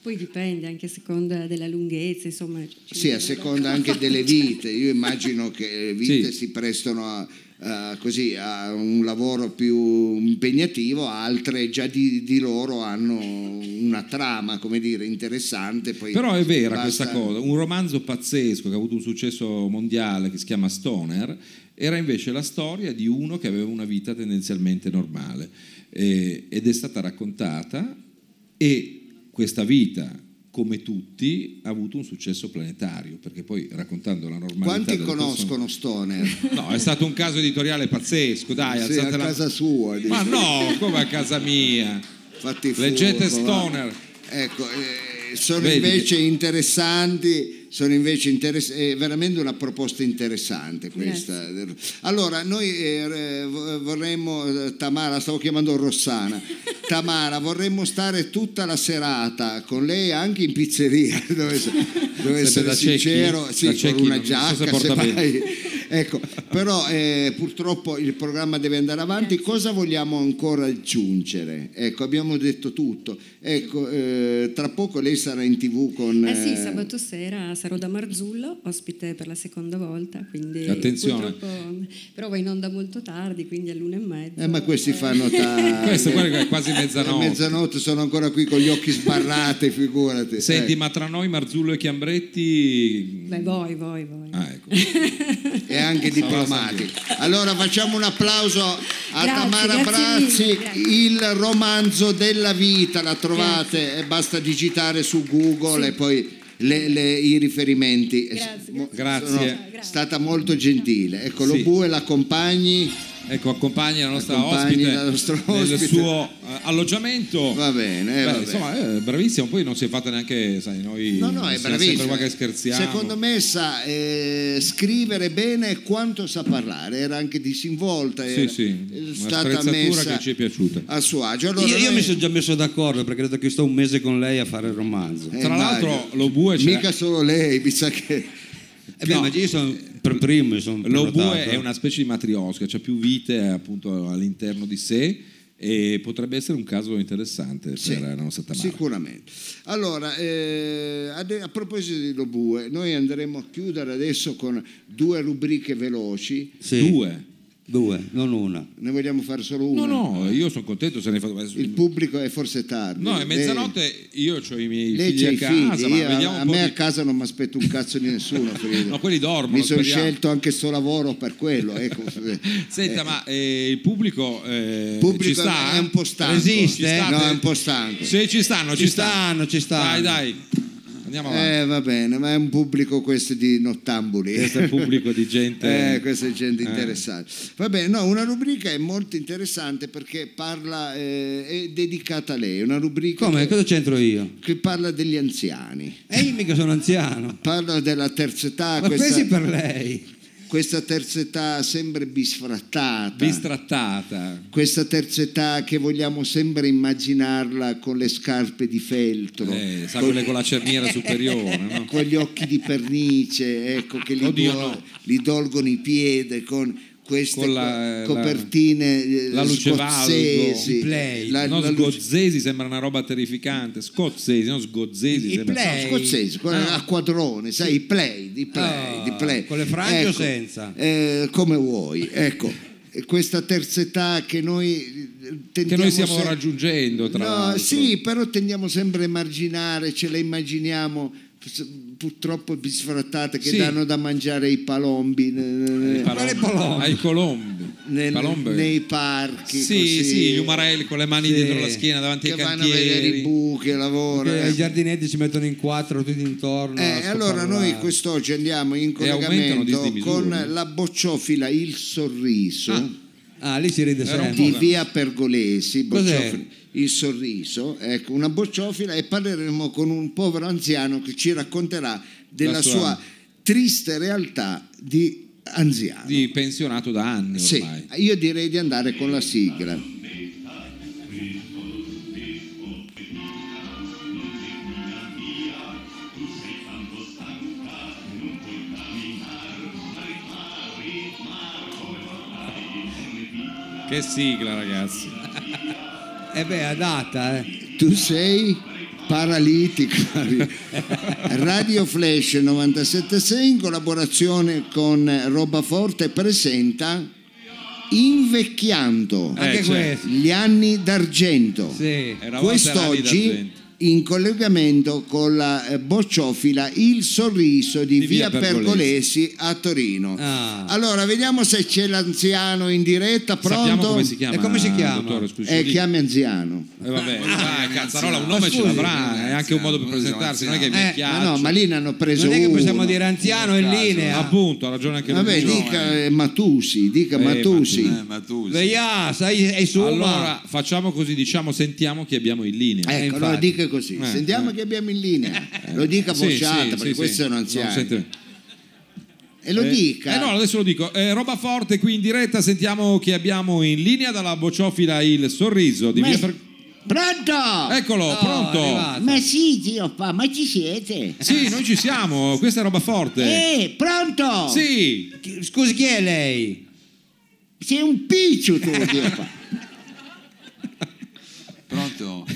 Poi dipende anche a seconda della lunghezza, insomma. ci-
Sì, a seconda anche delle vite. Io immagino che le vite
Sì.
si prestano a, a così, a un lavoro più impegnativo, altre già di, di loro hanno una trama, come dire, interessante. Poi
Però è vera
basta-
questa cosa, un romanzo pazzesco che ha avuto un successo mondiale che si chiama Stoner, era invece la storia di uno che aveva una vita tendenzialmente normale eh, ed è stata raccontata e questa vita, come tutti, ha avuto un successo planetario, perché poi raccontando la normalità...
Quanti
delle
conoscono Stoner?
No, è stato un caso editoriale pazzesco,
Ah,
dai,
Sì, a
alzate la...
casa sua.
Ma
dice.
no, come a casa mia.
Fatti
Leggete
furbo, va.
Stoner.
Ecco, eh, sono
Vedi
invece interessanti, sono invece interess- è veramente una proposta interessante questa. Allora, noi eh, re- vo- vorremmo, eh, Tamara, stavo chiamando Rossana, Tamara, vorremmo stare tutta la serata con lei anche in pizzeria, devo essere, devo essere
da Cecchi?
sincero,
Da
sì, con
Cecchi
una
non so
giacca,
se porta
se
bene.
vai. Ecco, però eh, purtroppo il programma deve andare avanti. Cosa vogliamo ancora aggiungere? Ecco, abbiamo detto tutto. Ecco, eh, tra poco lei sarà in tv con...
Eh sì,
eh,
sabato sera sarò da Marzullo, ospite per la seconda volta, quindi
Attenzione.
purtroppo- però va in onda molto tardi, quindi all'una e mezza.
eh, ma questi fanno tardi.
Questo guarda che è quasi
A
mezzanotte.
mezzanotte sono ancora qui con gli occhi sbarrati, figurati.
Senti,
Ecco.
ma tra noi Marzullo e Chiambretti...
Beh, voi, voi, voi.
Ah, ecco.
e anche diplomati. Allora facciamo un applauso a
Grazie,
Tamara
grazie mille,
Brazzi,
grazie.
il romanzo della vita, la trovate, e basta digitare su Google e poi le- le- i riferimenti.
Grazie,
Mo-
grazie.
sono
Grazie.
stata molto gentile. Ecco, lo
Sì.
bue l'accompagni,
Ecco, accompagna la nostra
Accompagni
ospite
la nostra
nel
ospite.
suo eh, alloggiamento.
va bene. eh,
Beh,
va bene.
insomma, eh, bravissimo, poi non si è fatta neanche, sai, noi
No, no, è
siamo sempre
bravissimo.
qua che scherziamo.
Secondo me sa eh, scrivere bene quanto sa parlare, era anche disinvolta, era
Sì, sì,
è
una
stata
sprezzatura
messa
che ci è piaciuta.
a suo agio. Allora,
io, io
noi-
mi sono già messo d'accordo perché credo che sto un mese con lei a fare il romanzo.
Eh,
Tra
immagino.
l'altro, lo bue, c'è-
Mica solo lei, mi sa che...
Eh beh, ma io sono per primo, mi sono
lo bue
prenotato.
è una specie di matriosca, c'ha più vite eh, appunto all'interno di sé e potrebbe essere un caso interessante
Sì,
per la nostra Tamara.
Sicuramente. Allora, eh, ade- a proposito di Lobue, noi andremo a chiudere adesso con due rubriche veloci.
Sì,
Due.
due, non una.
Ne vogliamo fare solo
No,
una?
no, io sono contento se ne fatto.
Il pubblico è forse tardi.
No, è
Lei-
mezzanotte, io ho i miei
Lei
figli
c'è
a
i
casa,
figli,
ma
io-
vediamo
a
un po'
me a
di-
casa non mi aspetto un cazzo di nessuno, Frido.
No, quelli dormono,
Mi sono
speriamo.
scelto anche solo lavoro per quello. Ecco.
Senta, ma eh, il pubblico, eh,
Pubblico
ci sta? eh?
è un po' stanco. Ci sta?
Resiste?
eh.
Ci
No, è un po' stanco.
Se ci stanno, ci,
Ci stanno, ci stanno.
Dai, dai. Andiamo avanti.
Eh, va bene, ma è un pubblico questo di nottambuli.
Questo è un pubblico di gente-
Eh, questa è gente interessante. Va bene, no, una rubrica è molto interessante perché parla, eh, è dedicata a lei, una rubrica
Come?
che,
Cosa c'entro io?
che parla degli anziani.
E io mica sono anziano.
Parla della terza età,
ma
questa,
questi per lei.
questa terza età sempre bisfrattata.
Bistrattata.
questa terza età che vogliamo sempre immaginarla con le scarpe di feltro,
Eh, sa
con,
quelle con la cerniera superiore, no?
con gli occhi di pernice, ecco, che li,
Oddio,
dol-
no.
li dolgono i piedi con queste
Con la-
co- copertine eh,
la luce
scozzesi,
valgo,
play,
la,
no,
la luce-
sgozzesi sembra una roba terrificante. Scozzesi, no? Sgozzesi.
I
sembra-
play.
scozzesi, quella
Ah.
a quadrone, sai, i play, di play,
Ah,
di play. Ecco,
con le frange o senza?
eh, come vuoi, ecco. eh, Questa terza età che noi eh,
Che
tentiamo
noi stiamo
se-
raggiungendo, tra
No,
l'altro.
sì, però tendiamo sempre a immaginare, ce le immaginiamo s- purtroppo bisfrattate che
Sì.
danno da mangiare ai palombi eh,
Ai palombi. Ai colombi.
nel-
Palombe.
nei parchi.
Sì,
così,
sì, gli umarelli con le mani
Sì.
dietro la schiena davanti
che
ai
vanno a vedere i
cantieri.
buchi, che lavorano.
Che Eh, I giardinetti si mettono in quattro tutti intorno.
Eh,
a
allora noi
scoparolare.
quest'oggi andiamo in
E aumentano di
collegamento con
dismisura.
la bocciofila Il Sorriso
Ah, lì si ride
Era un
sempre.
di Via Pergolesi,
Cos'è?
bocciofila, il sorriso, ecco, una bocciofila e parleremo con un povero anziano che ci racconterà della
La
sua,
sua-
triste realtà di anziano.
Di pensionato da anni
Sì,
ormai.
io direi di andare con la sigla.
Che sigla, ragazzi.
E Eh beh, è adatta, eh.
Tu sei paralitica. Radio Flash 976 in collaborazione con Robaforte presenta Invecchiando
Anche
certo.
questo.
gli anni d'argento.
Eh. Sì.
Era volta Rally
Quest'oggi
d'argento.
in collegamento con la eh, bocciofila Il Sorriso di,
Di
Via
Via
Pergolesi a Torino.
Ah.
Allora, vediamo se c'è l'anziano in diretta.
Sappiamo
Pronto?
come si chiama.
E come si chiama?
Dottore, scusi,
Eh,
ci dica.
chiami anziano.
Eh, vabbè, dai, cazzarola, un
Ma
nome ce
scusi,
l'avrà, è anche un modo per presentarsi, non è che è
Eh,
Ma
vecchiaccio.
Ah, no, ma lì ne hanno preso
Non è che possiamo
uno.
dire anziano in linea.
Appunto, ha ragione anche lui.
Vabbè,
Giovane.
dica eh, Matusi, dica
Eh,
Matusi.
Matusi.
ma tu
Veia, sai, è su
Allora, facciamo così, diciamo, sentiamo chi abbiamo in linea.
Ecco,
infatti.
allora dica così.
Eh,
Sentiamo che abbiamo in linea. Lo dica a
Sì,
voce
sì,
alta,
sì,
perché
sì.
questo è un
Non
anziano.
sente-
E lo
Eh,
dica.
Eh no, adesso lo dico. Eh, roba forte qui in diretta, sentiamo chi abbiamo in linea dalla bocciofila il sorriso di
Ma-
Via Fer- Eh,
Pronto?
Eccolo,
Oh,
pronto.
è arrivato.
Ma sì, zio Pa, ma ci siete?
Sì, noi ci siamo, questa è roba forte.
Eh,
Oh.
pronto?
Sì,
Chi- Scusi, chi è lei?
Sei un piccio tu, zio Pa.
Pronto?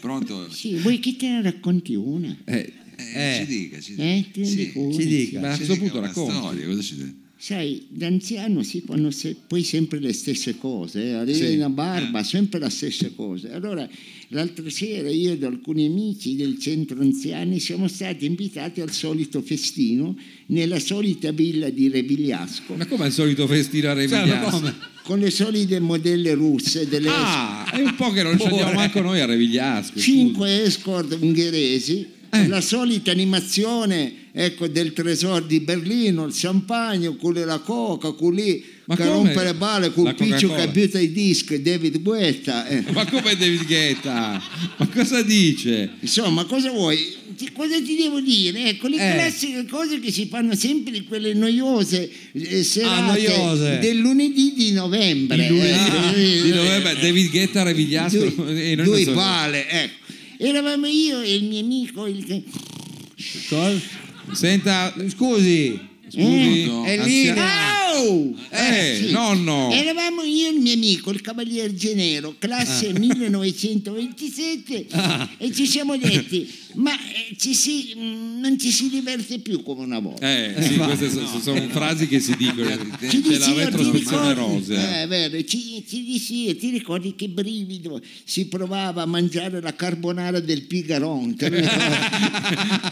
Pronto?
Eh.
Sì, vuoi che te ne racconti una?
Eh,
Eh.
Ci dica, ci dica.
Eh, te ne
Sì,
dico una.
Ci dica.
ma a
ci
questo punto
una
racconti.
storia, cosa ci dica?
Sai, d'anziano si fanno se- poi sempre le stesse cose, eh? arriva una barba, sempre le stesse cose. Allora, l'altra sera io ed alcuni amici del centro anziani siamo stati invitati al solito festino nella solita villa di Revigliasco,
ma come al solito festino a
Cioè, ma
Revigliano?
come?
con le solite modelle russe, delle
Ah, è un po' che non ci andiamo manco noi a Revigliasco. scusi.
cinque escort ungheresi,
Eh.
la solita animazione ecco, del tesoro di Berlino, il champagne, con la coca, con lì,
Ma
che
come?
rompe le balle, con
La
Piccio che
Coca-Cola.
abita i dischi, David Guetta. eh.
Ma come David Guetta? Ma cosa dice?
Insomma, cosa vuoi? Ti- Cosa ti devo dire? Ecco, le
Eh.
classiche cose che si fanno sempre, quelle noiose eh, serate
Ah,
noiose.
del lunedì di novembre. eh.
Di novembre, David Guetta a Revigliasco.
Due,
e noi non
due
so-
pale, ecco. Eravamo io e il mio amico, il...
Senta,
Scusi.
scusi,
Mm,
Pronto?
È
anzi-
lì.
Au!
Eh, nonno.
Eravamo io e il mio amico, il Cavalier Genero, classe
Ah.
1927, e ci siamo detti, ma eh, ci si- mm, non ci si diverte più come una volta.
Eh, sì, queste so- so- sono frasi che si dicono.
Ci
Eh, C'è
dici,
la
io, ti
retrospezione
ricordi?
rosea.
Eh, vero, ci, ci dici, io, ti ricordi che brivido si provava a mangiare la carbonara del Pigaron, te lo ricordi?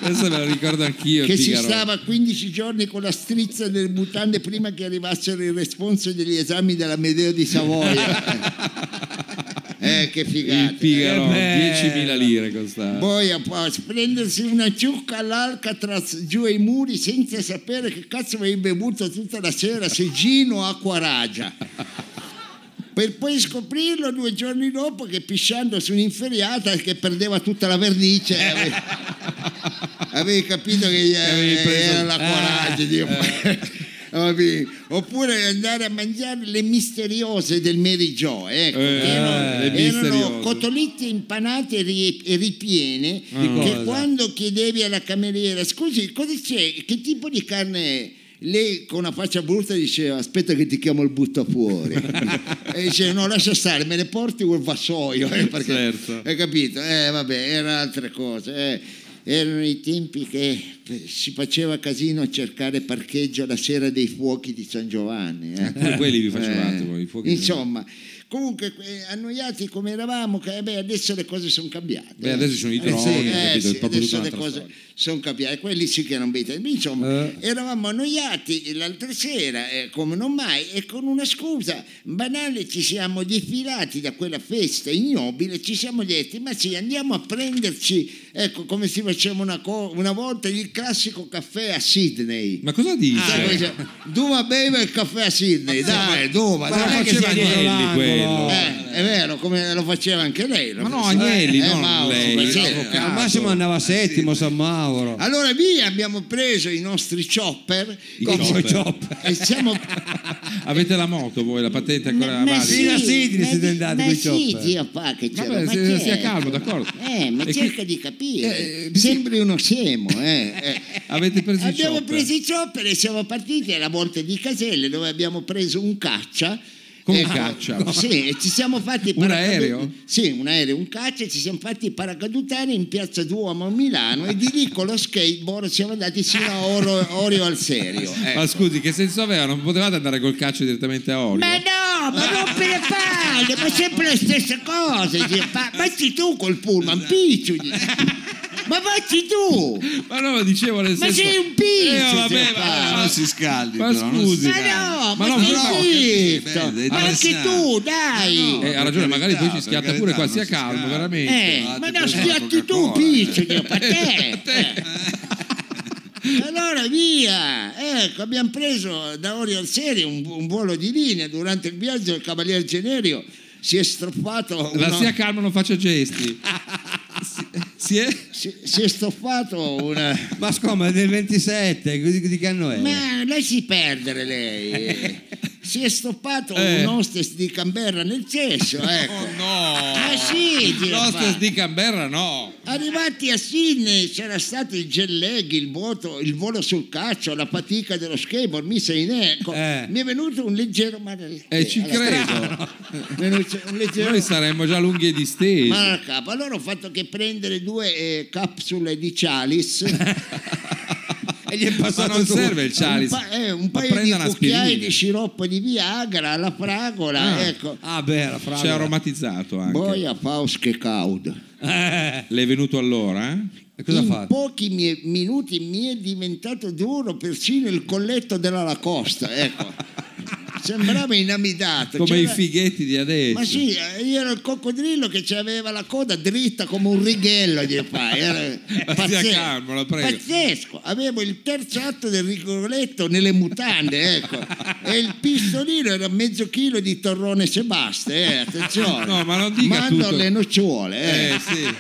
Questo me lo ricordo anch'io.
che si
Figaro.
stava 15 giorni con la strizza delle mutande prima che arrivassero i responsi degli esami della Medeo di Savoia. eh, che
Il
figata.
Figaro,
Eh, beh. Boh.
10.000 lire costava.
Poi a, a prendersi una ciucca all'Alcatraz giù ai muri senza sapere che cazzo avevi bevuto tutta la sera, se Gino o acqua ragia. Per poi scoprirlo due giorni dopo che pisciando su un'inferiata che perdeva tutta la vernice. eh, Avevi, avevi capito che eh,
avevi preso- Ah, eh.
era la coraggio. Dio. Vabbè. Oppure andare a mangiare le misteriose del Mary Jo, ecco,
Eh,
che erano,
le
erano
misteriose.
cotolette impanate e ri- e ripiene che
cosa?
quando chiedevi alla cameriera scusi cosa c'è, che tipo di carne è? Lei con una faccia brutta diceva aspetta che ti chiamo il butta fuori e dice no lascia stare me ne porti un vassoio eh, perché-
Certo.
hai capito? Eh vabbè erano altre cose eh. erano i tempi che eh, si faceva casino a cercare parcheggio la sera dei fuochi di San Giovanni eh.
Pure quelli vi facevate
Eh,
voi. i fuochi-
Insomma, comunque eh, annoiati come eravamo, che, eh, beh, adesso le cose sono cambiate.
Beh, adesso ci sono i
Eh,
droni,
sì,
capito?
eh, sì,
È proprio
adesso
tutta
le
un'altra
cose
storia.
sono cambiate, quelli sì che non vedono. Insomma,
Eh.
eravamo annoiati l'altra sera, eh, come non mai, e con una scusa banale ci siamo defilati da quella festa ignobile, ci siamo detti, ma sì, andiamo a prenderci, ecco, come si faceva una, co- una volta, il classico caffè a Sydney.
Ma cosa
Ah,
Sai
dice?
cosa- Cioè, Duma beve il caffè a Sydney, dai, Duma,
Ma
dai.
lo
non è che sia
faceva
dietro
Agnelli
l'angolo.
quello.
Eh, è vero, come lo faceva anche lei. lo
Ma no,
faceva. eh,
Agnelli, non
Mauro,
lei,
ma sì,
l'avvocato.
eh.
Al massimo andava settimo San Mauro.
Allora via abbiamo preso i nostri chopper e,
Come
chopper.
chopper.
e siamo
Avete la moto voi, la patente è ancora valida?
sì, Fino a Sidney
ma
siete
di-
andati
ma
coi
sì,
chopper.
zio pa, che c'era,
Vabbè,
ma
se- stia
certo.
calmo, d'accordo.
Eh, ma
E
cerca
qui-
di capire.
Eh,
Sembri uno scemo, eh, eh.
Avete preso il
abbiamo
chopper?
preso i chopper e siamo partiti alla volta di Caselle dove abbiamo preso un caccia
Con
Ecco,
caccia.
Sì, e ci siamo fatti
Un
paracadute-
aereo?
Sì, un aereo, un caccia, e ci siamo fatti paracadutare in Piazza Duomo a Milano e di lì con lo skateboard siamo andati sino a Oro, Orio al serio. ecco.
Eh. Ma scusi, che senso aveva? Non potevate andare col calcio direttamente a Orio?
Ma no, ma rompi le palle, ma è sempre la stessa cosa. dice, pa- Esatto. Vacci tu col pullman, picciu. Ma vacci tu!
Ma no, ma dicevo nel
Ma
senso...
sei un pizzo,
Eh, vabbè,
zio
ma,
Paolo.
ma-
non si scaldi,
ma
però, non si
scusi.
scaldi.
Ma no,
Ma
ma,
no,
sei
però-
zitto!
Beh, dai,
Ma anche
interessante.
tu, dai!
Eh, ha
per
ragione, magari
carità,
poi ci
per
schiatta
carità,
pure
non
quasi a
si
calmo,
scalda.
veramente.
Eh,
Ah,
ma
ti
no,
prendo la
schiatti tu,
Coca-Cola,
piccio, dico, per te! eh. Allora via! Ecco, abbiamo preso da Orio al Serio un, un volo di linea. Durante il viaggio il Cavaliere Generio si è strappato
La
una-
sia calmo, non faccia gesti. Si, si è...
si, si è stoffato una...
Ma scusa, ma è del 27, di, di che anno è?
Ma lei si perdere lei. Si è stoppato
Eh.
un hostess di Canberra nel cesso, ecco.
Oh no!
Ma sì, tira
L'hostess
fa.
di Canberra no!
Arrivati a Sydney c'era stato il jet lag, il, vuoto- il volo sul caccio, la fatica dello skateboard, mi sei in ecco.
Eh.
Mi è venuto un leggero male.
E Eh, ci
alla
credo!
schiena. Mi è venuto Un leggero
Noi saremmo già lunghi e distesi.
male al capo. Allora ho fatto che prendere due eh, capsule di Chalice.
E gli è
Ma
passato
non
tutto.
serve il Chalice.
Un, pa- eh, un
Ma
paio di
prenda
cucchiai
un'aspirina.
di sciroppo di Viagra alla fragola, ecco. boh,
Ah, beh, la frase.
C'è aromatizzato anche.
Boia Faust che caud.
Eh,
L'hai venuto allora? eh?
e cosa
In
fa?
pochi mie- minuti mi è diventato duro persino il colletto della Lacosta, ecco. Sembrava inamidato.
Come i
C'era-
fighetti di adesso.
Ma sì, eh, io ero il coccodrillo che ci aveva la coda dritta come un righello gli fai. Era
Ma stia calmo, la prego.
pazzesco. Avevo il terzo atto del rigoletto nelle mutande, ecco. e il pistolino era mezzo chilo di torrone sebaste, eh, attenzione.
No, ma non dica tutto.
Mandorle e nocciuole, eh.
Eh, sì.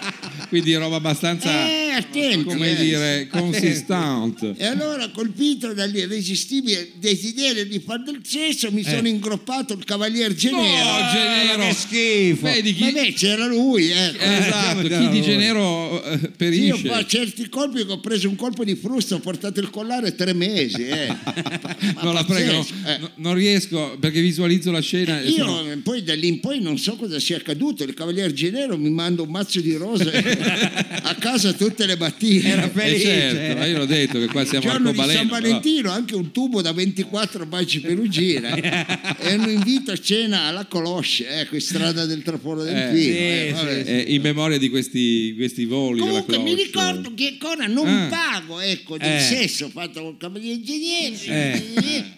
Quindi roba abbastanza,
Eh, attenti,
come
eh.
dire, consistent.
E allora, colpito dall'irresistibile desiderio di far del cesso, mi sono ingroppato il cavalier
No,
Oh, Genero.
Genero!
Che schifo.
Vedi Eh, chi...
Ma beh, c'era lui, ecco.
Eh, esatto,
già,
chi di
voi.
Genero eh,
Sì, Io
perisce.
fa certi colpi che ho preso un colpo di frusta, ho portato il collare tre mesi. eh. Ma
No, la prego,
pazzesco,
no-
eh.
no- non riesco perché visualizzo la scena. e
Io
sono-
eh, poi da lì in poi non so cosa sia accaduto. Il Cavalier Genero mi manda un mazzo di rose a casa tutte le mattine.
Era
Eh,
felice.
certo, ma io l'ho detto che qua
Il
siamo
giorno
al
di San
cobaleno.
Valentino anche un tubo da 24 baci perugina e un invito a cena alla Colosce, ecco, in strada del Trapolo del
Eh,
Pino.
sì,
eh, vabbè.
in memoria di questi, questi voli
Comunque
della
mi
Cloche.
ricordo che ancora non
Ah.
pago ecco, del
Eh.
sesso fatto con Cavaliere Ingegneri.
Eh.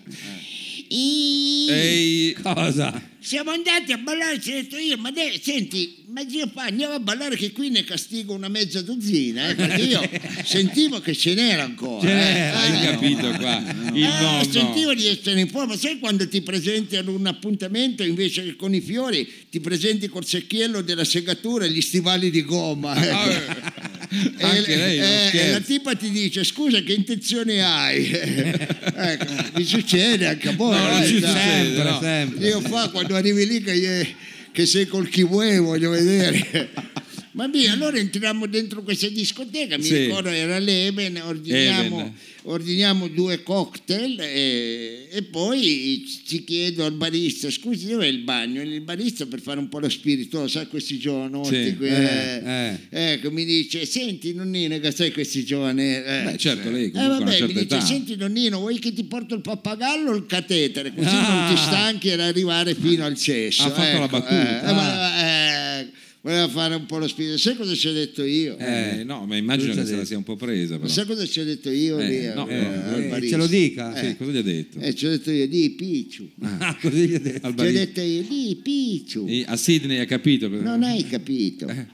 Ehi, Eh,
Cosa?
Siamo andati a ballare, ci ho detto io, ma dai, senti, ma zio fa, andiamo a ballare che qui ne castigo una mezza dozzina, eh, perché io sentivo che ce n'era ancora.
Ce
eh.
n'era,
Eh,
hai capito qua il
Ah,
nonno.
sentivo di essere in forma, sai quando ti presenti ad un appuntamento invece che con i fiori ti presenti col secchiello della segatura e gli stivali di gomma. ecco. E-
Ah, eh. Anche lei non
eh, e
scherza.
la tipa ti dice scusa che intenzione hai ecco, mi succede anche a voi
No, non
eh,
ci
dai.
succede,
Sempre,
no.
sempre.
Io qua quando arrivi lì che, che sei col kiwi voglio vedere. Ma via, allora entriamo dentro questa discoteca, mi
Sì.
ricordo era l'Even, ordiniamo,
Even.
ordiniamo due cocktail e, e poi ci chiedo al barista, scusi dov'è il bagno? Il barista per fare un po' lo spirito, sai questi giovanotti
Sì.
qui,
Eh,
eh, ecco, mi dice, senti nonnino che sai questi giovani... eh."
Beh, certo, lei
Eh
comunque ha una
vabbè, mi
certa
dice,
età.
senti nonnino, vuoi che ti porto il pappagallo o il catetere? Così non ti stanchi ad arrivare fino al cesso.
Ah. Ha fatto la battuta.
eh, eh, voleva- eh, voleva fare un po' lo spirito. Sai cosa ci ho detto io?
Eh, no, ma immagino
Cosa
che
ha
se la
detto?
sia un po' presa però.
Sai cosa ci ho detto io?
Eh,
lì,
no,
eh,
no,
al
eh,
barista?
ce lo dica.
Eh,
Sì, cosa gli ha detto?
eh, ci ho detto io, di Picciu.
Ah, così gli ho detto.
Al
Ci ho
barista.
detto io, di Picciu.
Eh, A Sydney ha capito. cosa-
Non hai capito.
Eh.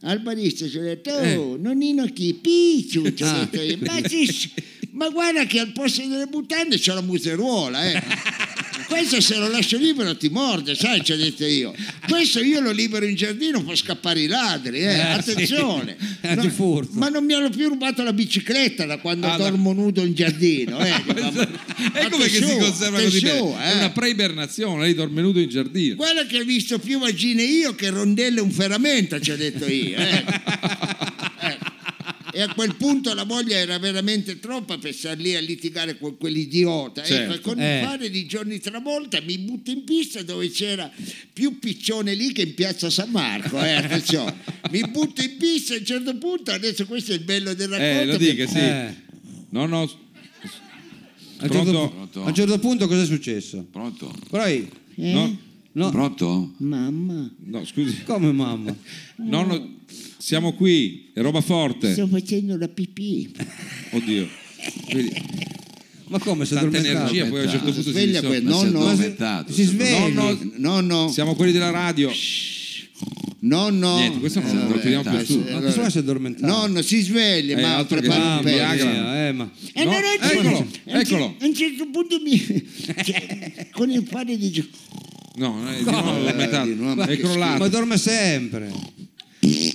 Al barista ci ho detto, oh, nonnino chi? Picciu, ci ho
Ah.
detto io. Ma, sì, sì, ma guarda che al posto delle mutande c'è la museruola, eh. Questo se lo lascio libero ti morde, sai, ci ho detto io. Questo io lo libero in giardino, fa scappare i ladri, eh. attenzione.
Eh, ti furto.
ma non mi hanno più rubato la bicicletta da quando
Ah, la-
dormo nudo in giardino. Eh.
È come che si
Attenzione,
conserva così bene.
attenzione,
È
eh.
una preibernazione, lei dorme nudo in giardino.
Guarda che ho visto più vagine io che rondelle un ferramenta, ci ho detto io. eh. Eh. E a quel punto la voglia era veramente troppa per stare lì a litigare con quell'idiota.
Certo.
Ecco, con
Eh.
il fare di giorni travolta mi butto in pista dove c'era più piccione lì che in piazza San Marco. eh, attenzione. mi butto in pista a un certo punto, adesso questo è il bello del racconto.
Eh, lo dica,
perché-
sì.
Eh.
No, no,
A un certo
Pronto?
pu- a un certo punto cosa è successo?
Pronto?
Poi,
Eh?
no,
no,
Pronto?
Mamma,
no, scusi.
come mamma?
No, no, siamo qui, è roba forte.
sto facendo la pipì.
Oddio. Quindi,
Ma come si è
tanta
addormentato?
energia, poi a un certo punto si
Sveglia
distorce.
quel
Ma si è
nonno.
addormentato,
Si
si è
sveglia.
Nonno,
Nonno,
siamo quelli della radio.
Eh, nonno.
Niente, questo non lo chiediamo più
dai,
su.
eh,
Ma persona si è addormentata.
Nonno, si sveglia,
Eh,
ma
altro che
prepara
mamma,
un
Mamma
pezzo.
mia, eh, ma...
E
No,
allora dice-
eccolo,
a un cer-
eccolo.
A un certo punto mi. cioè, con il padre dice.
No, no, è di nuovo
eh,
addormentato.
di nuovo, ma
è
che
crollato.
ma dorme sempre.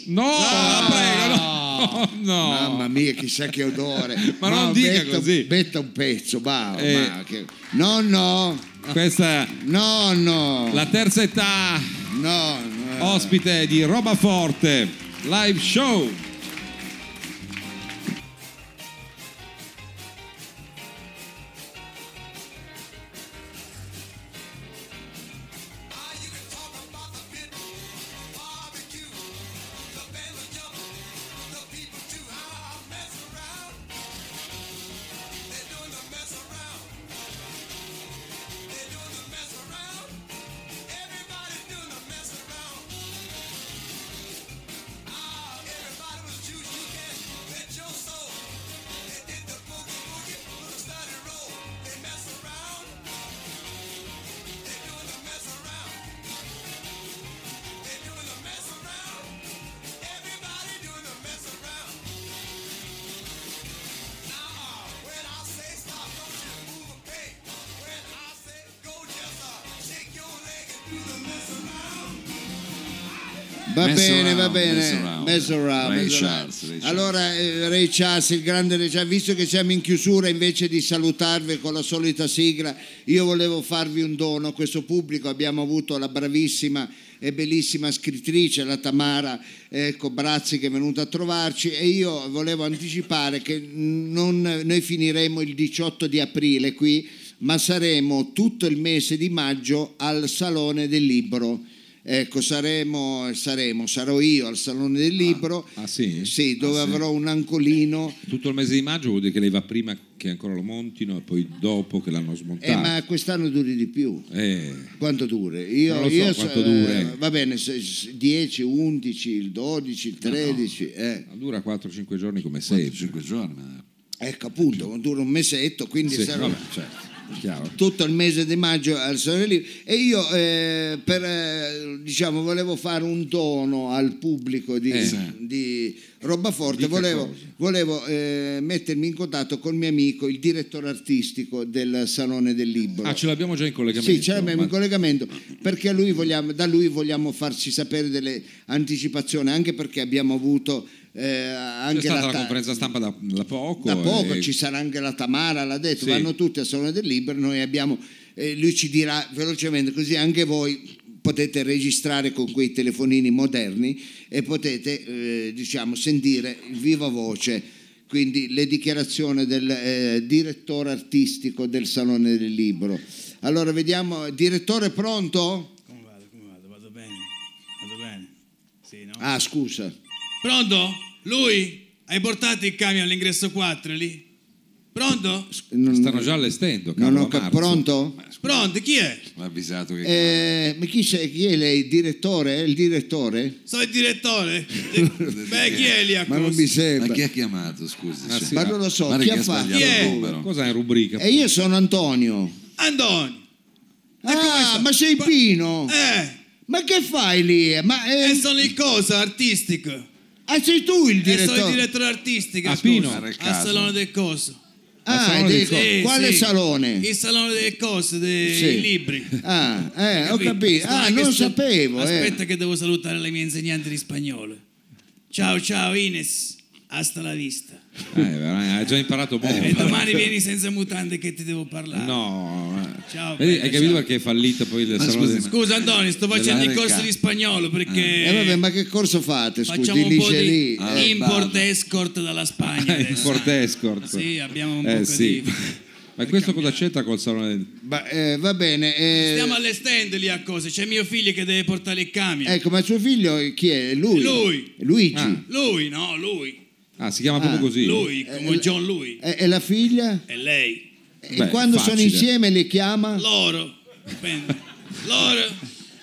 No, la prego, no. no.
Mamma mia, chissà che odore.
Ma non dica
betta-
così.
Betta un pezzo, va.
Eh.
ma che- Nonno,
Questa è
nonno,
la Oh, terza età
nonno. eh.
ospite di Roba Forte Live Show.
Va
Mess
bene,
around,
va
mess
bene.
around.
Mess around,
Ray
mess around.
Charles, Ray Charles.
Allora, eh, Ray Charles, il grande Ray Charles, visto che siamo in chiusura, invece di salutarvi con la solita sigla, io volevo farvi un dono a questo pubblico. Abbiamo avuto la bravissima e bellissima scrittrice, la Tamara ecco, Brazzi, che è venuta a trovarci e io volevo anticipare che non- noi finiremo il 18 di aprile qui, ma saremo tutto il mese di maggio al Salone del Libro. Ecco, saremo, saremo, sarò io al Salone del Libro.
ah, sì?
dove avrò un ancolino.
Tutto il mese di maggio vuol dire che lei va prima che ancora lo montino e poi dopo che l'hanno
Eh,
smontato.
ma quest'anno duri di più.
Eh,
Quanto dura? Io,
Non lo so
io
quanto dura.
eh, va bene, se- se- 10, 11, il 12, il 13. eh.
dura 4-5 giorni come
Sì,
6.
5 giorni. ma-
Ecco, appunto, dura un mesetto, quindi
Sì,
sarò,
vabbè, certo, è chiaro.
tutto il mese di maggio al Salone Libro e io eh, per, eh, diciamo, volevo fare un dono al pubblico di,
Eh, sì.
di roba forte,
Dica
volevo,
cosa.
volevo, eh, mettermi in contatto col mio amico, il direttore artistico del Salone del Libro.
Ah, ce l'abbiamo già in collegamento.
Sì, ce l'abbiamo in
Ma-
collegamento perché a lui vogliamo- da lui vogliamo farci sapere delle anticipazioni, anche perché abbiamo avuto eh,
C'è
anche
stata
la
la
ta-
conferenza stampa da, da poco.
da poco
e-
ci sarà anche la Tamara, l'ha detto,
Sì.
vanno tutti al Salone del Libro, noi abbiamo, eh, lui ci dirà velocemente così anche voi potete registrare con quei telefonini moderni e potete eh, diciamo sentire il viva voce. Quindi le dichiarazioni del eh, direttore artistico del Salone del Libro. Allora vediamo, direttore pronto?
Come vado, come vado? Vado bene. Vado bene. Sì, no?
Ah scusa,
Pronto? Lui? Hai portato il camion all'ingresso 4 lì? Pronto?
non,
Stanno già allestendo.
non
cavolo,
ho
a
cap-
marzo.
pronto?
Pronto? Chi è?
L'ha avvisato che...
Eh, ma chi, sei, chi è lei? Il direttore? Il direttore?
Sono il direttore? Beh, chi è lì a
Ma non
Cos-
mi
Ma
sembra.
chi ha chiamato, scusi?
Ah,
Cioè,
sì,
Ma non lo so,
guarda
chi
che
ha fatto?
sbagliato
Chi è?
il numero.
Cosa è in rubrica?
E io sono Antonio.
Antonio.
Ah, ma sei Pino?
Eh,
Ma che fai lì? Ma eh,
e sono il coso artistico.
ah, sei tu il
E sono eh, il
direttore?
direttore artistico
A
scusa,
Pino.
Era il
al
caso.
Salone del Coso.
Ah,
Al salone
dico,
del coso.
quale
Sì, sì.
salone?
Il Salone del Coso dei
Sì.
libri.
Ah, eh, ho capito.
Capito?
Ah,
Aspetta
non
che sto-
sapevo. eh.
Aspetta che devo salutare le mie insegnanti di spagnolo. Ciao ciao Ines. Hasta la vista.
Eh, veramente, hai già imparato
E
eh,
molto.
Eh, domani vieni senza mutande che ti devo parlare.
No, eh.
Ciao,
Vedi,
bello,
hai capito
ciao.
perché è fallita poi il salone
scusi,
del-
Scusa Antonio, sto facendo il
Dell'area
corso
K.
di spagnolo perché
Eh,
E Eh, vabbè, ma che corso fate? Scusi,
facciamo
di
un po' di Ah,
lingerie. eh,
import escort dalla Spagna.
Eh,
adesso.
Fort Escort.
Sì, abbiamo un
Eh,
po'
sì.
di...
Ma questo cosa c'entra col salone del-
ma, eh, va bene. eh,
Stiamo alle stand lì a cose, c'è mio figlio che deve portare il
Eh.
camion.
ecco, ma suo figlio chi è? Lui.
Lui. Ah.
Luigi.
Lui, no, lui.
Ah, si chiama proprio così.
Lui,
eh,
come John lui.
E, e la figlia?
E lei.
e
Beh,
quando sono
facile.
insieme le chiama?
Loro. Dipende. Loro.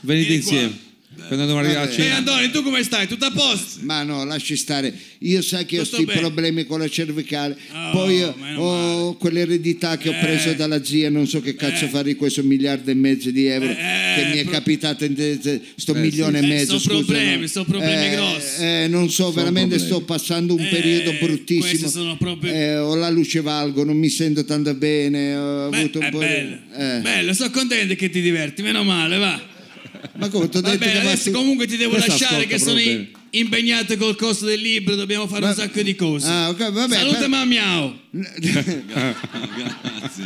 Venite
Vieni qua.
insieme. Quando andiamo a arrivare a
Ehi
cena.
Antonio, tu come stai? Tutto a posto?
Ma no, lasci stare. Io sai che
Tutto
ho sti
bene.
problemi con la cervicale.
Oh,
Poi ho
meno
ho quell'eredità che ho preso
Eh.
dalla zia, non so che cazzo
Eh.
fare di questo miliardo e mezzo di euro
Eh,
che mi è
pro-
capitato in de- de- sto milione
Eh,
e mezzo.
so
scusa,
problemi,
no.
so problemi
Eh,
grossi.
eh, non so, veramente
problemi.
sto passando un
Eh,
periodo bruttissimo.
questi sono proprio-
Eh, ho la luce valgo, non mi sento tanto bene. Ho
Beh,
avuto un
è
po'
bello.
di. eh.
Bello, sono contento che ti diverti, meno male, va.
Ma come ti ho
Va
detto
bene,
che
adesso
basti-
comunque ti devo
Questo
lasciare
ascolta
che sono
proprio
in- impegnato col costo del libro, dobbiamo fare un sacco di cose.
Ah, ok, vabbè,
Eh,
Salute
beh-
Mamiao
Grazie.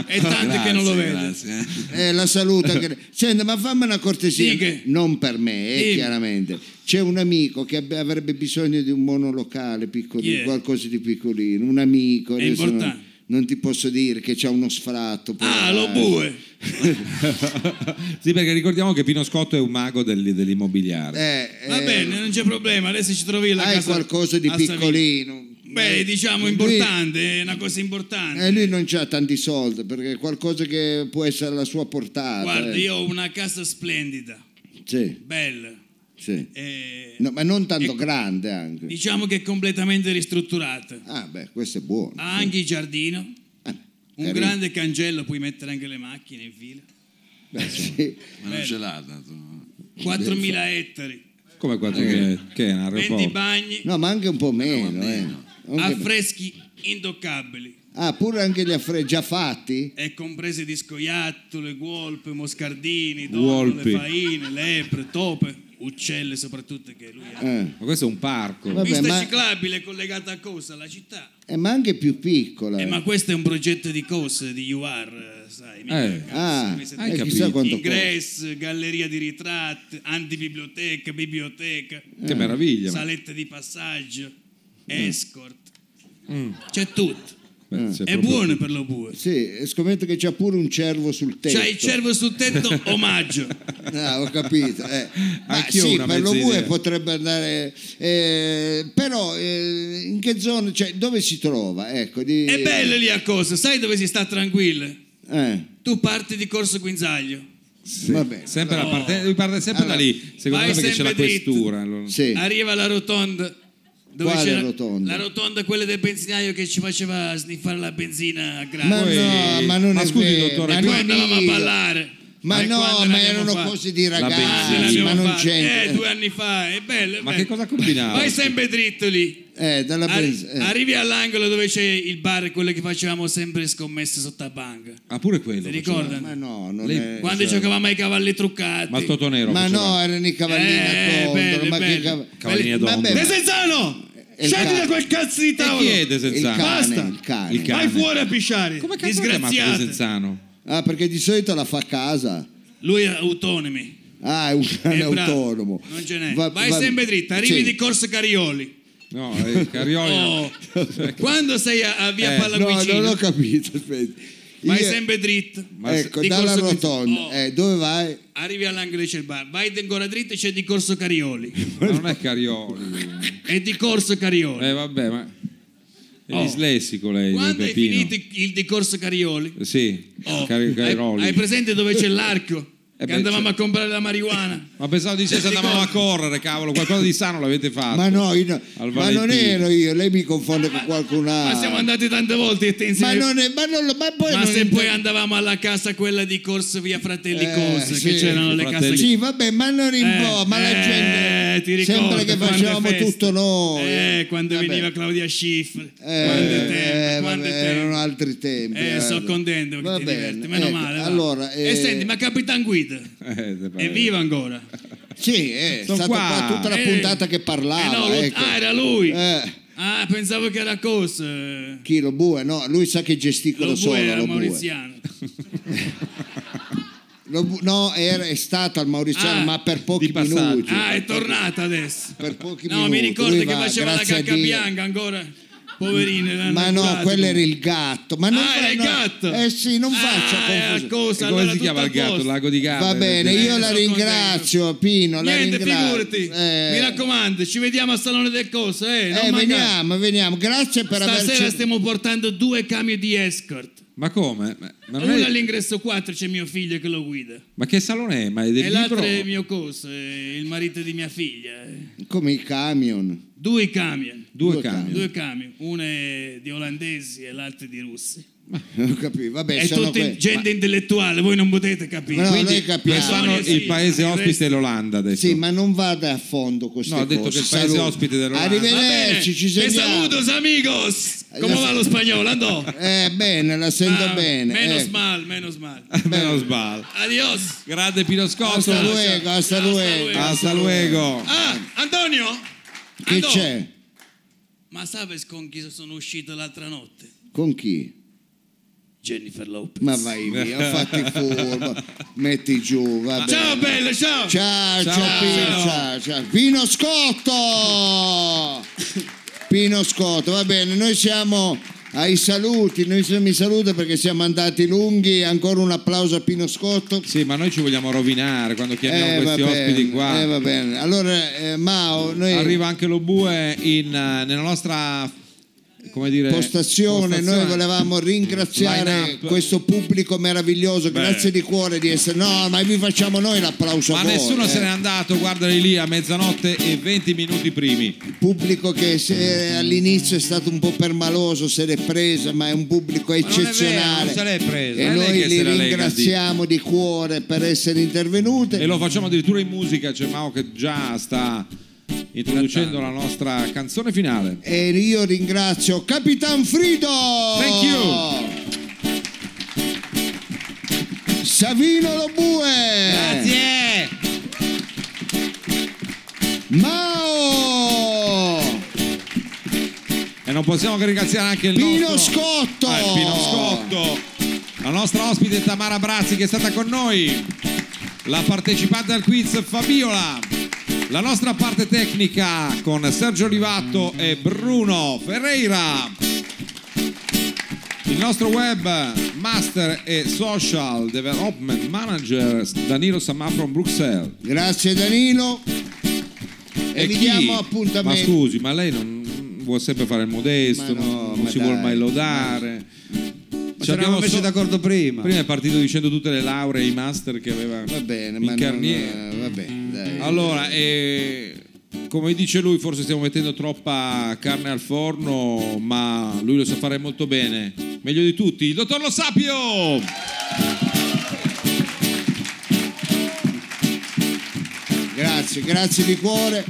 e tanti che non
Grazie,
lo vedono.
grazie, eh.
Eh, la saluto. anche- Senta, ma fammi una cortesia.
Dica.
Non per me, eh,
Dimmi.
chiaramente. C'è un amico che ab- avrebbe bisogno di un monolocale piccolino,
Chi è?
qualcosa di piccolino. Un amico.
È
adesso
importante.
Non, non ti posso dire che c'ha uno sfratto.
Ah,
però,
lo
eh.
bue.
sì, perché ricordiamo che Pino Scotto è un mago del- dell'immobiliare.
Eh,
Va
eh,
bene, non c'è problema, adesso ci trovi la
Hai
casa.
qualcosa di
a Savigno.
piccolino.
Beh,
Eh,
diciamo
lui-
importante, è una cosa importante.
Eh, lui non c'ha tanti soldi perché è qualcosa che può essere alla sua portata.
Guarda,
eh.
io ho una casa splendida,
Sì,
bella.
sì.
e-
No, ma non tanto
e-
grande anche.
Diciamo che è completamente ristrutturata.
Ah, beh, questo è buono.
Ha anche il giardino,
Eh,
un
carino.
grande cancello, puoi mettere anche le macchine in fila.
Beh, sì.
Ma non ce l'ha tanto.
4.000 ettari,
Come quanto
Eh.
che, che è un
20
aeroporto?
bagni,
No, ma anche un po' meno. eh. Anche-
affreschi intoccabili
ah, pure anche gli affreschi già fatti?
e comprese di scoiattole, guolpe, moscardini, donne,
Guolpi.
faine, lepre, tope, uccelle soprattutto che lui ha.
Eh.
Ma questo è un parco.
Vabbè,
Pista
ma-
ciclabile collegata a cosa? Alla città.
Eh, ma anche più piccola.
Eh,
eh.
ma questo è un progetto di cose, di UR, eh, sai. mica
Eh.
cazzo,
Ah,
mi siete-
hai
eh,
capito.
chissà quanto
Ingresso, galleria di ritratti, antibiblioteca, biblioteca,
Eh,
Che meraviglia. ma-
salette di
Mm.
passaggio, escort. C'è tutto.
beh, c'è
Eh. è
proprio-
buono per lo bue.
costa. Sì, e scommetto che c'ha pure un cervo sul tetto.
C'hai il cervo sul tetto, omaggio.
Ah, ho capito. eh. Ma
Anch'io ho
sì,
una
per lo
mezza
bue
idea.
potrebbe andare... eh, però eh, in che zona, cioè dove si trova? Ecco, di...
È bello lì a cosa, sai dove si sta tranquillo?
Eh,
Tu parti di Corso Quinzaglio,
vabbè.
Sempre la
No.
parte- lui parte sempre da lì. Secondo me
vai
perché c'è la
sempre dritto.
questura. lo-
Sì.
arriva alla rotonda. Dove
Quale
c'era
rotonda?
La rotonda, quella del benzinaio che ci faceva sniffare la benzina a grado.
Ma
Poi-
no, ma non
Ma
è
scusi,
vero,
dottore,
ma
Noi
non
andavamo a
io.
ballare.
Ma
E
no,
quando
ma
l'abbiamo
erano
fatta?
cose di
Ah,
benzina.
ragazzi,
l'abbiamo
ma non
fatta. Eh,
c'entra.
due anni fa, è bello. è
Ma
bello.
che cosa combinava?
Vai sempre dritto lì.
Eh, dalla
Arri-
benzina. eh.
Arrivi all'angolo dove c'è il bar, quello che facevamo sempre scommesse sotto la banca.
Ah, pure quello.
Ti
faceva.
ricordano?
Ma no, Eh, certo. non
Lei-
è... cioè,
Quando giocavamo ai cavalli truccati.
Ma il Totonero.
Ma
faceva.
no, erano i cavallini
Eh,
a Condor,
bello,
ma che
bello.
cav-
Cavallini a
Vabbè,
Condor.
ma-
Desenzano!
il
Scendi
cane.
da quel cazzo di
E
tavolo!
chi è De
il cane,
Senzano?
Basta!
il cane.
Il cane.
Vai fuori a pisciare!
Come cazzo lo chiamate De
Disgraziato!
Senzano?
Ah, perché di solito la fa a casa.
Lui è autonomi.
Ah, è un cane
È Eh, bravo.
autonomo.
Non ce n'è.
Va-
Vai
va-
sempre dritta, arrivi
Sì.
di corso Carioli.
No, eh, Carioli.
Oh, Quando sei a, a via
Eh,
No,
Pallavicino,
non ho capito, aspetta.
vai
Io-
sempre dritto.
Ma
ecco,
di
dalla
corso-
rotonda.
Oh.
Eh, dove vai?
Arrivi all'angolo e c'è il bar, vai ancora dritto e c'è di corso Carioli.
Ma non è Carioli.
È di corso Carioli.
Eh, vabbè, ma... È
Oh.
dislessico lei,
Quando hai
Peppino.
finito il di corso Carioli,
Sì,
oh,
Cari- Cairoli.
hai, hai presente dove c'è l'arco?
Eh
che
beh,
andavamo
c'è-
a comprare la marijuana.
Ma pensavo dicesse andavamo a correre, cavolo, qualcosa di sano l'avete fatto.
Ma no, io no-
Al
ma non
Valentino.
ero io, lei mi confonde con qualcun altro.
Ma siamo andati tante volte e te
Ah. Ma
insieme.
non è, ma non lo- ma poi
Ma
non
se
inter-
poi andavamo alla casa quella di corso via Fratelli
Eh,
Corso,
sì.
che c'erano le
Fratelli-
case
Sì, vabbè, ma non in po', ma la gente
eh, ti ricordo,
sembra che
quante
facciamo
feste.
tutto noi.
Eh, quando
Vabbè.
veniva Claudia Schiffer.
Eh,
quante
eh,
tempi, quante
vabbè,
tempi.
erano altri tempi.
Eh, sono contento che
Va
ti
bene,
diverti, meno
ecco,
male. va.
Allora, eh,
E senti, ma Capitan Guida
Eh, te pare.
è viva ancora?
Sì, è
Sono
stato
qua.
qua tutta la
Eh,
puntata che
eh no,
parlava.
lo-
ecco.
Ah, era lui.
Eh,
Ah, pensavo che era Cos. eh.
Chi lo bue? No, lui sa che gesticola
Lo
solo.
bue era
lo bue.
mauriziano.
Lo bu- no, era, è stato al Mauriziano,
Ah,
ma per pochi
di passaggio.
minuti.
Ah, è tornata adesso.
Per pochi
no, mi
minuti,
ricordo
lui
che
va,
faceva la
grazie a
cacca
Dio.
bianca ancora. Poverina. l'hanno
Ma no,
entrata.
quello era il gatto. Ma non
Ah,
fa-
era il
no.
gatto.
Eh sì, non faccia
ah, era
confusione.
Cosa,
E come
allora
si chiama il
tutto a
gatto?
posto.
Lago di Garda.
Va bene,
Eh,
io la
sono
ringrazio, Pino. La
Niente,
ringrazio.
figurati.
Eh,
Mi raccomando, ci vediamo al salone del Cos. Eh, non
eh,
mancate.
veniamo, veniamo. Grazie per
Stasera
averci.
stiamo portando due camion di escort.
Ma come? Ma, ma non
Uno
è-
all'ingresso 4 c'è mio figlio che lo guida.
ma che salone è? Ma è del
e
libro?
l'altro è mio cos, eh, il marito di mia figlia. eh.
Come i camion.
Due camion.
Due,
Due
camion.
Due camion, uno è di olandesi e l'altro è di russi.
Non capivo. Vabbè,
è
sono
tutta
que-
gente intellettuale, voi non potete capire.
Ma no,
Quindi-
noi capiamo.
Quindi-
Quest'anno
Sì,
il paese
il
ospite
resto-
è l'Olanda adesso.
Sì, ma non vada a fondo con queste
No, ha detto
cose.
che il paese
Salute.
ospite dell'Olanda.
Va bene,
Arrivederci, Eh, ci
te
sentiamo.
saludos amigos. Come va lo spagnolo? Andò.
Eh, bene, la sento
Ah,
bene.
Menos
eh.
mal, menos mal.
Meno sbaglio.
Adios.
Grande Pino Scotto.
Hasta luego, hasta
Hasta
luego.
luego.
Hasta luego.
Ah, Antonio?
Che
Andò.
c'è?
Ma sai con chi sono uscito l'altra notte?
Con chi?
Jennifer Lopez.
Ma vai via, fatti furbo, metti giù, va
Ciao
bene.
bello, ciao.
Ciao, ciao,
Ciao,
Pino,
Pino.
ciao, ciao. Pino Scotto! Pino Scotto, va bene, noi siamo ai saluti, noi siamo mi saluta perché siamo andati lunghi, ancora un applauso a Pino Scotto.
Sì, ma noi ci vogliamo rovinare quando chiamiamo
Eh, va
questi ospiti
bene,
qua.
eh, va bene. Allora, eh, Mao, noi...
Arriva anche lo bue in, eh, nella nostra come dire,
postazione, noi
eh, postazione.
volevamo ringraziare
Line up.
questo pubblico meraviglioso, grazie di cuore di essere. No, ma vi facciamo noi l'applauso
Ma
a voi.
nessuno
eh.
se n'è andato, guardali lì a mezzanotte e 20 minuti primi.
Pubblico che se- all'inizio è stato un po' permaloso, se l'è presa, ma è un pubblico
non è vero,
eccezionale.
non se l'è presa,
E
non è lei
noi
che
li
se la lega,
ringraziamo di cuore per essere intervenuti.
E lo facciamo addirittura in musica, c'è Mao che già sta introducendo la nostra canzone finale.
E io ringrazio Capitan Frido!
Thank
you! Savino Lobue!
Grazie!
Mao!
E non possiamo che ringraziare anche il
Pino
nostro...
Scotto!
Ah, il Pino Scotto! La nostra ospite Tamara Brazzi che è stata con noi, la partecipante al quiz Fabiola, la nostra parte tecnica con Sergio Olivatto e Bruno Ferreira, il nostro web master e social development manager Danilo Samà from Bruxelles.
Grazie Danilo. E, vi
chi?
diamo
Ma
appuntamento.
scusi, ma lei non vuol sempre fare il modesto,
Ma no,
non
ma
si vuole
dai.
mai lodare.
Ma
Ci
ci eravamo
abbiamo
messi
so-
d'accordo prima.
Prima è partito dicendo tutte le lauree, i master che aveva
Va bene,
in
ma
carniera.
non- va bene, dai.
Allora, eh, come dice lui, forse stiamo mettendo troppa carne al forno, ma lui lo sa fare molto bene. Meglio di tutti, il dottor Lo Sapio!
Grazie, grazie di cuore.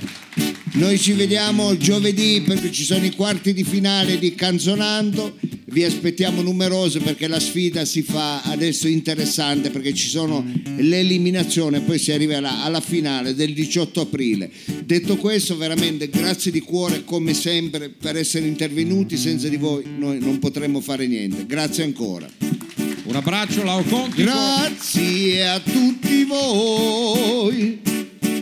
Noi ci vediamo giovedì perché ci sono i quarti di finale di Canzonando. Vi aspettiamo numerose perché la sfida si fa adesso interessante perché ci sono l'eliminazione e poi si arriverà alla finale del 18 aprile. Detto questo, veramente grazie di cuore come sempre per essere intervenuti. Senza di voi noi non potremmo fare niente. Grazie ancora.
Un abbraccio, Lao Conti.
Grazie a tutti voi.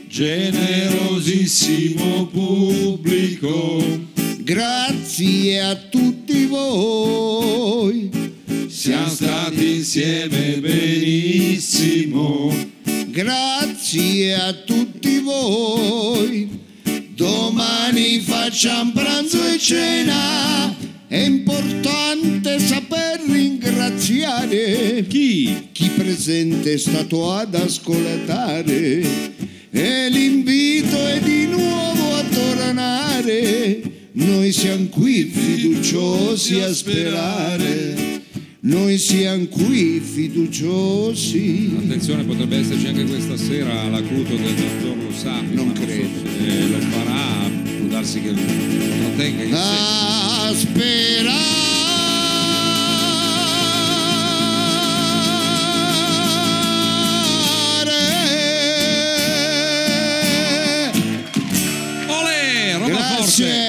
Generosissimo pubblico.
Grazie a tutti voi,
Siamo stati insieme benissimo.
grazie a tutti voi. Domani facciamo pranzo e cena, è importante saper ringraziare
Chi?
chi presente è stato ad ascoltare e l'invito è di nuovo a tornare noi siamo qui fiduciosi a sperare noi siamo qui fiduciosi
Attenzione, potrebbe esserci anche questa sera la cruto del dottor Lo Sapio.
Non
ma so
credo.
se, eh, lo farà, può darsi che lo trattenga in
Ah!
sé.
a sperare
Olè, Roma
Grazie.
Forte!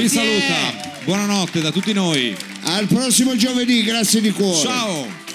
Vi saluta! Buonanotte da tutti noi.
Al prossimo giovedì, grazie di cuore.
Ciao.